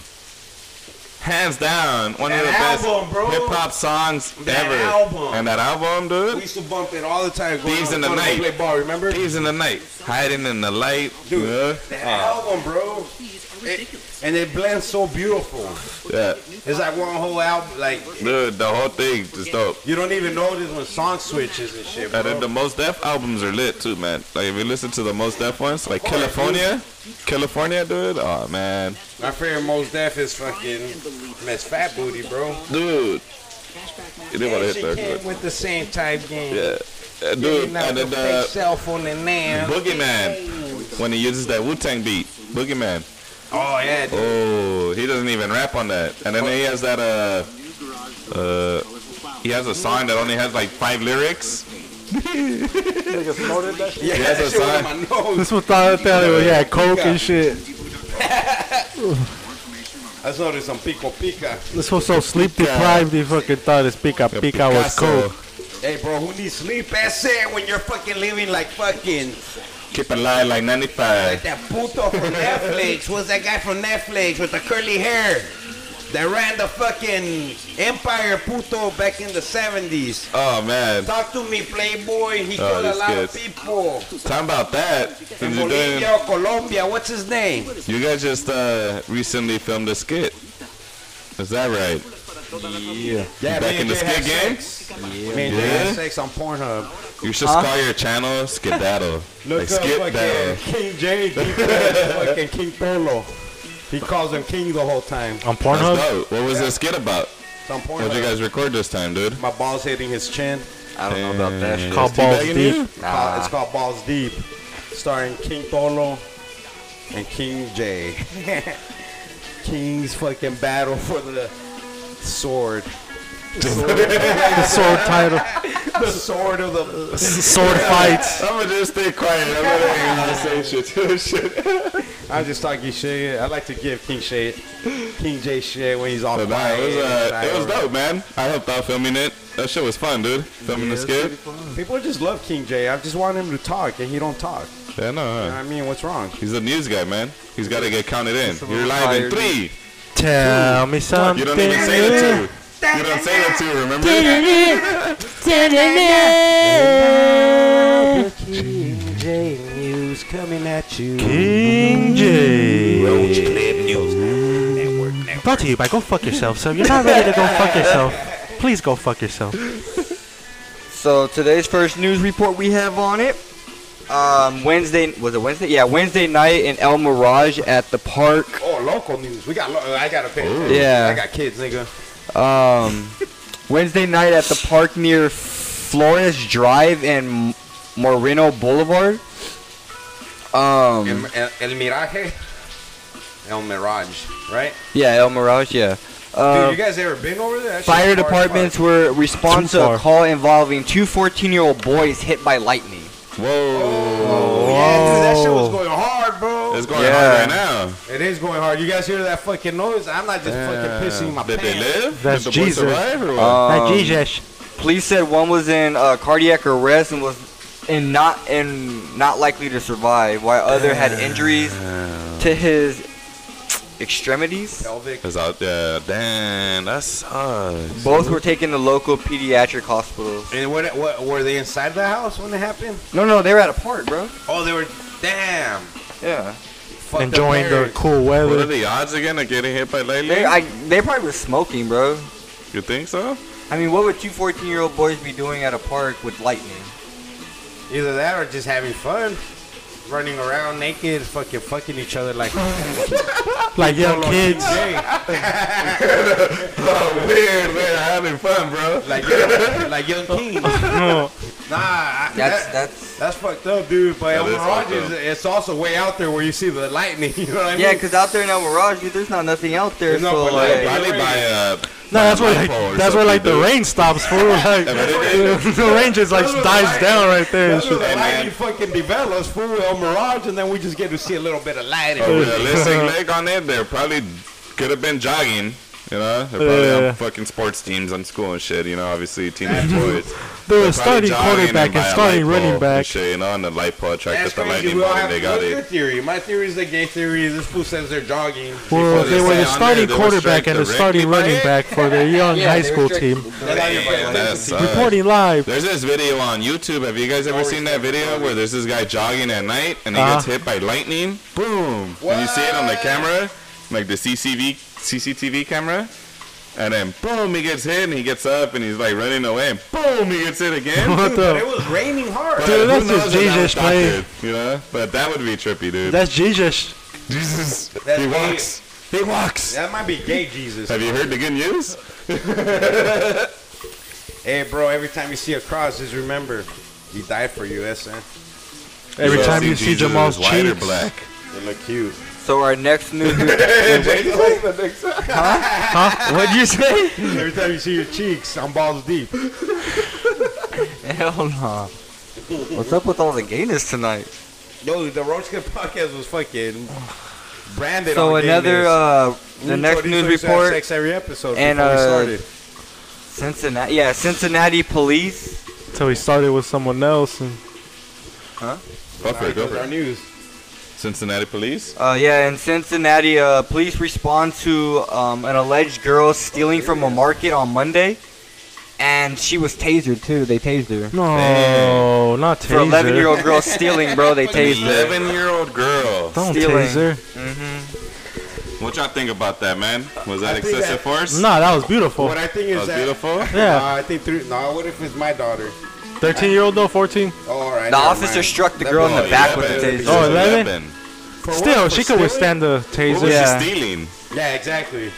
[SPEAKER 3] Hands down, one of
[SPEAKER 1] That
[SPEAKER 3] the best
[SPEAKER 1] album, bro.
[SPEAKER 3] hip hop songs
[SPEAKER 1] That
[SPEAKER 3] ever.
[SPEAKER 1] album.
[SPEAKER 3] And that album,
[SPEAKER 1] we
[SPEAKER 3] dude.
[SPEAKER 1] used to bump it all the time. going
[SPEAKER 3] Thieves
[SPEAKER 1] out
[SPEAKER 3] in the
[SPEAKER 1] front and
[SPEAKER 3] Night.
[SPEAKER 1] Play ball, remember?
[SPEAKER 3] Thieves in the night, hiding in the light.
[SPEAKER 1] Dude,
[SPEAKER 3] yeah.
[SPEAKER 1] That album, bro. It, and it blends so beautiful.
[SPEAKER 3] yeah,
[SPEAKER 1] It's like one whole album. Like
[SPEAKER 3] dude, the whole thing just dope.
[SPEAKER 1] you don't even notice when song switches and shit, bro.
[SPEAKER 3] And then the most deaf albums are lit too, man. Like if you listen to the most deaf ones, like
[SPEAKER 1] course,
[SPEAKER 3] California, California, dude. Oh man,
[SPEAKER 1] My favorite most deaf is fucking Miss Fat Booty, bro.
[SPEAKER 3] dude, you didn't want to
[SPEAKER 1] she
[SPEAKER 3] hit
[SPEAKER 1] came
[SPEAKER 3] there.
[SPEAKER 1] with the same type game.
[SPEAKER 3] Yeah, Uh, dude.
[SPEAKER 1] Dude,
[SPEAKER 3] And
[SPEAKER 1] the
[SPEAKER 3] then uh,
[SPEAKER 1] fake
[SPEAKER 3] the
[SPEAKER 1] cell phone and now.
[SPEAKER 3] Boogeyman when he uses that Wu Tang beat, Boogeyman.
[SPEAKER 1] Oh yeah, dude.
[SPEAKER 3] Oh, he doesn't even rap on that. And then he has that uh, uh, he has a song that only has like five lyrics.
[SPEAKER 1] yeah,
[SPEAKER 3] He has
[SPEAKER 1] that
[SPEAKER 3] a
[SPEAKER 1] shit was
[SPEAKER 3] song.
[SPEAKER 1] on my nose.
[SPEAKER 8] This was thought that he had coke and shit.
[SPEAKER 1] I saw this on Pico Pica.
[SPEAKER 8] This was so sleep deprived. He fucking thought his pika pika was
[SPEAKER 3] Picasso.
[SPEAKER 8] coke.
[SPEAKER 1] Hey, bro, who needs sleep? That's it. When you're fucking living like fucking
[SPEAKER 3] Keep alive
[SPEAKER 1] like
[SPEAKER 3] like 95.
[SPEAKER 1] that puto from Netflix. What's that guy from Netflix with the curly hair? That ran the fucking Empire puto back in the 70s.
[SPEAKER 3] Oh man,
[SPEAKER 1] Talk to me, Playboy. He
[SPEAKER 3] Oh,
[SPEAKER 1] killed a
[SPEAKER 3] this
[SPEAKER 1] lot of
[SPEAKER 3] kid's-
[SPEAKER 1] people.
[SPEAKER 3] talking about that.
[SPEAKER 1] In
[SPEAKER 3] you're doing-
[SPEAKER 1] Bolivia or Colombia, what's his name?
[SPEAKER 3] You guys just uh, recently filmed a skit. Is that right?
[SPEAKER 1] Yeah,
[SPEAKER 3] Back
[SPEAKER 1] me
[SPEAKER 3] in
[SPEAKER 1] and
[SPEAKER 3] the
[SPEAKER 1] Jay had
[SPEAKER 3] skit game?
[SPEAKER 1] sex. Me and Jay
[SPEAKER 3] Yeah.
[SPEAKER 1] had sex on Pornhub.
[SPEAKER 3] You should call your channel Skedaddle. like Skedaddle.
[SPEAKER 1] King Jay, fucking King Polo. He calls him King the whole time.
[SPEAKER 8] On
[SPEAKER 3] That's
[SPEAKER 8] Pornhub?
[SPEAKER 3] dope. What was the skit about?
[SPEAKER 1] It's on
[SPEAKER 3] What
[SPEAKER 1] Pornhub.
[SPEAKER 3] did you guys record this time, dude?
[SPEAKER 1] My balls hitting his chin.
[SPEAKER 4] I don't know about that shit.
[SPEAKER 8] Called Balls
[SPEAKER 3] teabagging
[SPEAKER 8] Deep.
[SPEAKER 3] you?
[SPEAKER 1] It's called- Uh, It's called Balls Deep, starring King Polo and King Jay. King's fucking battle for the sword.
[SPEAKER 8] The sword title.
[SPEAKER 1] The sword of the.
[SPEAKER 8] Sword fights.
[SPEAKER 3] I'm gonna just stay quiet. I'm not even gonna say shit to this shit.
[SPEAKER 1] I'm just talking shit. I like to give King shit, King Jay shit when he's off. uh,
[SPEAKER 3] But nah, it was, uh, it was dope, man. I helped out filming it. That shit was fun, dude. Filming the skit.
[SPEAKER 1] People just love King J. I just want him to talk, and he don't talk.
[SPEAKER 3] Yeah, no.
[SPEAKER 1] You know what I
[SPEAKER 3] uh,
[SPEAKER 1] mean? What's wrong?
[SPEAKER 3] He's a news guy, man. He's got to get counted in. You're live in three.
[SPEAKER 2] Tell me something.
[SPEAKER 3] You don't even say the two. You don't say the two. Remember?
[SPEAKER 1] King J news coming at you.
[SPEAKER 2] King J.
[SPEAKER 1] Roach Clip News.
[SPEAKER 2] Brought to you by Go Fuck Yourself. So if you're not ready to go fuck yourself, please go fuck yourself.
[SPEAKER 4] So today's first news report we have on it. Um, Wednesday was it Wednesday? Yeah, Wednesday night in El Mirage at the park.
[SPEAKER 1] Oh, local news. We got. Lo- uh, I got a picture.
[SPEAKER 4] Oh. Yeah.
[SPEAKER 1] I got kids, nigga.
[SPEAKER 4] Um, Wednesday night at the park near Flores Drive and Moreno Boulevard. Um,
[SPEAKER 1] El,
[SPEAKER 4] Mm.
[SPEAKER 1] El, El Mirage. El Mirage, right?
[SPEAKER 4] yeah, El Mirage. Yeah.
[SPEAKER 1] Dude,
[SPEAKER 4] Uh,
[SPEAKER 1] you guys ever been over there? That shit's
[SPEAKER 4] fire
[SPEAKER 1] far as
[SPEAKER 4] departments were response
[SPEAKER 2] Too
[SPEAKER 4] to
[SPEAKER 2] far.
[SPEAKER 4] a call involving two 14-year-old boys hit by lightning.
[SPEAKER 3] Whoa.
[SPEAKER 1] fuck. Yeah, dude, that shit
[SPEAKER 4] Oh.
[SPEAKER 1] was going hard, bro.
[SPEAKER 3] It's going
[SPEAKER 4] Yeah.
[SPEAKER 3] on right now.
[SPEAKER 1] It is going hard. You guys hear that fucking noise? I'm not just fucking pissing my
[SPEAKER 3] Did
[SPEAKER 1] pants.
[SPEAKER 3] they live?
[SPEAKER 2] That's
[SPEAKER 3] Did the boys
[SPEAKER 2] euh, Jesus. Ah.
[SPEAKER 3] survive or what?
[SPEAKER 2] Oh. That
[SPEAKER 4] Um,
[SPEAKER 2] Jesus.
[SPEAKER 4] Police said one was in uh, cardiac arrest and was and not and not likely to survive, while other had injuries to his extremities.
[SPEAKER 1] Pelvic.
[SPEAKER 3] It's out there. euh, Damn, that sucks.
[SPEAKER 4] Both were taken to local pediatric hospitals.
[SPEAKER 1] And what, what were they inside the house when it happened?
[SPEAKER 4] No, no, they were at a park, bro.
[SPEAKER 1] Oh, they were damn.
[SPEAKER 4] Yeah,
[SPEAKER 1] Fuck
[SPEAKER 2] Enjoying the
[SPEAKER 1] parents.
[SPEAKER 2] cool
[SPEAKER 3] What are
[SPEAKER 2] weather.
[SPEAKER 3] the odds again of getting hit by lightning?
[SPEAKER 4] they I, they probably were smoking, bro.
[SPEAKER 3] you think so?
[SPEAKER 4] I mean, what would two 14-year-old boys be doing at a park with lightning?
[SPEAKER 1] either that or just having fun, running around naked, fucking fucking each other like
[SPEAKER 2] Like young kids.
[SPEAKER 1] Hey,
[SPEAKER 3] Oh, weird, man. Having fun, bro.
[SPEAKER 1] like young, like young king. Nah,
[SPEAKER 2] No.
[SPEAKER 1] I,
[SPEAKER 4] That's
[SPEAKER 1] that-
[SPEAKER 4] that's
[SPEAKER 1] that's fucked up, dude. But
[SPEAKER 3] That
[SPEAKER 1] El
[SPEAKER 3] is
[SPEAKER 1] Mirage
[SPEAKER 3] fucked
[SPEAKER 1] is
[SPEAKER 3] up.
[SPEAKER 1] it's also way out there where you see the lightning. You know what I mean?
[SPEAKER 4] yeah, because out there in El Mirage, dude, there's not nothing out there.
[SPEAKER 1] There's no
[SPEAKER 4] so
[SPEAKER 1] one
[SPEAKER 4] like,
[SPEAKER 1] out
[SPEAKER 3] Probably by uh,
[SPEAKER 2] No, that's where
[SPEAKER 3] Light
[SPEAKER 2] like
[SPEAKER 3] pole or
[SPEAKER 2] that's where like the
[SPEAKER 3] something, dude.
[SPEAKER 2] rain stops for like the rain just like
[SPEAKER 1] That's where the
[SPEAKER 2] dies
[SPEAKER 1] light-
[SPEAKER 2] down right there. and
[SPEAKER 1] That's where
[SPEAKER 2] shit.
[SPEAKER 1] the
[SPEAKER 3] Hey, man.
[SPEAKER 1] lightning fucking develops, fool, El Mirage, and then we just get to see a little bit of light.
[SPEAKER 3] uh, a realistic leg on it. They probably could have been jogging. You know, they probably
[SPEAKER 2] Yeah.
[SPEAKER 3] have fucking sports teams on school and shit. You know, obviously teenage boys.
[SPEAKER 2] They
[SPEAKER 3] They're
[SPEAKER 2] were starting
[SPEAKER 3] probably jogging
[SPEAKER 2] quarterback and
[SPEAKER 3] by a
[SPEAKER 2] starting
[SPEAKER 3] light
[SPEAKER 2] running
[SPEAKER 3] pole
[SPEAKER 2] back.
[SPEAKER 3] And shit, you know, on the light pole track
[SPEAKER 1] That's
[SPEAKER 3] that the
[SPEAKER 1] crazy.
[SPEAKER 3] lightning
[SPEAKER 1] We all
[SPEAKER 3] ball and
[SPEAKER 1] have
[SPEAKER 3] they
[SPEAKER 1] to
[SPEAKER 3] got
[SPEAKER 1] look your
[SPEAKER 3] it.
[SPEAKER 1] theory. My theory is the gay theory. This fool says they're jogging.
[SPEAKER 2] Well,
[SPEAKER 3] Before
[SPEAKER 2] they
[SPEAKER 3] they
[SPEAKER 2] were
[SPEAKER 3] say
[SPEAKER 2] the
[SPEAKER 3] on
[SPEAKER 2] starting
[SPEAKER 3] there, they were
[SPEAKER 2] quarterback and the
[SPEAKER 3] directed
[SPEAKER 2] starting
[SPEAKER 3] by
[SPEAKER 2] running
[SPEAKER 3] it.
[SPEAKER 2] back for their young
[SPEAKER 4] yeah,
[SPEAKER 2] high
[SPEAKER 4] they
[SPEAKER 2] school
[SPEAKER 4] were
[SPEAKER 2] team.
[SPEAKER 4] strict-
[SPEAKER 3] Damn, that sucks.
[SPEAKER 2] Reporting live.
[SPEAKER 3] There's this video on YouTube. Have you guys ever seen that video where there's this guy jogging at night and he
[SPEAKER 2] Uh-huh.
[SPEAKER 3] gets hit by lightning? Boom! And you see it on the camera, like the CCTV CCTV camera, and then boom, he gets hit and he gets up and he's like running away and boom, he gets hit again.
[SPEAKER 2] What
[SPEAKER 1] But it
[SPEAKER 2] the?
[SPEAKER 1] was raining hard.
[SPEAKER 3] But who
[SPEAKER 2] that's just
[SPEAKER 3] knows if that was
[SPEAKER 2] Jesus playing.
[SPEAKER 3] doctored, You know, but that would be trippy, dude.
[SPEAKER 2] That's Jesus.
[SPEAKER 3] Jesus,
[SPEAKER 1] That's
[SPEAKER 3] he
[SPEAKER 1] me.
[SPEAKER 3] walks. He walks.
[SPEAKER 1] That might be gay Jesus.
[SPEAKER 3] Have you heard the good news?
[SPEAKER 1] Hey, bro, every time you see a cross, just remember, he died for you, eh, SN.
[SPEAKER 2] Every
[SPEAKER 3] So
[SPEAKER 2] time you see
[SPEAKER 3] Jesus is
[SPEAKER 2] Jamal's
[SPEAKER 3] white or
[SPEAKER 2] cheeks,
[SPEAKER 3] black.
[SPEAKER 1] They look cute.
[SPEAKER 4] So our next news. huh? What'd you say?
[SPEAKER 1] Every time you see your cheeks, I'm balls deep.
[SPEAKER 4] Hell no. What's up with all the gayness tonight?
[SPEAKER 1] Yo, the Roach Kid podcast was fucking branded
[SPEAKER 4] so
[SPEAKER 1] on
[SPEAKER 4] another
[SPEAKER 1] gayness.
[SPEAKER 4] uh,
[SPEAKER 1] We
[SPEAKER 4] the next
[SPEAKER 1] told
[SPEAKER 4] news
[SPEAKER 1] these folks to have
[SPEAKER 4] report:
[SPEAKER 1] Sex every episode
[SPEAKER 4] and,
[SPEAKER 1] before we
[SPEAKER 4] uh,
[SPEAKER 1] started.
[SPEAKER 4] Cincinnati. Yeah, Cincinnati police.
[SPEAKER 2] until he started with someone else. And
[SPEAKER 3] Go for it,
[SPEAKER 1] That
[SPEAKER 3] go
[SPEAKER 1] was
[SPEAKER 3] for
[SPEAKER 1] our
[SPEAKER 3] it.
[SPEAKER 1] news.
[SPEAKER 3] Cincinnati police.
[SPEAKER 4] Uh, yeah, in Cincinnati, uh, police respond to um, an alleged girl stealing from a market on Monday, and she was tasered too. They tased her.
[SPEAKER 2] No, not
[SPEAKER 4] For
[SPEAKER 2] taser.
[SPEAKER 4] 11 year old girl stealing, bro, they tased her.
[SPEAKER 3] 11 year old girl.
[SPEAKER 2] Don't
[SPEAKER 4] stealing.
[SPEAKER 2] taser.
[SPEAKER 3] What y'all think about that, man? Was that
[SPEAKER 1] I think
[SPEAKER 3] excessive
[SPEAKER 1] that-
[SPEAKER 3] force?
[SPEAKER 2] No, that was
[SPEAKER 4] Oh,
[SPEAKER 2] beautiful.
[SPEAKER 1] What I think
[SPEAKER 3] That
[SPEAKER 1] is
[SPEAKER 3] was
[SPEAKER 1] that.
[SPEAKER 3] Oh, beautiful.
[SPEAKER 2] Yeah.
[SPEAKER 1] Nah, I think three. Nah, what if it's my daughter?
[SPEAKER 2] 13 year old though, 14.
[SPEAKER 1] Oh, all right.
[SPEAKER 4] The
[SPEAKER 1] never
[SPEAKER 4] officer
[SPEAKER 1] mind.
[SPEAKER 4] struck the
[SPEAKER 1] That
[SPEAKER 4] girl in
[SPEAKER 1] boy-
[SPEAKER 4] the back with the
[SPEAKER 3] Eleven.
[SPEAKER 4] taser.
[SPEAKER 2] Oh,
[SPEAKER 3] She's
[SPEAKER 2] 11?
[SPEAKER 1] For what?
[SPEAKER 2] Still,
[SPEAKER 1] For
[SPEAKER 2] she could
[SPEAKER 1] stealing?
[SPEAKER 2] withstand the
[SPEAKER 3] What was
[SPEAKER 2] taser.
[SPEAKER 4] Yeah.
[SPEAKER 3] she stealing?
[SPEAKER 1] Yeah, exactly.
[SPEAKER 3] Did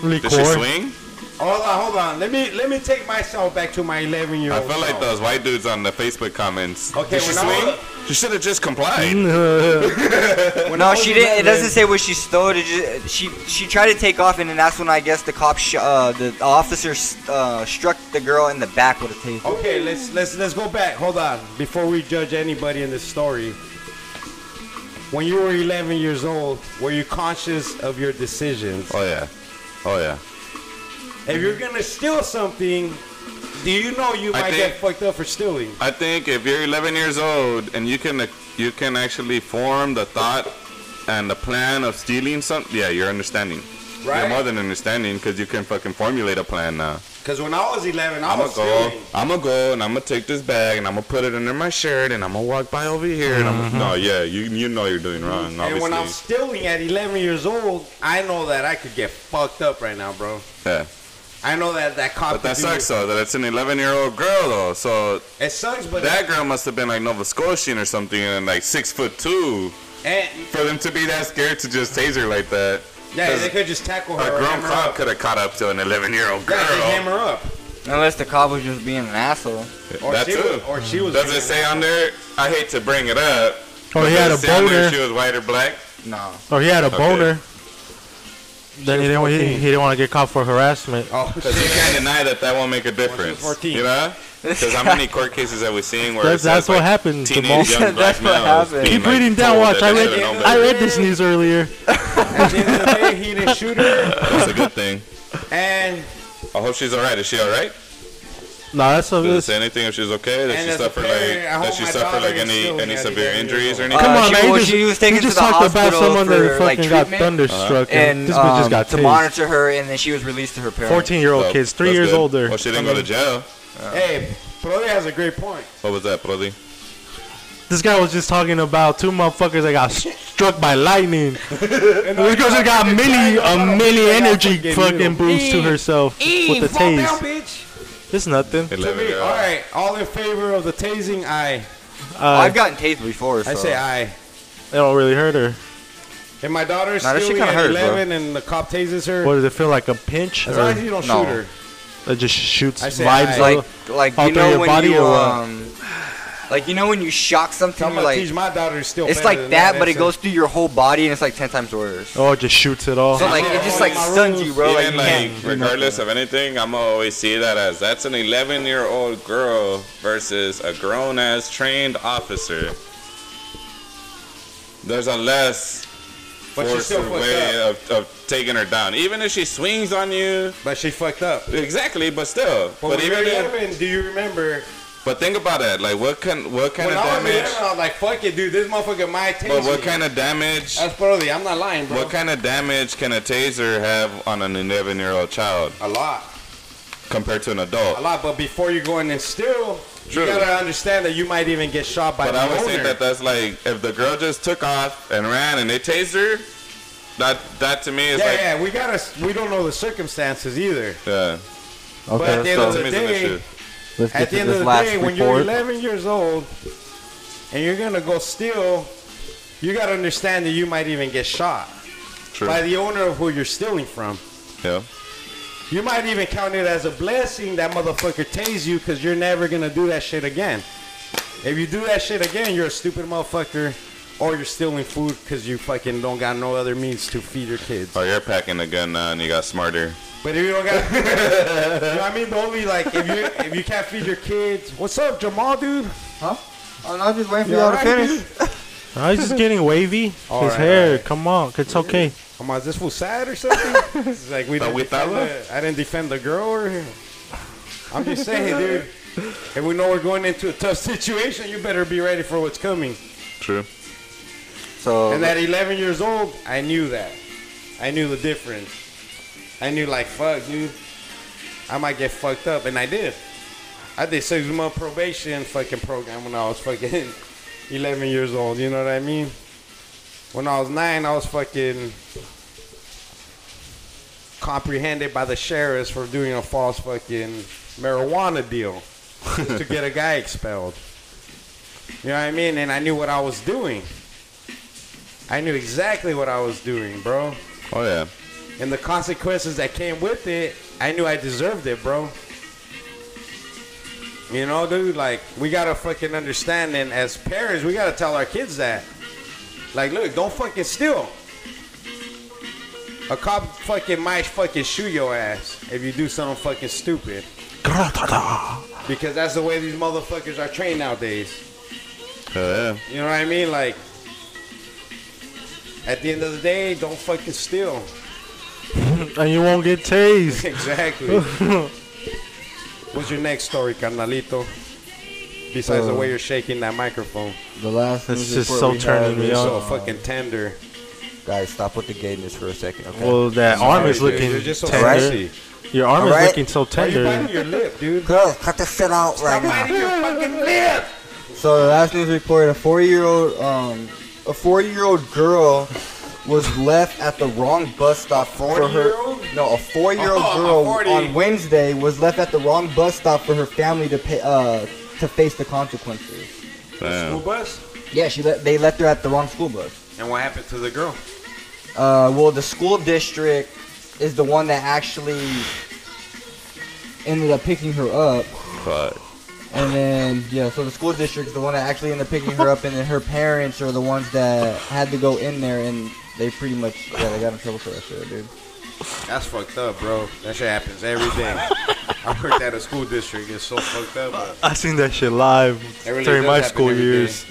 [SPEAKER 3] she
[SPEAKER 2] Liquor.
[SPEAKER 3] swing?
[SPEAKER 1] Hold on, hold on. Let me let me take myself back to my 11 year
[SPEAKER 3] I
[SPEAKER 1] old.
[SPEAKER 3] feel like those white dudes on the Facebook comments.
[SPEAKER 1] Okay,
[SPEAKER 3] Did she
[SPEAKER 1] when I
[SPEAKER 3] swing?
[SPEAKER 1] was-
[SPEAKER 3] She should have just complied.
[SPEAKER 2] Uh,
[SPEAKER 4] No, she didn't. It doesn't say what she stole. It just, she she tried to take off, and then that's when I guess the cop, sh- uh, the officer, s- uh, struck the girl in the back with a taser.
[SPEAKER 1] Okay, let's let's let's go back. Hold on, before we judge anybody in this story. When you were 11 years old, were you conscious of your decisions?
[SPEAKER 3] Oh yeah. Oh yeah.
[SPEAKER 1] If you're gonna steal something, do you know you
[SPEAKER 3] I
[SPEAKER 1] might
[SPEAKER 3] think-
[SPEAKER 1] get fucked up for stealing?
[SPEAKER 3] I think if you're 11 years old and you can you can actually form the thought and the plan of stealing something, yeah, you're understanding. You're
[SPEAKER 1] Right.
[SPEAKER 3] more than understanding because you can fucking formulate a plan now.
[SPEAKER 1] Because when I was 11, I
[SPEAKER 3] I'm gonna
[SPEAKER 1] was
[SPEAKER 3] go.
[SPEAKER 1] stealing.
[SPEAKER 3] I'm gonna go, and I'm gonna take this bag, and I'm gonna put it under my shirt, and I'm gonna walk by over here, and I'm no, yeah, you you know you're doing wrong,
[SPEAKER 1] Mm-hmm. And
[SPEAKER 3] obviously.
[SPEAKER 1] when I'm stealing at 11 years old, I know that I could get fucked up right now, bro.
[SPEAKER 3] yeah,
[SPEAKER 1] I know that that cop.
[SPEAKER 3] but that
[SPEAKER 1] could do
[SPEAKER 3] sucks though. That it's an 11 year old girl though, so
[SPEAKER 1] It It sucks, but
[SPEAKER 3] that girl must have been like Nova Scotian or something, and like six foot two
[SPEAKER 1] and,
[SPEAKER 3] for them to be that scared to just tase her like that.
[SPEAKER 1] yeah,
[SPEAKER 3] 'Cause
[SPEAKER 1] they could just tackle
[SPEAKER 3] a
[SPEAKER 1] her. or
[SPEAKER 3] grown
[SPEAKER 1] hammer her
[SPEAKER 3] cop
[SPEAKER 1] up.
[SPEAKER 3] could have caught up to an 11 year old girl.
[SPEAKER 1] Yeah, they hammer up.
[SPEAKER 4] Unless the cop was just being an asshole.
[SPEAKER 1] Or
[SPEAKER 3] that
[SPEAKER 1] she
[SPEAKER 3] too.
[SPEAKER 1] was- or she was
[SPEAKER 3] Does it
[SPEAKER 1] hanging
[SPEAKER 3] say on there? I hate to bring it up.
[SPEAKER 2] Or Oh, he
[SPEAKER 3] but
[SPEAKER 2] had
[SPEAKER 3] does
[SPEAKER 2] a
[SPEAKER 3] it say on there
[SPEAKER 2] boner.
[SPEAKER 3] She was white or black.
[SPEAKER 4] No.
[SPEAKER 2] Or he had a
[SPEAKER 3] Okay.
[SPEAKER 2] boner. Then he didn't, he, he didn't want to get caught for harassment.
[SPEAKER 1] Oh,
[SPEAKER 3] Because you can't deny that that won't make a difference.
[SPEAKER 1] 14.
[SPEAKER 3] You know? Because how many court cases have we seen where
[SPEAKER 2] That's-
[SPEAKER 3] it says,
[SPEAKER 2] that's what
[SPEAKER 3] like,
[SPEAKER 2] happened,
[SPEAKER 3] Teenage
[SPEAKER 2] Jamal.
[SPEAKER 3] young black
[SPEAKER 4] That's what
[SPEAKER 3] males
[SPEAKER 4] happened.
[SPEAKER 3] being,
[SPEAKER 2] Keep
[SPEAKER 3] like,
[SPEAKER 2] reading down.
[SPEAKER 3] told
[SPEAKER 2] Watch.
[SPEAKER 3] that
[SPEAKER 2] I
[SPEAKER 3] they
[SPEAKER 2] read.
[SPEAKER 3] should have known
[SPEAKER 2] I
[SPEAKER 3] better.
[SPEAKER 2] read this news earlier.
[SPEAKER 1] at the end of the day, he didn't shoot her.
[SPEAKER 3] That's a good thing.
[SPEAKER 1] And
[SPEAKER 3] I hope she's all right. Is she all right?
[SPEAKER 2] No, that's a.
[SPEAKER 3] Does it
[SPEAKER 2] That's,
[SPEAKER 3] say anything if she's okay? Does
[SPEAKER 1] And
[SPEAKER 3] she
[SPEAKER 1] as a
[SPEAKER 3] suffer like?
[SPEAKER 1] parent, I hope
[SPEAKER 3] Does she
[SPEAKER 1] my
[SPEAKER 3] suffer
[SPEAKER 1] daughter
[SPEAKER 3] like
[SPEAKER 1] is
[SPEAKER 3] any
[SPEAKER 1] still
[SPEAKER 3] any
[SPEAKER 1] at
[SPEAKER 3] severe
[SPEAKER 1] 11 years
[SPEAKER 3] injuries or
[SPEAKER 1] old.
[SPEAKER 3] anything?
[SPEAKER 2] come
[SPEAKER 4] Uh,
[SPEAKER 2] on,
[SPEAKER 4] she
[SPEAKER 2] man.
[SPEAKER 4] was-
[SPEAKER 2] He
[SPEAKER 4] she was
[SPEAKER 2] just,
[SPEAKER 4] taken
[SPEAKER 2] he
[SPEAKER 4] to
[SPEAKER 2] just
[SPEAKER 4] the
[SPEAKER 2] talked about
[SPEAKER 4] hospital
[SPEAKER 2] someone that
[SPEAKER 4] for, like,
[SPEAKER 2] fucking got
[SPEAKER 4] treatment.
[SPEAKER 2] thunderstruck, and,
[SPEAKER 4] And
[SPEAKER 2] this bitch
[SPEAKER 4] um,
[SPEAKER 2] just got
[SPEAKER 4] to
[SPEAKER 2] tased.
[SPEAKER 4] monitor her, and then she was released to her parents.
[SPEAKER 2] Fourteen-year-old
[SPEAKER 3] Oh,
[SPEAKER 2] kids, three
[SPEAKER 3] that's
[SPEAKER 2] years
[SPEAKER 3] good.
[SPEAKER 2] older.
[SPEAKER 3] Well, she
[SPEAKER 2] I
[SPEAKER 3] didn't go to
[SPEAKER 2] mean,
[SPEAKER 3] jail.
[SPEAKER 1] hey, Brody has a great point.
[SPEAKER 3] What was that, Brody?
[SPEAKER 2] This guy was just talking about two motherfuckers that got struck by lightning. this girl just got milli a milli energy fucking boost to herself with the
[SPEAKER 1] fall down,
[SPEAKER 2] tase.
[SPEAKER 1] bitch.
[SPEAKER 2] It's nothing.
[SPEAKER 1] To me,
[SPEAKER 3] 11 year
[SPEAKER 1] all
[SPEAKER 3] old.
[SPEAKER 1] right. All in favor of the tasing? I,
[SPEAKER 4] Oh,
[SPEAKER 2] Uh,
[SPEAKER 4] I've gotten tased before. So.
[SPEAKER 1] I say I.
[SPEAKER 2] it don't really hurt her.
[SPEAKER 1] And my daughter's
[SPEAKER 4] Nah, that shit
[SPEAKER 1] stealing
[SPEAKER 4] kinda
[SPEAKER 1] at
[SPEAKER 4] hurt, bro.
[SPEAKER 1] 11, and the cop tases her.
[SPEAKER 2] What does it feel like? A pinch?
[SPEAKER 1] As long as
[SPEAKER 2] Or
[SPEAKER 1] you don't
[SPEAKER 4] No.
[SPEAKER 1] shoot her.
[SPEAKER 2] it just shoots
[SPEAKER 1] I say
[SPEAKER 2] vibes
[SPEAKER 1] I-
[SPEAKER 2] like,
[SPEAKER 4] like, like
[SPEAKER 2] all
[SPEAKER 4] you
[SPEAKER 2] through
[SPEAKER 4] know
[SPEAKER 2] your
[SPEAKER 4] when
[SPEAKER 2] body
[SPEAKER 4] you
[SPEAKER 2] or what?
[SPEAKER 4] um, like you know when you shock something,
[SPEAKER 1] I'm
[SPEAKER 4] you're
[SPEAKER 1] gonna
[SPEAKER 4] like
[SPEAKER 1] teach my daughter to steal.
[SPEAKER 4] it's
[SPEAKER 1] better
[SPEAKER 4] like
[SPEAKER 1] than
[SPEAKER 4] that, but it goes through your whole body, and it's like ten times worse.
[SPEAKER 2] Oh, it just shoots it all.
[SPEAKER 4] So like it just like stuns you, bro. Like, you
[SPEAKER 3] Even like,
[SPEAKER 4] can't
[SPEAKER 3] regardless of anything, I'm gonna always see that as that's an 11 year old girl versus a grown ass trained officer. There's a less
[SPEAKER 1] But she's still
[SPEAKER 3] forceful
[SPEAKER 1] fucked
[SPEAKER 3] way of, of taking her down. Even if she swings on you,
[SPEAKER 1] But she fucked up.
[SPEAKER 3] exactly, but still.
[SPEAKER 1] But, when
[SPEAKER 3] but
[SPEAKER 1] you're
[SPEAKER 3] even if,
[SPEAKER 1] 11, do you remember?
[SPEAKER 3] but think about that. Like what can what kind
[SPEAKER 1] When
[SPEAKER 3] of
[SPEAKER 1] I was 11,
[SPEAKER 3] damage?
[SPEAKER 1] I was like, "Fuck it, dude. This motherfucker might tase
[SPEAKER 3] But what
[SPEAKER 1] me."
[SPEAKER 3] kind of damage?
[SPEAKER 1] That's probably. I'm not lying, bro.
[SPEAKER 3] What kind of damage can a taser have on an 11 year old child
[SPEAKER 1] a lot,
[SPEAKER 3] compared to an adult?
[SPEAKER 1] a lot. But before you go in and steal,
[SPEAKER 3] True.
[SPEAKER 1] you gotta understand that you might even get shot by
[SPEAKER 3] But
[SPEAKER 1] the
[SPEAKER 3] I would
[SPEAKER 1] owner.
[SPEAKER 3] say that that's like if the girl just took off and ran and they tased her, that that to me is
[SPEAKER 1] yeah,
[SPEAKER 3] like
[SPEAKER 1] yeah. We gotta. We don't know the circumstances either.
[SPEAKER 3] yeah.
[SPEAKER 1] But at the
[SPEAKER 13] Okay,
[SPEAKER 1] end
[SPEAKER 3] So
[SPEAKER 1] of
[SPEAKER 3] to
[SPEAKER 1] the
[SPEAKER 3] me it's an
[SPEAKER 1] day,
[SPEAKER 3] issue.
[SPEAKER 13] let's get
[SPEAKER 1] at
[SPEAKER 13] to
[SPEAKER 1] the end of
[SPEAKER 13] this
[SPEAKER 1] the
[SPEAKER 13] last
[SPEAKER 1] day, when you're
[SPEAKER 13] report.
[SPEAKER 1] 11 years old and you're gonna go steal, you gotta understand that you might even get shot
[SPEAKER 3] True.
[SPEAKER 1] by the owner of who you're stealing from.
[SPEAKER 3] yeah.
[SPEAKER 1] You might even count it as a blessing that motherfucker tased you because you're never gonna do that shit again. If you do that shit again, you're a stupid motherfucker, or you're stealing food because you fucking don't got no other means to feed your kids.
[SPEAKER 3] Oh, you're packing a gun now and you got smarter.
[SPEAKER 1] But if you don't got, you know what I mean? The only like if you if you can't feed your kids, what's up, Jamal, dude?
[SPEAKER 4] Oh, no, I'm just waiting for
[SPEAKER 1] You
[SPEAKER 4] y'all to
[SPEAKER 1] alright,
[SPEAKER 4] finish.
[SPEAKER 1] dude?
[SPEAKER 2] Oh, he's just getting wavy. His
[SPEAKER 1] All right,
[SPEAKER 2] hair,
[SPEAKER 1] all right.
[SPEAKER 2] come on, it's okay.
[SPEAKER 1] I'm like, is this fool sad or something? it's like we
[SPEAKER 3] But
[SPEAKER 1] didn't
[SPEAKER 3] we
[SPEAKER 1] defend
[SPEAKER 3] thought-
[SPEAKER 1] the, I didn't defend the girl. Or, I'm just saying, dude. If we know we're going into a tough situation, you better be ready for what's coming.
[SPEAKER 3] True.
[SPEAKER 4] So
[SPEAKER 1] And at 11 years old, I knew that. I knew the difference. I knew like, fuck, dude, I might get fucked up, and I did. I did six month probation fucking program when I was fucking 11 years old. You know what I mean? When I was nine, I was fucking comprehended by the sheriffs for doing a false fucking marijuana deal to get a guy expelled. You know what I mean? And I knew what I was doing. I knew exactly what I was doing, bro.
[SPEAKER 3] Oh yeah.
[SPEAKER 1] And the consequences that came with it, I knew I deserved it, bro. You know, dude, like, we gotta fucking understand, and as parents, we gotta tell our kids that. Like, look, don't fucking steal. A cop fucking might fucking shoot your ass if you do something fucking stupid. Because that's the way these motherfuckers are trained nowadays.
[SPEAKER 3] Hell yeah.
[SPEAKER 1] You know what I mean? Like, at the end of the day, don't fucking steal.
[SPEAKER 2] And you won't get tased.
[SPEAKER 1] exactly. What's your next story, carnalito? Besides the way you're shaking that microphone.
[SPEAKER 4] The last.
[SPEAKER 2] That's
[SPEAKER 4] news
[SPEAKER 2] just
[SPEAKER 4] report
[SPEAKER 2] so
[SPEAKER 4] we
[SPEAKER 2] turning
[SPEAKER 4] have
[SPEAKER 2] me
[SPEAKER 4] is,
[SPEAKER 2] on.
[SPEAKER 1] So
[SPEAKER 4] uh,
[SPEAKER 1] fucking tender.
[SPEAKER 14] Guys, stop with the gayness for a second. Okay.
[SPEAKER 2] Well, that
[SPEAKER 1] Sorry,
[SPEAKER 2] arm is
[SPEAKER 1] dude.
[SPEAKER 2] looking
[SPEAKER 1] You're just so
[SPEAKER 2] tender.
[SPEAKER 1] messy.
[SPEAKER 2] Your arm
[SPEAKER 14] Alright.
[SPEAKER 2] is looking so
[SPEAKER 1] Why you
[SPEAKER 2] tender.
[SPEAKER 1] biting your lip, dude?
[SPEAKER 14] Girl, cut this shit out right now.
[SPEAKER 1] Biting your fucking lip.
[SPEAKER 4] So the last news report: a four-year-old, um, a four-year-old girl was left at the wrong bus stop for her. No, a four-year-old
[SPEAKER 1] Oh, a
[SPEAKER 4] girl
[SPEAKER 1] 40.
[SPEAKER 4] on Wednesday was left at the wrong bus stop for her family to pay, uh, to face the consequences.
[SPEAKER 1] School
[SPEAKER 3] Damn.
[SPEAKER 1] bus.
[SPEAKER 4] Yeah, she le- they left her at the wrong school bus.
[SPEAKER 1] And what happened to the girl?
[SPEAKER 4] Uh, well, the school district is the one that actually ended up picking her up.
[SPEAKER 3] Fuck.
[SPEAKER 4] And then, yeah, so the school district is the one that actually ended up picking her up, and then her parents are the ones that had to go in there, and they pretty much, yeah, they got in trouble for that shit, dude.
[SPEAKER 1] That's fucked up, bro. That shit happens every day. I worked at a school district. It's so fucked up. Bro.
[SPEAKER 2] I seen that shit live
[SPEAKER 1] really
[SPEAKER 2] during
[SPEAKER 1] does
[SPEAKER 2] my
[SPEAKER 1] happen
[SPEAKER 2] school
[SPEAKER 1] every
[SPEAKER 2] years.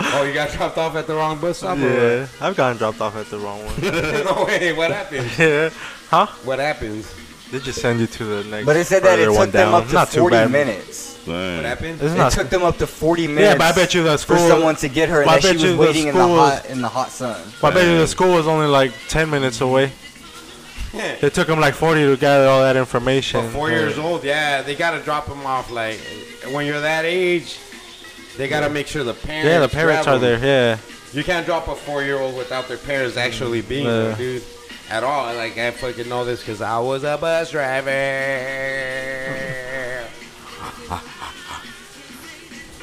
[SPEAKER 1] Oh, you got dropped off at the wrong bus stop. or
[SPEAKER 2] yeah, I've gotten dropped off at the wrong one.
[SPEAKER 1] what? no way. What happened?
[SPEAKER 2] yeah,
[SPEAKER 1] What happens?
[SPEAKER 2] they just send you to the next.
[SPEAKER 14] But it said that it
[SPEAKER 2] further
[SPEAKER 14] took
[SPEAKER 2] one
[SPEAKER 14] them
[SPEAKER 2] down.
[SPEAKER 14] up to
[SPEAKER 2] Not too
[SPEAKER 14] 40
[SPEAKER 2] bad.
[SPEAKER 14] minutes.
[SPEAKER 1] What
[SPEAKER 3] Damn.
[SPEAKER 1] happened?
[SPEAKER 2] It's
[SPEAKER 14] It
[SPEAKER 2] not.
[SPEAKER 14] took them up to 40 minutes.
[SPEAKER 2] yeah, but I bet you that
[SPEAKER 14] for
[SPEAKER 2] school.
[SPEAKER 14] someone to get her, and
[SPEAKER 2] Well, I
[SPEAKER 14] that she
[SPEAKER 2] bet you
[SPEAKER 14] was
[SPEAKER 2] the
[SPEAKER 14] waiting in the
[SPEAKER 2] school-
[SPEAKER 14] hot in the hot sun.
[SPEAKER 2] I bet you the school was only like ten minutes away. It took them like forty to gather all that information.
[SPEAKER 1] But four years old, yeah, they gotta drop them off. Like when you're that age, they gotta make sure the parents.
[SPEAKER 2] Yeah, the parents
[SPEAKER 1] grab
[SPEAKER 2] are
[SPEAKER 1] 'em.
[SPEAKER 2] there. Yeah,
[SPEAKER 1] You can't drop a four-year-old without their parents actually being there,
[SPEAKER 2] Yeah.
[SPEAKER 1] dude. At all, like I fucking know this because I was a bus driver.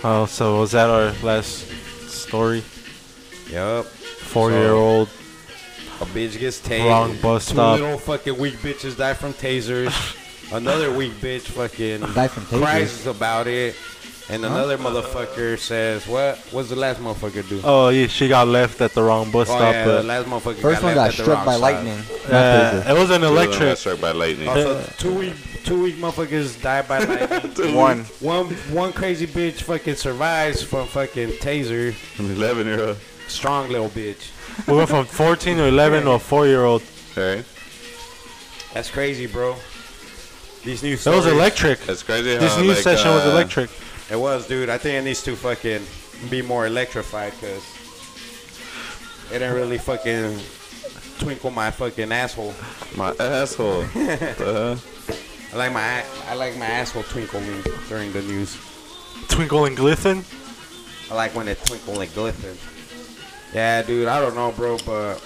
[SPEAKER 2] Oh, so was that our last story?
[SPEAKER 1] yup,
[SPEAKER 2] Four year old
[SPEAKER 1] a bitch gets tased.
[SPEAKER 2] wrong bus
[SPEAKER 1] Two
[SPEAKER 2] stop.
[SPEAKER 1] little fucking weak bitches die from tasers. Another weak bitch fucking
[SPEAKER 4] Die from tasers?
[SPEAKER 1] cries about it. And another motherfucker says, "What? What's the last motherfucker do?"
[SPEAKER 2] Oh yeah, she got left at the wrong bus
[SPEAKER 1] Oh,
[SPEAKER 2] stop.
[SPEAKER 1] yeah, the
[SPEAKER 2] but,
[SPEAKER 1] last motherfucker
[SPEAKER 4] First
[SPEAKER 1] got left
[SPEAKER 4] one got
[SPEAKER 1] at the
[SPEAKER 4] struck
[SPEAKER 1] wrong
[SPEAKER 4] by
[SPEAKER 1] side.
[SPEAKER 4] lightning.
[SPEAKER 2] uh, it
[SPEAKER 3] Two of
[SPEAKER 2] was an
[SPEAKER 3] them got
[SPEAKER 2] electric.
[SPEAKER 3] struck by lightning.
[SPEAKER 1] Also, Oh, two weak, two weak motherfuckers died by lightning.
[SPEAKER 14] One.
[SPEAKER 1] one, one crazy bitch fucking survives from fucking taser.
[SPEAKER 3] Eleven year old.
[SPEAKER 1] Strong little bitch.
[SPEAKER 2] we went from fourteen to eleven to a four year old.
[SPEAKER 3] Alright.
[SPEAKER 1] That's crazy, bro. These new
[SPEAKER 2] That
[SPEAKER 1] stories-
[SPEAKER 2] was electric.
[SPEAKER 3] That's crazy.
[SPEAKER 2] This
[SPEAKER 3] how,
[SPEAKER 2] news
[SPEAKER 3] like,
[SPEAKER 2] session was
[SPEAKER 3] uh,
[SPEAKER 2] electric.
[SPEAKER 1] It was, dude. I think it needs to fucking be more electrified because it didn't really fucking twinkle my fucking asshole.
[SPEAKER 3] My asshole. Uh-huh. the
[SPEAKER 1] I like my I like my asshole twinkling during the news.
[SPEAKER 2] Twinkle and glisten.
[SPEAKER 1] I like when it twinkle and glisten. Yeah, dude, I don't know, bro, but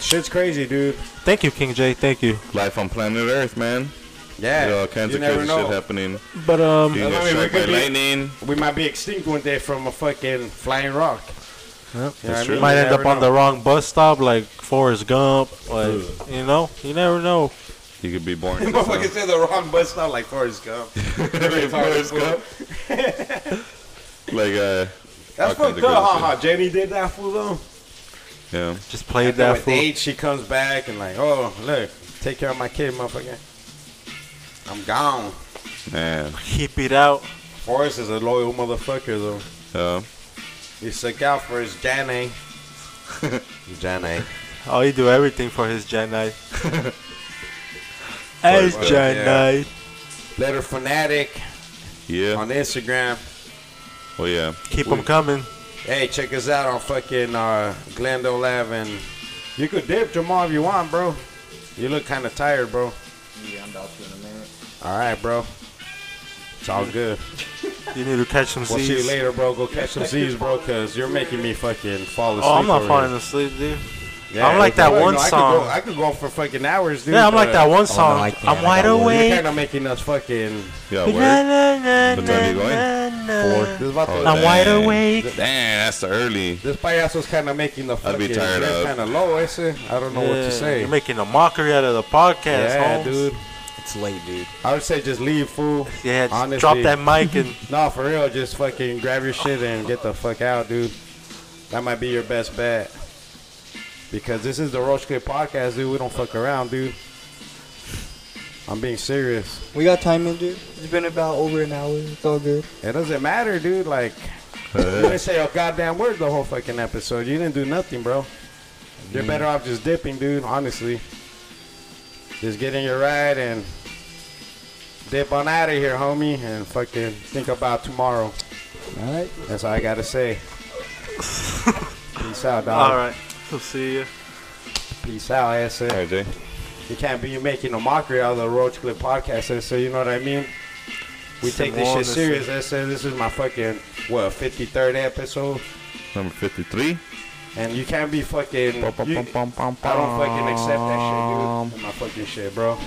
[SPEAKER 1] shit's crazy, dude.
[SPEAKER 2] Thank you, King J. Thank you.
[SPEAKER 3] life on planet Earth, man.
[SPEAKER 1] Yeah,
[SPEAKER 3] There's all kinds
[SPEAKER 1] you
[SPEAKER 3] of
[SPEAKER 1] never
[SPEAKER 3] crazy
[SPEAKER 1] know.
[SPEAKER 3] shit happening.
[SPEAKER 2] But um,
[SPEAKER 3] You
[SPEAKER 1] I mean,
[SPEAKER 3] can get
[SPEAKER 1] we
[SPEAKER 3] struck by
[SPEAKER 1] could be-
[SPEAKER 3] lightning.
[SPEAKER 1] We might be extinct one day from a fucking flying rock. You know what I
[SPEAKER 3] That's
[SPEAKER 1] mean?
[SPEAKER 3] true.
[SPEAKER 2] might
[SPEAKER 1] You
[SPEAKER 2] end up
[SPEAKER 1] never
[SPEAKER 2] on
[SPEAKER 1] know.
[SPEAKER 2] the wrong bus stop, like Forrest Gump. Like you know, you never know.
[SPEAKER 3] You could be born. in the sun.
[SPEAKER 1] Motherfucker said the wrong bus stop like Forrest Gump.
[SPEAKER 3] Like, Forrest Gump. like uh,
[SPEAKER 1] That's
[SPEAKER 3] All
[SPEAKER 1] fucked
[SPEAKER 3] kinds of
[SPEAKER 1] up. Ha
[SPEAKER 3] crazy
[SPEAKER 1] ha. Jenny did that fool though.
[SPEAKER 3] yeah.
[SPEAKER 2] Just played
[SPEAKER 1] Then
[SPEAKER 2] that
[SPEAKER 1] with
[SPEAKER 2] fool.
[SPEAKER 1] age, she comes back and like, oh look, take care of my kid, motherfucker. I'm gone.
[SPEAKER 3] Man.
[SPEAKER 2] Keep it out.
[SPEAKER 1] Forrest is a loyal motherfucker though.
[SPEAKER 3] Yeah.
[SPEAKER 1] He stuck out for his Jenny. Jenny.
[SPEAKER 2] Oh, he do everything for his Jedi. As
[SPEAKER 1] Gump,
[SPEAKER 2] Jedi.
[SPEAKER 1] Letter fanatic
[SPEAKER 3] Yeah.
[SPEAKER 1] on Instagram.
[SPEAKER 3] Well, yeah.
[SPEAKER 2] Keep them coming.
[SPEAKER 1] Hey, check us out on fucking uh, Glendale Ave, and you could dip Jamal if you want, bro. You look kind of tired, bro.
[SPEAKER 4] Yeah, I'm about to in a minute.
[SPEAKER 1] All right, bro. It's all good.
[SPEAKER 2] You need to catch some
[SPEAKER 1] We'll see you
[SPEAKER 2] Z's.
[SPEAKER 1] later, bro. Go catch some Z's, bro, because you're making me fucking fall asleep.
[SPEAKER 2] Oh, I'm not
[SPEAKER 1] over
[SPEAKER 2] falling
[SPEAKER 1] here.
[SPEAKER 2] asleep, dude.
[SPEAKER 1] Yeah,
[SPEAKER 2] I'm like that
[SPEAKER 1] bro, you
[SPEAKER 2] one
[SPEAKER 1] know, I could
[SPEAKER 2] song.
[SPEAKER 1] go- I could, go, for fucking hours, dude.
[SPEAKER 2] Yeah, I'm like that one
[SPEAKER 4] no, I
[SPEAKER 2] song.
[SPEAKER 4] can't. I
[SPEAKER 2] I'm wide
[SPEAKER 4] got one.
[SPEAKER 1] You're
[SPEAKER 2] awake.
[SPEAKER 1] kind of making us fucking.
[SPEAKER 3] Yeah.
[SPEAKER 2] Na,
[SPEAKER 3] Work.
[SPEAKER 2] na, na,
[SPEAKER 3] What time
[SPEAKER 2] na,
[SPEAKER 3] you going?
[SPEAKER 2] na, na.
[SPEAKER 1] This is about
[SPEAKER 3] Oh,
[SPEAKER 1] to,
[SPEAKER 2] I'm wide
[SPEAKER 3] dang.
[SPEAKER 2] awake.
[SPEAKER 3] Damn, that's early.
[SPEAKER 1] this payaso's kind of making the
[SPEAKER 3] I'd
[SPEAKER 1] fucking.
[SPEAKER 3] be tired of-
[SPEAKER 1] kind of low, is it? I don't know what
[SPEAKER 2] Yeah,
[SPEAKER 1] to say.
[SPEAKER 2] You're making a mockery out of the podcast,
[SPEAKER 1] Yeah,
[SPEAKER 2] Holmes.
[SPEAKER 1] dude.
[SPEAKER 4] It's late, dude.
[SPEAKER 1] I would say just leave, fool.
[SPEAKER 2] Yeah, just
[SPEAKER 1] Honestly.
[SPEAKER 2] drop that mic and
[SPEAKER 1] No, for real, just fucking grab your shit and get the fuck out, dude. That might be your best bet. Because this is the Roach Clip podcast, dude. We don't fuck around, dude. I'm being serious.
[SPEAKER 4] We got time in, dude. It's been about over an hour. It's all good.
[SPEAKER 1] It doesn't matter, dude. Like, you didn't say a goddamn word the whole fucking episode. You didn't do nothing, bro. You're better off just dipping, dude, honestly. Just get in your ride and dip on out of here, homie, and fucking think about tomorrow.
[SPEAKER 15] All right.
[SPEAKER 1] That's all I gotta say. Peace out, dog.
[SPEAKER 2] All right. We'll see you.
[SPEAKER 1] Peace out, asset.
[SPEAKER 3] All right, Jay.
[SPEAKER 1] You can't be making a mockery out of the Roach Clip podcast, so you know what I mean? We take this shit
[SPEAKER 2] Honestly.
[SPEAKER 1] serious. I said this is my fucking what 53rd episode,
[SPEAKER 3] Number 53.
[SPEAKER 1] and you can't be fucking.
[SPEAKER 3] Bum, bum,
[SPEAKER 1] you-
[SPEAKER 3] bum, bum, bum,
[SPEAKER 1] I don't fucking accept that
[SPEAKER 3] bum.
[SPEAKER 1] shit, dude. My fucking shit, bro.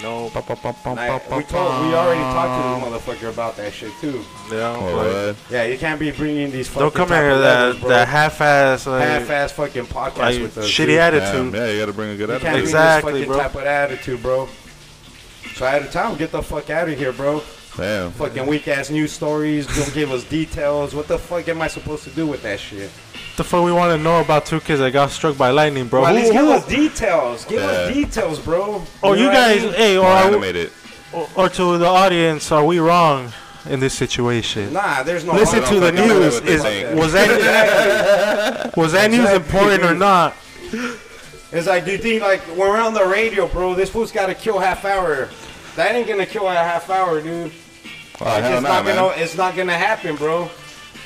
[SPEAKER 2] No.
[SPEAKER 3] Bum, bum, bum, bum,
[SPEAKER 1] And I-
[SPEAKER 3] bum, bum,
[SPEAKER 1] we told, we already talked to the motherfucker about that shit too.
[SPEAKER 3] Oh, What?
[SPEAKER 1] Yeah, you can't be bringing these fucking.
[SPEAKER 2] Don't come
[SPEAKER 1] type
[SPEAKER 2] here
[SPEAKER 1] of
[SPEAKER 2] with
[SPEAKER 1] levels,
[SPEAKER 2] that,
[SPEAKER 1] bro.
[SPEAKER 2] that half-ass, like,
[SPEAKER 1] half-ass fucking podcast
[SPEAKER 2] like,
[SPEAKER 1] with us.
[SPEAKER 2] shitty
[SPEAKER 1] dude.
[SPEAKER 2] attitude.
[SPEAKER 3] Yeah, you gotta bring a good
[SPEAKER 1] You can't
[SPEAKER 3] attitude.
[SPEAKER 2] Exactly,
[SPEAKER 1] be this fucking
[SPEAKER 2] bro.
[SPEAKER 1] type of attitude, bro. So out of town, get the fuck out of here, bro.
[SPEAKER 3] Damn.
[SPEAKER 1] Fucking weak ass news stories. Don't give us details. What the fuck am I supposed to do with that shit?
[SPEAKER 2] The fuck we want to know about two kids that got struck by lightning, bro?
[SPEAKER 1] Well, at
[SPEAKER 2] Who-
[SPEAKER 1] least give
[SPEAKER 2] who-
[SPEAKER 1] us details. Give
[SPEAKER 3] Yeah.
[SPEAKER 1] us details, bro.
[SPEAKER 2] or you
[SPEAKER 1] know what I
[SPEAKER 2] guys,
[SPEAKER 1] mean?
[SPEAKER 2] hey, or,
[SPEAKER 3] More
[SPEAKER 2] are we-
[SPEAKER 3] animated.
[SPEAKER 2] or, or to the audience, are we wrong in this situation?
[SPEAKER 1] Nah, there's no.
[SPEAKER 2] Listen
[SPEAKER 1] harm.
[SPEAKER 2] to the
[SPEAKER 3] fucking know
[SPEAKER 2] news.
[SPEAKER 3] what they
[SPEAKER 2] Is
[SPEAKER 3] think.
[SPEAKER 2] was that was that news
[SPEAKER 1] Exactly.
[SPEAKER 2] important or not?
[SPEAKER 1] It's like, do you think like when we're on the radio, bro? This fool's got to kill half hour. That ain't gonna kill a half hour, dude.
[SPEAKER 3] Oh,
[SPEAKER 1] it's
[SPEAKER 3] hell
[SPEAKER 1] just
[SPEAKER 3] nah,
[SPEAKER 1] not
[SPEAKER 3] man.
[SPEAKER 1] gonna. It's not gonna happen, bro.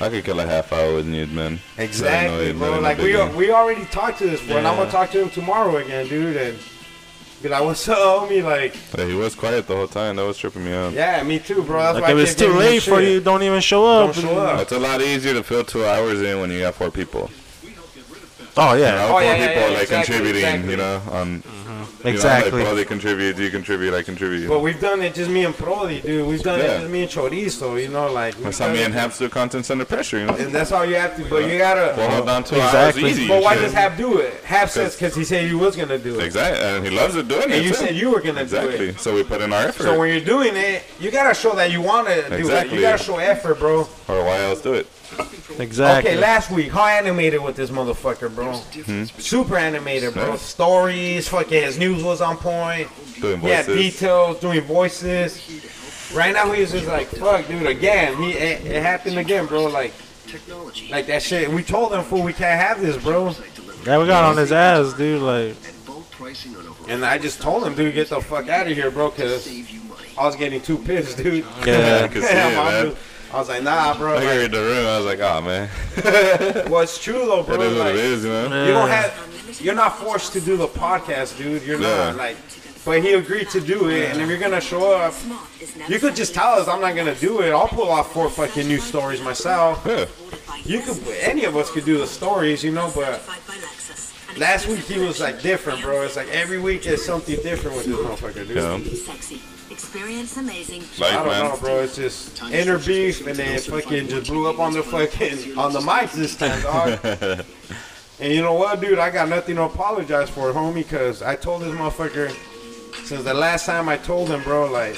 [SPEAKER 3] I could kill a half hour with nude, man. That
[SPEAKER 1] Exactly,
[SPEAKER 3] ain't no- that
[SPEAKER 1] bro.
[SPEAKER 3] ain't no
[SPEAKER 1] Like
[SPEAKER 3] big
[SPEAKER 1] we
[SPEAKER 3] deal.
[SPEAKER 1] are, we already talked to this fool, and I'm gonna
[SPEAKER 2] Yeah.
[SPEAKER 1] talk to him tomorrow again, dude, and be like, "What's up, homie?" Like,
[SPEAKER 3] Hey, he was quiet the whole time. That was tripping me out.
[SPEAKER 1] yeah, me too, bro. That's
[SPEAKER 2] Like
[SPEAKER 1] why
[SPEAKER 2] if
[SPEAKER 1] I
[SPEAKER 2] it's
[SPEAKER 1] kept
[SPEAKER 2] too
[SPEAKER 1] giving him
[SPEAKER 2] late for
[SPEAKER 1] shit.
[SPEAKER 2] you, don't even show
[SPEAKER 1] Don't
[SPEAKER 2] up.
[SPEAKER 1] show up.
[SPEAKER 3] It's a lot easier to fill two hours in when you got four people.
[SPEAKER 2] Oh
[SPEAKER 3] You
[SPEAKER 2] yeah,
[SPEAKER 3] know,
[SPEAKER 1] Oh,
[SPEAKER 3] four
[SPEAKER 1] yeah, yeah,
[SPEAKER 3] people
[SPEAKER 1] yeah,
[SPEAKER 3] like
[SPEAKER 1] exactly,
[SPEAKER 3] contributing,
[SPEAKER 1] exactly. Mm-hmm.
[SPEAKER 3] you know, on you know,
[SPEAKER 2] exactly.
[SPEAKER 3] like, bro, they contribute, you contribute, I contribute.
[SPEAKER 1] But we've done it just me and Prodi, dude. We've done
[SPEAKER 3] Yeah.
[SPEAKER 1] it just me and Chorizo, you know, like.
[SPEAKER 3] that's
[SPEAKER 1] we've
[SPEAKER 3] how
[SPEAKER 1] done
[SPEAKER 3] me
[SPEAKER 1] it-
[SPEAKER 3] and Habs do contents under pressure, you know.
[SPEAKER 1] And that's how you have to, but you gotta.
[SPEAKER 3] Well, hold on to
[SPEAKER 2] Exactly.
[SPEAKER 3] hours easy.
[SPEAKER 1] but why
[SPEAKER 3] shit.
[SPEAKER 1] does Hab do it? Hab says because he said he was gonna do it.
[SPEAKER 3] Exactly, and he loves it doing it.
[SPEAKER 1] And you
[SPEAKER 3] too.
[SPEAKER 1] said you were gonna do
[SPEAKER 3] exactly.
[SPEAKER 1] it.
[SPEAKER 3] So we put in our effort.
[SPEAKER 1] So when you're doing it, you gotta show that you wanna do it.
[SPEAKER 3] Exactly.
[SPEAKER 1] You gotta show effort, bro.
[SPEAKER 3] or why else do it?
[SPEAKER 2] exactly.
[SPEAKER 1] Okay, last week, how animated with this motherfucker, bro?
[SPEAKER 3] Hmm?
[SPEAKER 1] Super animated, bro.
[SPEAKER 3] Yeah.
[SPEAKER 1] Stories, fucking his news was on point.
[SPEAKER 3] Doing
[SPEAKER 1] Yeah,
[SPEAKER 3] voices.
[SPEAKER 1] details, doing voices. Right now he's just like, fuck, dude, again. He it, it happened again, bro. Like,
[SPEAKER 16] Technology.
[SPEAKER 1] like that shit. We told him, fool, we can't have this, bro.
[SPEAKER 2] Yeah, we got on his ass, dude. Like,
[SPEAKER 16] And bulk pricing on over.
[SPEAKER 1] And I just told him, dude, get the fuck out of here, bro, cause
[SPEAKER 16] Save you money.
[SPEAKER 1] I was getting too pissed, dude.
[SPEAKER 3] Yeah, I could see it,
[SPEAKER 1] Yeah, my
[SPEAKER 3] man.
[SPEAKER 1] dude. I was like, nah, bro.
[SPEAKER 3] I
[SPEAKER 1] Like,
[SPEAKER 3] could read the room. I was like, oh man,
[SPEAKER 1] well, it's true though,
[SPEAKER 3] it
[SPEAKER 1] bro.
[SPEAKER 3] is what
[SPEAKER 1] Like,
[SPEAKER 3] it is, you know.
[SPEAKER 1] you don't have, you're not forced to do the podcast, dude. You're
[SPEAKER 3] Yeah.
[SPEAKER 1] not like, but he agreed to do it. And if you're gonna show up, you could just tell us I'm not gonna do it. I'll pull off four fucking news stories myself.
[SPEAKER 3] Yeah.
[SPEAKER 1] You could, any of us could do the stories, you know. But last week he was like different, bro. It's like every week is something different with this motherfucker, dude.
[SPEAKER 3] Yeah.
[SPEAKER 17] Sexy. Experience amazing.
[SPEAKER 1] I
[SPEAKER 3] Like
[SPEAKER 1] don't know,
[SPEAKER 3] man,
[SPEAKER 1] bro. It's just inner beef, and then fucking just blew up on the fucking on the mics this time, dog. and you know what, dude? I got nothing to apologize for, homie, because I told this motherfucker since the last time I told him, bro. Like,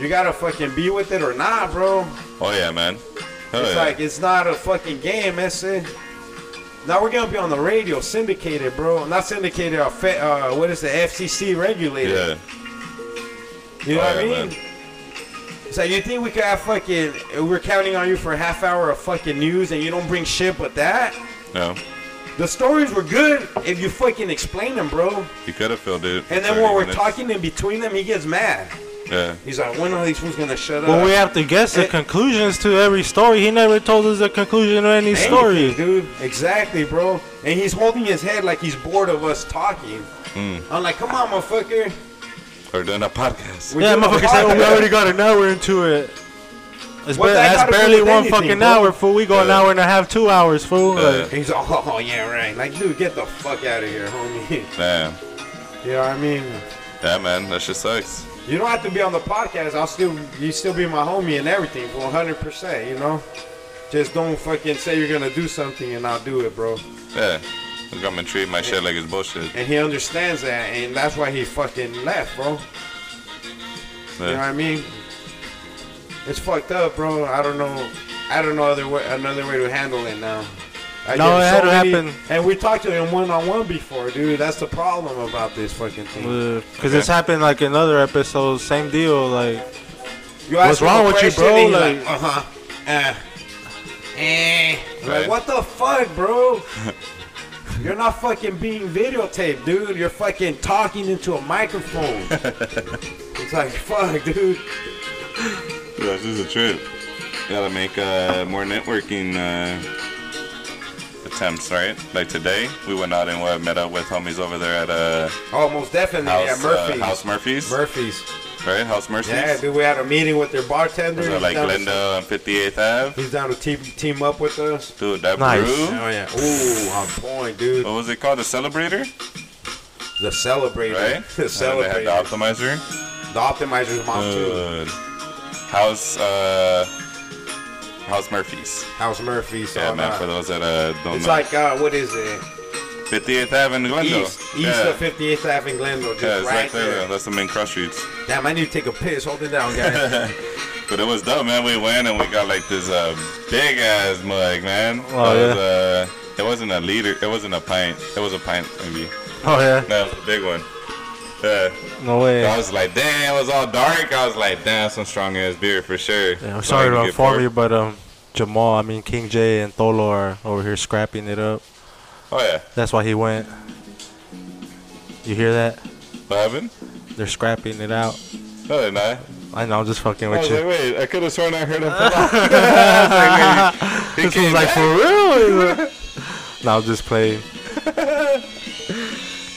[SPEAKER 1] you gotta fucking be with it or not, bro.
[SPEAKER 3] oh yeah, man. Hell
[SPEAKER 1] It's
[SPEAKER 3] Oh, yeah.
[SPEAKER 1] like it's not a fucking game, that's it. Now we're gonna be on the radio, syndicated, bro. Not syndicated, uh, fe- uh, what is the FCC regulated?
[SPEAKER 3] yeah,
[SPEAKER 1] You know
[SPEAKER 3] Oh,
[SPEAKER 1] what I
[SPEAKER 3] yeah,
[SPEAKER 1] mean? So you think we could have fucking? We're counting on you for a half hour of fucking news, and you don't bring shit but that.
[SPEAKER 3] no,
[SPEAKER 1] The stories were good if you fucking explain them, bro.
[SPEAKER 3] you could have filled it.
[SPEAKER 1] And then
[SPEAKER 3] 30
[SPEAKER 1] when we're
[SPEAKER 3] minutes.
[SPEAKER 1] talking in between them, he gets mad.
[SPEAKER 3] yeah,
[SPEAKER 1] He's like, "When are these fools gonna shut up?"
[SPEAKER 2] well, we have to guess the
[SPEAKER 1] it-
[SPEAKER 2] conclusions to every story. He never told us the conclusion of any
[SPEAKER 1] Anything,
[SPEAKER 2] story.
[SPEAKER 1] dude. Exactly, bro. And he's holding his head like he's bored of us talking.
[SPEAKER 3] Hmm.
[SPEAKER 1] I'm like, "Come on, motherfucker."
[SPEAKER 3] or doing a podcast.
[SPEAKER 1] We're
[SPEAKER 2] yeah,
[SPEAKER 1] doing a
[SPEAKER 2] motherfucker said, well, we
[SPEAKER 1] podcast."
[SPEAKER 2] already got an hour into it. It's
[SPEAKER 1] What
[SPEAKER 2] ba-
[SPEAKER 1] that
[SPEAKER 2] that's
[SPEAKER 1] gotta do
[SPEAKER 2] barely
[SPEAKER 1] with
[SPEAKER 2] one
[SPEAKER 1] anything,
[SPEAKER 2] fucking
[SPEAKER 1] bro?
[SPEAKER 2] hour, fool. We go an hour and a half, two hours, fool.
[SPEAKER 3] Yeah.
[SPEAKER 2] Like,
[SPEAKER 1] He's all, "Oh yeah, right." Like, dude, get the fuck out of here, homie.
[SPEAKER 3] Damn,
[SPEAKER 1] you know what I mean?
[SPEAKER 3] yeah, man, that shit sucks.
[SPEAKER 1] You don't have to be on the podcast. I'll still you still be my homie and everything, one hundred percent. You know, just don't fucking say you're gonna do something and I'll do it, bro.
[SPEAKER 3] Yeah, he's gonna treat my shit like it's bullshit.
[SPEAKER 1] And he understands that, and that's why he fucking left, bro. You know what
[SPEAKER 3] Yeah.
[SPEAKER 1] I mean? It's fucked up, bro. I don't know. I don't know other way, another way to handle it now. I
[SPEAKER 2] No,
[SPEAKER 1] get
[SPEAKER 2] it had to happen.
[SPEAKER 1] And we talked to him one on one before, dude. That's the problem about this fucking thing.
[SPEAKER 2] Because it's happened like in other episodes, same deal. Like,
[SPEAKER 1] You ask
[SPEAKER 2] What's
[SPEAKER 1] him
[SPEAKER 2] wrong
[SPEAKER 1] a
[SPEAKER 2] with you,
[SPEAKER 1] question,
[SPEAKER 2] bro?
[SPEAKER 1] and he's
[SPEAKER 2] Like-
[SPEAKER 1] uh huh, uh, eh. I'm
[SPEAKER 3] Right.
[SPEAKER 1] Like, what the fuck, bro? You're not fucking being videotaped, dude. You're fucking talking into a microphone. it's like, fuck, dude.
[SPEAKER 3] This is a trip. Gotta make uh, more networking uh, attempts, right? Like today, we went out and uh, met up with homies over there at uh,
[SPEAKER 1] Oh, most definitely.
[SPEAKER 3] House,
[SPEAKER 1] yeah,
[SPEAKER 3] uh,
[SPEAKER 1] Murphy's.
[SPEAKER 3] House Murphy's.
[SPEAKER 1] Murphy's.
[SPEAKER 3] Right, House Murphy's.
[SPEAKER 1] Yeah, dude, we had a meeting with their bartender.
[SPEAKER 3] Was it
[SPEAKER 1] He's
[SPEAKER 3] like
[SPEAKER 1] down to-
[SPEAKER 3] Glendale and 58th Ave?
[SPEAKER 1] He's down to team, team up with us.
[SPEAKER 3] Dude, that
[SPEAKER 1] Nice.
[SPEAKER 3] brew.
[SPEAKER 1] Oh, yeah. Ooh, on point, dude.
[SPEAKER 3] What was it called? The Celebrator?
[SPEAKER 1] The Celebrator.
[SPEAKER 3] Right?
[SPEAKER 1] The
[SPEAKER 3] And they had the Uh, Optimizer.
[SPEAKER 1] The Optimizer's mom, too.
[SPEAKER 3] Dude. House, uh, House Murphy's.
[SPEAKER 1] House Murphy. So
[SPEAKER 3] yeah,
[SPEAKER 1] I'm
[SPEAKER 3] man,
[SPEAKER 1] not-
[SPEAKER 3] for those that uh, don't
[SPEAKER 1] Oh, It's
[SPEAKER 3] know.
[SPEAKER 1] like, uh, what is it?
[SPEAKER 3] 58th Avenue, Glendale.
[SPEAKER 1] East, east
[SPEAKER 3] yeah.
[SPEAKER 1] of 58th Ave and Glendale, just
[SPEAKER 3] Yeah, it's
[SPEAKER 1] right
[SPEAKER 3] right there.
[SPEAKER 1] there.
[SPEAKER 3] That's the main cross streets.
[SPEAKER 1] Damn, I need to take a piss. Hold it down, guys.
[SPEAKER 3] But it was dope, man. We went and we got like this uh, big ass mug, man.
[SPEAKER 2] Oh,
[SPEAKER 3] it, was, uh, it wasn't a liter. It wasn't a pint. It was a pint, maybe.
[SPEAKER 2] Oh, yeah.
[SPEAKER 3] No, it was a big one. Yeah.
[SPEAKER 2] No way.
[SPEAKER 3] I was like, damn, it was all dark. I was like, damn, some strong ass beer for sure.
[SPEAKER 2] Yeah, I'm
[SPEAKER 3] So
[SPEAKER 2] sorry
[SPEAKER 3] I
[SPEAKER 2] to
[SPEAKER 3] could get
[SPEAKER 2] inform
[SPEAKER 3] poured.
[SPEAKER 2] you, but um, Jamal, I mean King J and Tholo are over here scrapping it up.
[SPEAKER 3] Oh, yeah.
[SPEAKER 2] That's why he went. You hear that?
[SPEAKER 3] What happened?
[SPEAKER 2] They're scrapping it out.
[SPEAKER 3] No, they're not.
[SPEAKER 2] I know. I'm just fucking
[SPEAKER 3] I
[SPEAKER 2] with
[SPEAKER 3] was like,
[SPEAKER 2] you.
[SPEAKER 3] wait, I could have sworn I heard him. pull out. I was like, wait, he
[SPEAKER 2] this
[SPEAKER 3] came
[SPEAKER 2] was like
[SPEAKER 3] back?
[SPEAKER 2] for real. no, I'm just playing.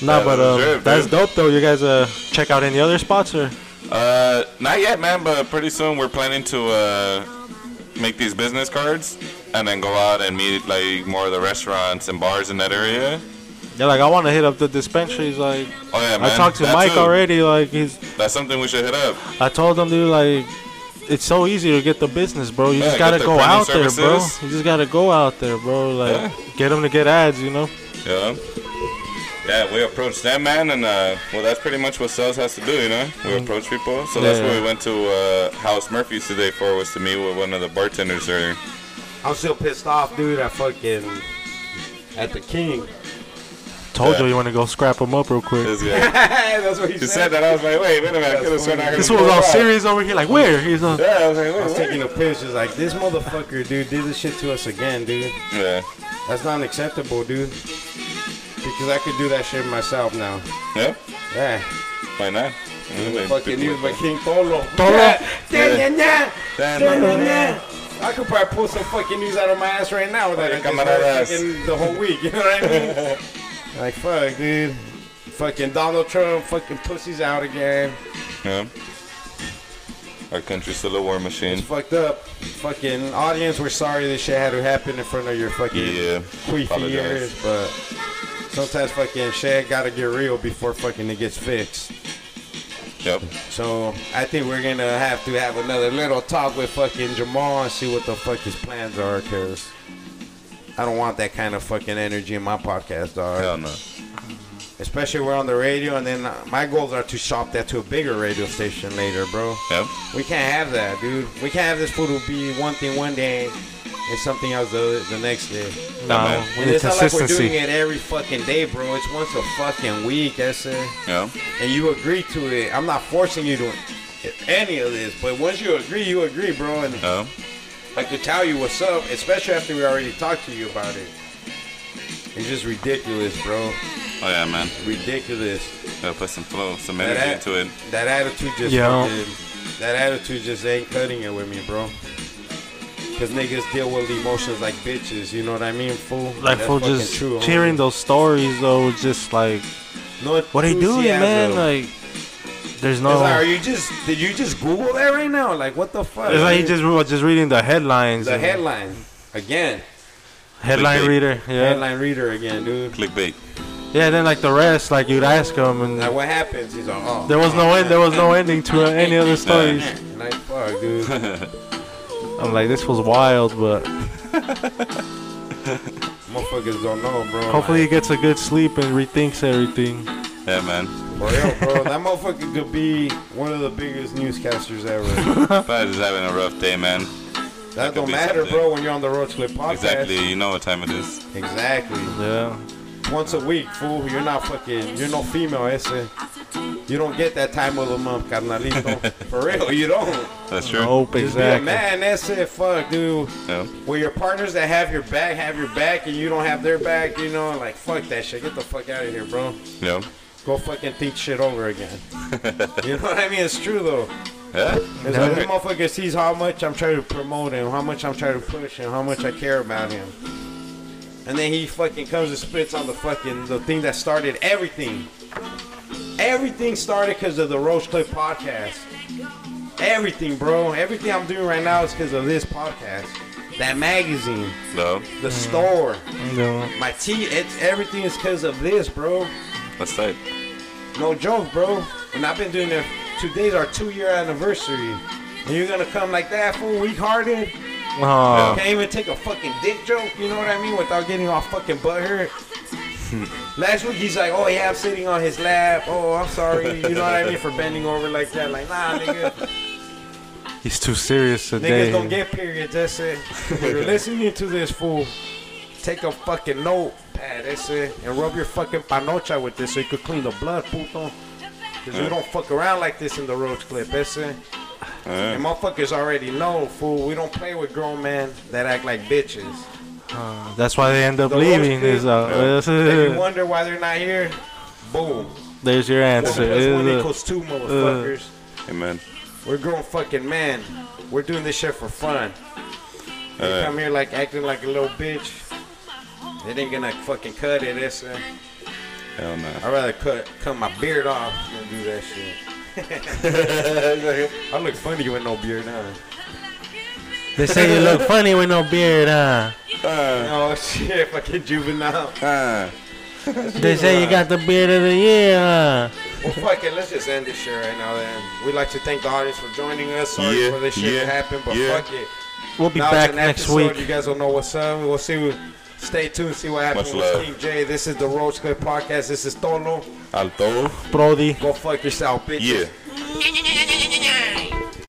[SPEAKER 2] Nah,
[SPEAKER 3] Yeah,
[SPEAKER 2] but
[SPEAKER 3] that's
[SPEAKER 2] um,
[SPEAKER 3] it,
[SPEAKER 2] that's
[SPEAKER 3] man.
[SPEAKER 2] dope though. You guys uh, check out any other spots or?
[SPEAKER 3] Uh, not yet, man, but pretty soon we're planning to uh, make these business cards and then go out and meet like more of the restaurants and bars in that area.
[SPEAKER 2] Yeah, like I want to hit up the dispensaries. Like
[SPEAKER 3] Oh yeah, man.
[SPEAKER 2] I talked to
[SPEAKER 3] That
[SPEAKER 2] Mike
[SPEAKER 3] too.
[SPEAKER 2] already. Like he's,
[SPEAKER 3] That's something we should hit up.
[SPEAKER 2] I told him, dude, like it's so easy to get the business, bro. You
[SPEAKER 3] Yeah,
[SPEAKER 2] just
[SPEAKER 3] get
[SPEAKER 2] gotta
[SPEAKER 3] the
[SPEAKER 2] go
[SPEAKER 3] printing
[SPEAKER 2] out there, bro.
[SPEAKER 3] services.
[SPEAKER 2] You just gotta go out there, bro. Like
[SPEAKER 3] Yeah.
[SPEAKER 2] get them to get ads, you know.
[SPEAKER 3] Yeah. Yeah, we approached that man, and uh, well, that's pretty much what sales has to do, you know. We approach people, so that's what
[SPEAKER 2] Yeah.
[SPEAKER 3] we went to uh, House Murphy's today for was to meet with one of the bartenders there.
[SPEAKER 1] I'm still pissed off, dude. I fucking at the King.
[SPEAKER 2] Told
[SPEAKER 3] Yeah.
[SPEAKER 2] you you want to go scrap them up real quick.
[SPEAKER 3] This guy.
[SPEAKER 1] That's what he
[SPEAKER 3] He
[SPEAKER 1] said.
[SPEAKER 3] said that I was like, wait, wait a minute, I could have sworn I heard
[SPEAKER 2] This
[SPEAKER 3] him
[SPEAKER 2] was
[SPEAKER 3] go
[SPEAKER 2] all
[SPEAKER 3] out.
[SPEAKER 2] serious over here. Like where? He's on.
[SPEAKER 3] Yeah, I was like,
[SPEAKER 1] I was
[SPEAKER 3] wait, wait.
[SPEAKER 1] taking a piss. Just like this motherfucker, dude, did this shit to us again, dude.
[SPEAKER 3] Yeah,
[SPEAKER 1] That's not acceptable, dude. Because I could do that shit myself now.
[SPEAKER 3] yeah,
[SPEAKER 1] Yeah.
[SPEAKER 3] why not? Anyway,
[SPEAKER 1] Fucking
[SPEAKER 3] people
[SPEAKER 1] use my
[SPEAKER 3] like that.
[SPEAKER 1] King Polo.
[SPEAKER 2] Polo?
[SPEAKER 1] Yeah. Yeah. yeah.
[SPEAKER 3] Damn,
[SPEAKER 1] Yeah,
[SPEAKER 3] man.
[SPEAKER 1] yeah. I could probably pull some fucking news out of my ass right now that I just
[SPEAKER 3] Fucking come out of
[SPEAKER 1] heard
[SPEAKER 3] ass.
[SPEAKER 1] fucking the whole week. You know what I mean? like fuck, dude. Fucking Donald Trump, fucking pussies out again.
[SPEAKER 3] Yeah. Our country's still a war machine.
[SPEAKER 1] It's fucked up. Fucking audience, we're sorry this shit had to happen in front of your fucking
[SPEAKER 3] Yeah.
[SPEAKER 1] queefy
[SPEAKER 3] apologize.
[SPEAKER 1] ears, but sometimes fucking shit gotta get real before fucking it gets fixed.
[SPEAKER 3] Yep.
[SPEAKER 1] So I think we're gonna have to have another little talk with fucking Jamal and see what the fuck his plans are, cause I don't want that kind of fucking energy in my podcast, dog.
[SPEAKER 3] Hell no.
[SPEAKER 1] Especially we're on the radio, and then uh, my goals are to shop that to a bigger radio station later, bro.
[SPEAKER 3] Yep.
[SPEAKER 1] We can't have that, dude. We can't have this food will be one thing one day and something else the, the next day.
[SPEAKER 2] No,
[SPEAKER 3] man.
[SPEAKER 2] we
[SPEAKER 1] And
[SPEAKER 2] need
[SPEAKER 1] it's not like we're doing
[SPEAKER 2] consistency.
[SPEAKER 1] it every fucking day, bro. It's once a fucking week. That's it
[SPEAKER 3] Yep.
[SPEAKER 1] and you agree to it. I'm not forcing you to any of this, but once you agree, you agree, bro. And
[SPEAKER 3] Yep.
[SPEAKER 1] I could tell you what's up, especially after we already talked to you about it. It's just ridiculous, bro.
[SPEAKER 3] Oh yeah, man.
[SPEAKER 1] Ridiculous.
[SPEAKER 3] Gotta put some flow, some
[SPEAKER 1] That,
[SPEAKER 3] energy
[SPEAKER 1] at-
[SPEAKER 3] into it.
[SPEAKER 1] that attitude just
[SPEAKER 2] Yeah.
[SPEAKER 1] fucking- that attitude just ain't cutting it with me, bro. Cause niggas deal with emotions like bitches, you know what I mean, fool?
[SPEAKER 2] Like
[SPEAKER 1] That's
[SPEAKER 2] for
[SPEAKER 1] fucking
[SPEAKER 2] just
[SPEAKER 1] true, homie.
[SPEAKER 2] hearing those stories though, it's just like
[SPEAKER 1] No
[SPEAKER 2] what they doing, man?
[SPEAKER 1] enthusiasm.
[SPEAKER 2] Like there's
[SPEAKER 1] It's
[SPEAKER 2] no.
[SPEAKER 1] like, are you just did you just Google that right now? Like what the fuck?
[SPEAKER 2] It's like he
[SPEAKER 1] dude?
[SPEAKER 2] just was just reading the headlines.
[SPEAKER 1] The
[SPEAKER 2] and-
[SPEAKER 1] headline again.
[SPEAKER 2] headline
[SPEAKER 3] Clickbait.
[SPEAKER 2] reader. Yeah,
[SPEAKER 1] Headline reader again, dude.
[SPEAKER 3] Clickbait.
[SPEAKER 2] yeah. Then like the rest, like you'd ask him,
[SPEAKER 1] Like
[SPEAKER 2] and
[SPEAKER 1] what happens? He's like, oh,
[SPEAKER 2] there was no end. There was no ending to any other stories.
[SPEAKER 1] like fuck, dude.
[SPEAKER 2] I'm like, this was wild, but
[SPEAKER 1] Motherfuckers don't know, bro.
[SPEAKER 2] hopefully he gets a good sleep and rethinks everything.
[SPEAKER 3] Yeah, man.
[SPEAKER 1] like, for real, bro. That motherfucker could be one of the biggest newscasters ever.
[SPEAKER 3] Probably just having a rough day, man.
[SPEAKER 1] That
[SPEAKER 3] could
[SPEAKER 1] don't
[SPEAKER 3] be
[SPEAKER 1] matter,
[SPEAKER 3] something.
[SPEAKER 1] bro. When you're on the Road Clip podcast,
[SPEAKER 3] Exactly. You know what time it is.
[SPEAKER 1] exactly.
[SPEAKER 2] Yeah,
[SPEAKER 1] once a week, fool. You're not fucking. You're no female, ese. You don't get that time of the month, carnalito. For real, you don't.
[SPEAKER 3] That's true.
[SPEAKER 1] Nope, exactly. man, that's it. Fuck, dude. Well, your partners that have your back have your back, and you don't have their back. You know, like fuck that shit. Get the fuck out of here, bro.
[SPEAKER 3] Yeah.
[SPEAKER 1] Go fucking think shit over again. you know what I mean? It's true though.
[SPEAKER 3] Yeah.
[SPEAKER 1] It's when the motherfucker sees how much I'm trying to promote him, how much I'm trying to push him, how much I care about him. And then he fucking comes and spits on the fucking the thing that started everything. Everything started because of the Roach Clip podcast. Everything, bro. Everything I'm doing right now is because of this podcast. That magazine,
[SPEAKER 3] No.
[SPEAKER 1] the store,
[SPEAKER 2] No.
[SPEAKER 1] my tea. It's everything is because of this, bro.
[SPEAKER 3] That's tight.
[SPEAKER 1] No joke, bro. And I've been doing it. Today's our two-year anniversary, and you're gonna come like that, fool, weak-hearted.
[SPEAKER 2] Aw.
[SPEAKER 1] Can't even take a fucking dick joke. You know what I mean? Without getting all fucking butthurt. Last week he's like, "Oh yeah, I'm sitting on his lap. Oh, I'm sorry. You know what I mean for bending over like that. Like, nah, nigga.
[SPEAKER 2] He's too serious
[SPEAKER 1] Niggas don't
[SPEAKER 2] today.
[SPEAKER 1] get periods. That's it. If you're listening to this fool, take a fucking notepad. That's it, and rub your fucking panocha with this so you could clean the blood, puto. Cause we don't fuck around like this in the roach clip. That's it. And motherfuckers already know, fool. We don't play with grown men that act like bitches.
[SPEAKER 2] Uh, that's why they end up
[SPEAKER 1] The roach
[SPEAKER 2] leaving. Is uh,
[SPEAKER 1] If you wonder why they're not here, boom.
[SPEAKER 2] there's your answer.
[SPEAKER 1] One plus one
[SPEAKER 2] Is, uh,
[SPEAKER 1] equals two,
[SPEAKER 2] uh,
[SPEAKER 1] motherfuckers.
[SPEAKER 3] Amen.
[SPEAKER 1] We're grown fucking men. We're doing this shit for fun. You
[SPEAKER 3] Alright.
[SPEAKER 1] come here like acting like a little bitch. It ain't gonna fucking cut it. That's uh,
[SPEAKER 3] Hell no.
[SPEAKER 1] I'd rather cut cut my beard off than do that shit. I look funny with no beard on.
[SPEAKER 2] they say you look funny with no beard, huh?
[SPEAKER 1] oh shit, fucking juvenile. Ah.
[SPEAKER 2] They say you got the beard of the year, huh?
[SPEAKER 1] Well, fuck it. Let's just end this shit right now. Then we'd like to thank the audience for joining us. Sorry
[SPEAKER 3] Yeah,
[SPEAKER 1] for this shit
[SPEAKER 3] yeah,
[SPEAKER 1] to happen, but
[SPEAKER 3] yeah.
[SPEAKER 1] fuck it.
[SPEAKER 2] We'll be
[SPEAKER 1] Now it's
[SPEAKER 2] back
[SPEAKER 1] an
[SPEAKER 2] next
[SPEAKER 1] episode.
[SPEAKER 2] week.
[SPEAKER 1] You guys will know what's up. We'll see. what- Stay tuned. See what happens
[SPEAKER 3] Much
[SPEAKER 1] with
[SPEAKER 3] love.
[SPEAKER 1] King J. This is the Roach Clip Podcast. This is Tolo.
[SPEAKER 3] Alto.
[SPEAKER 2] Brody.
[SPEAKER 1] Go fuck yourself, bitch.
[SPEAKER 3] Yeah.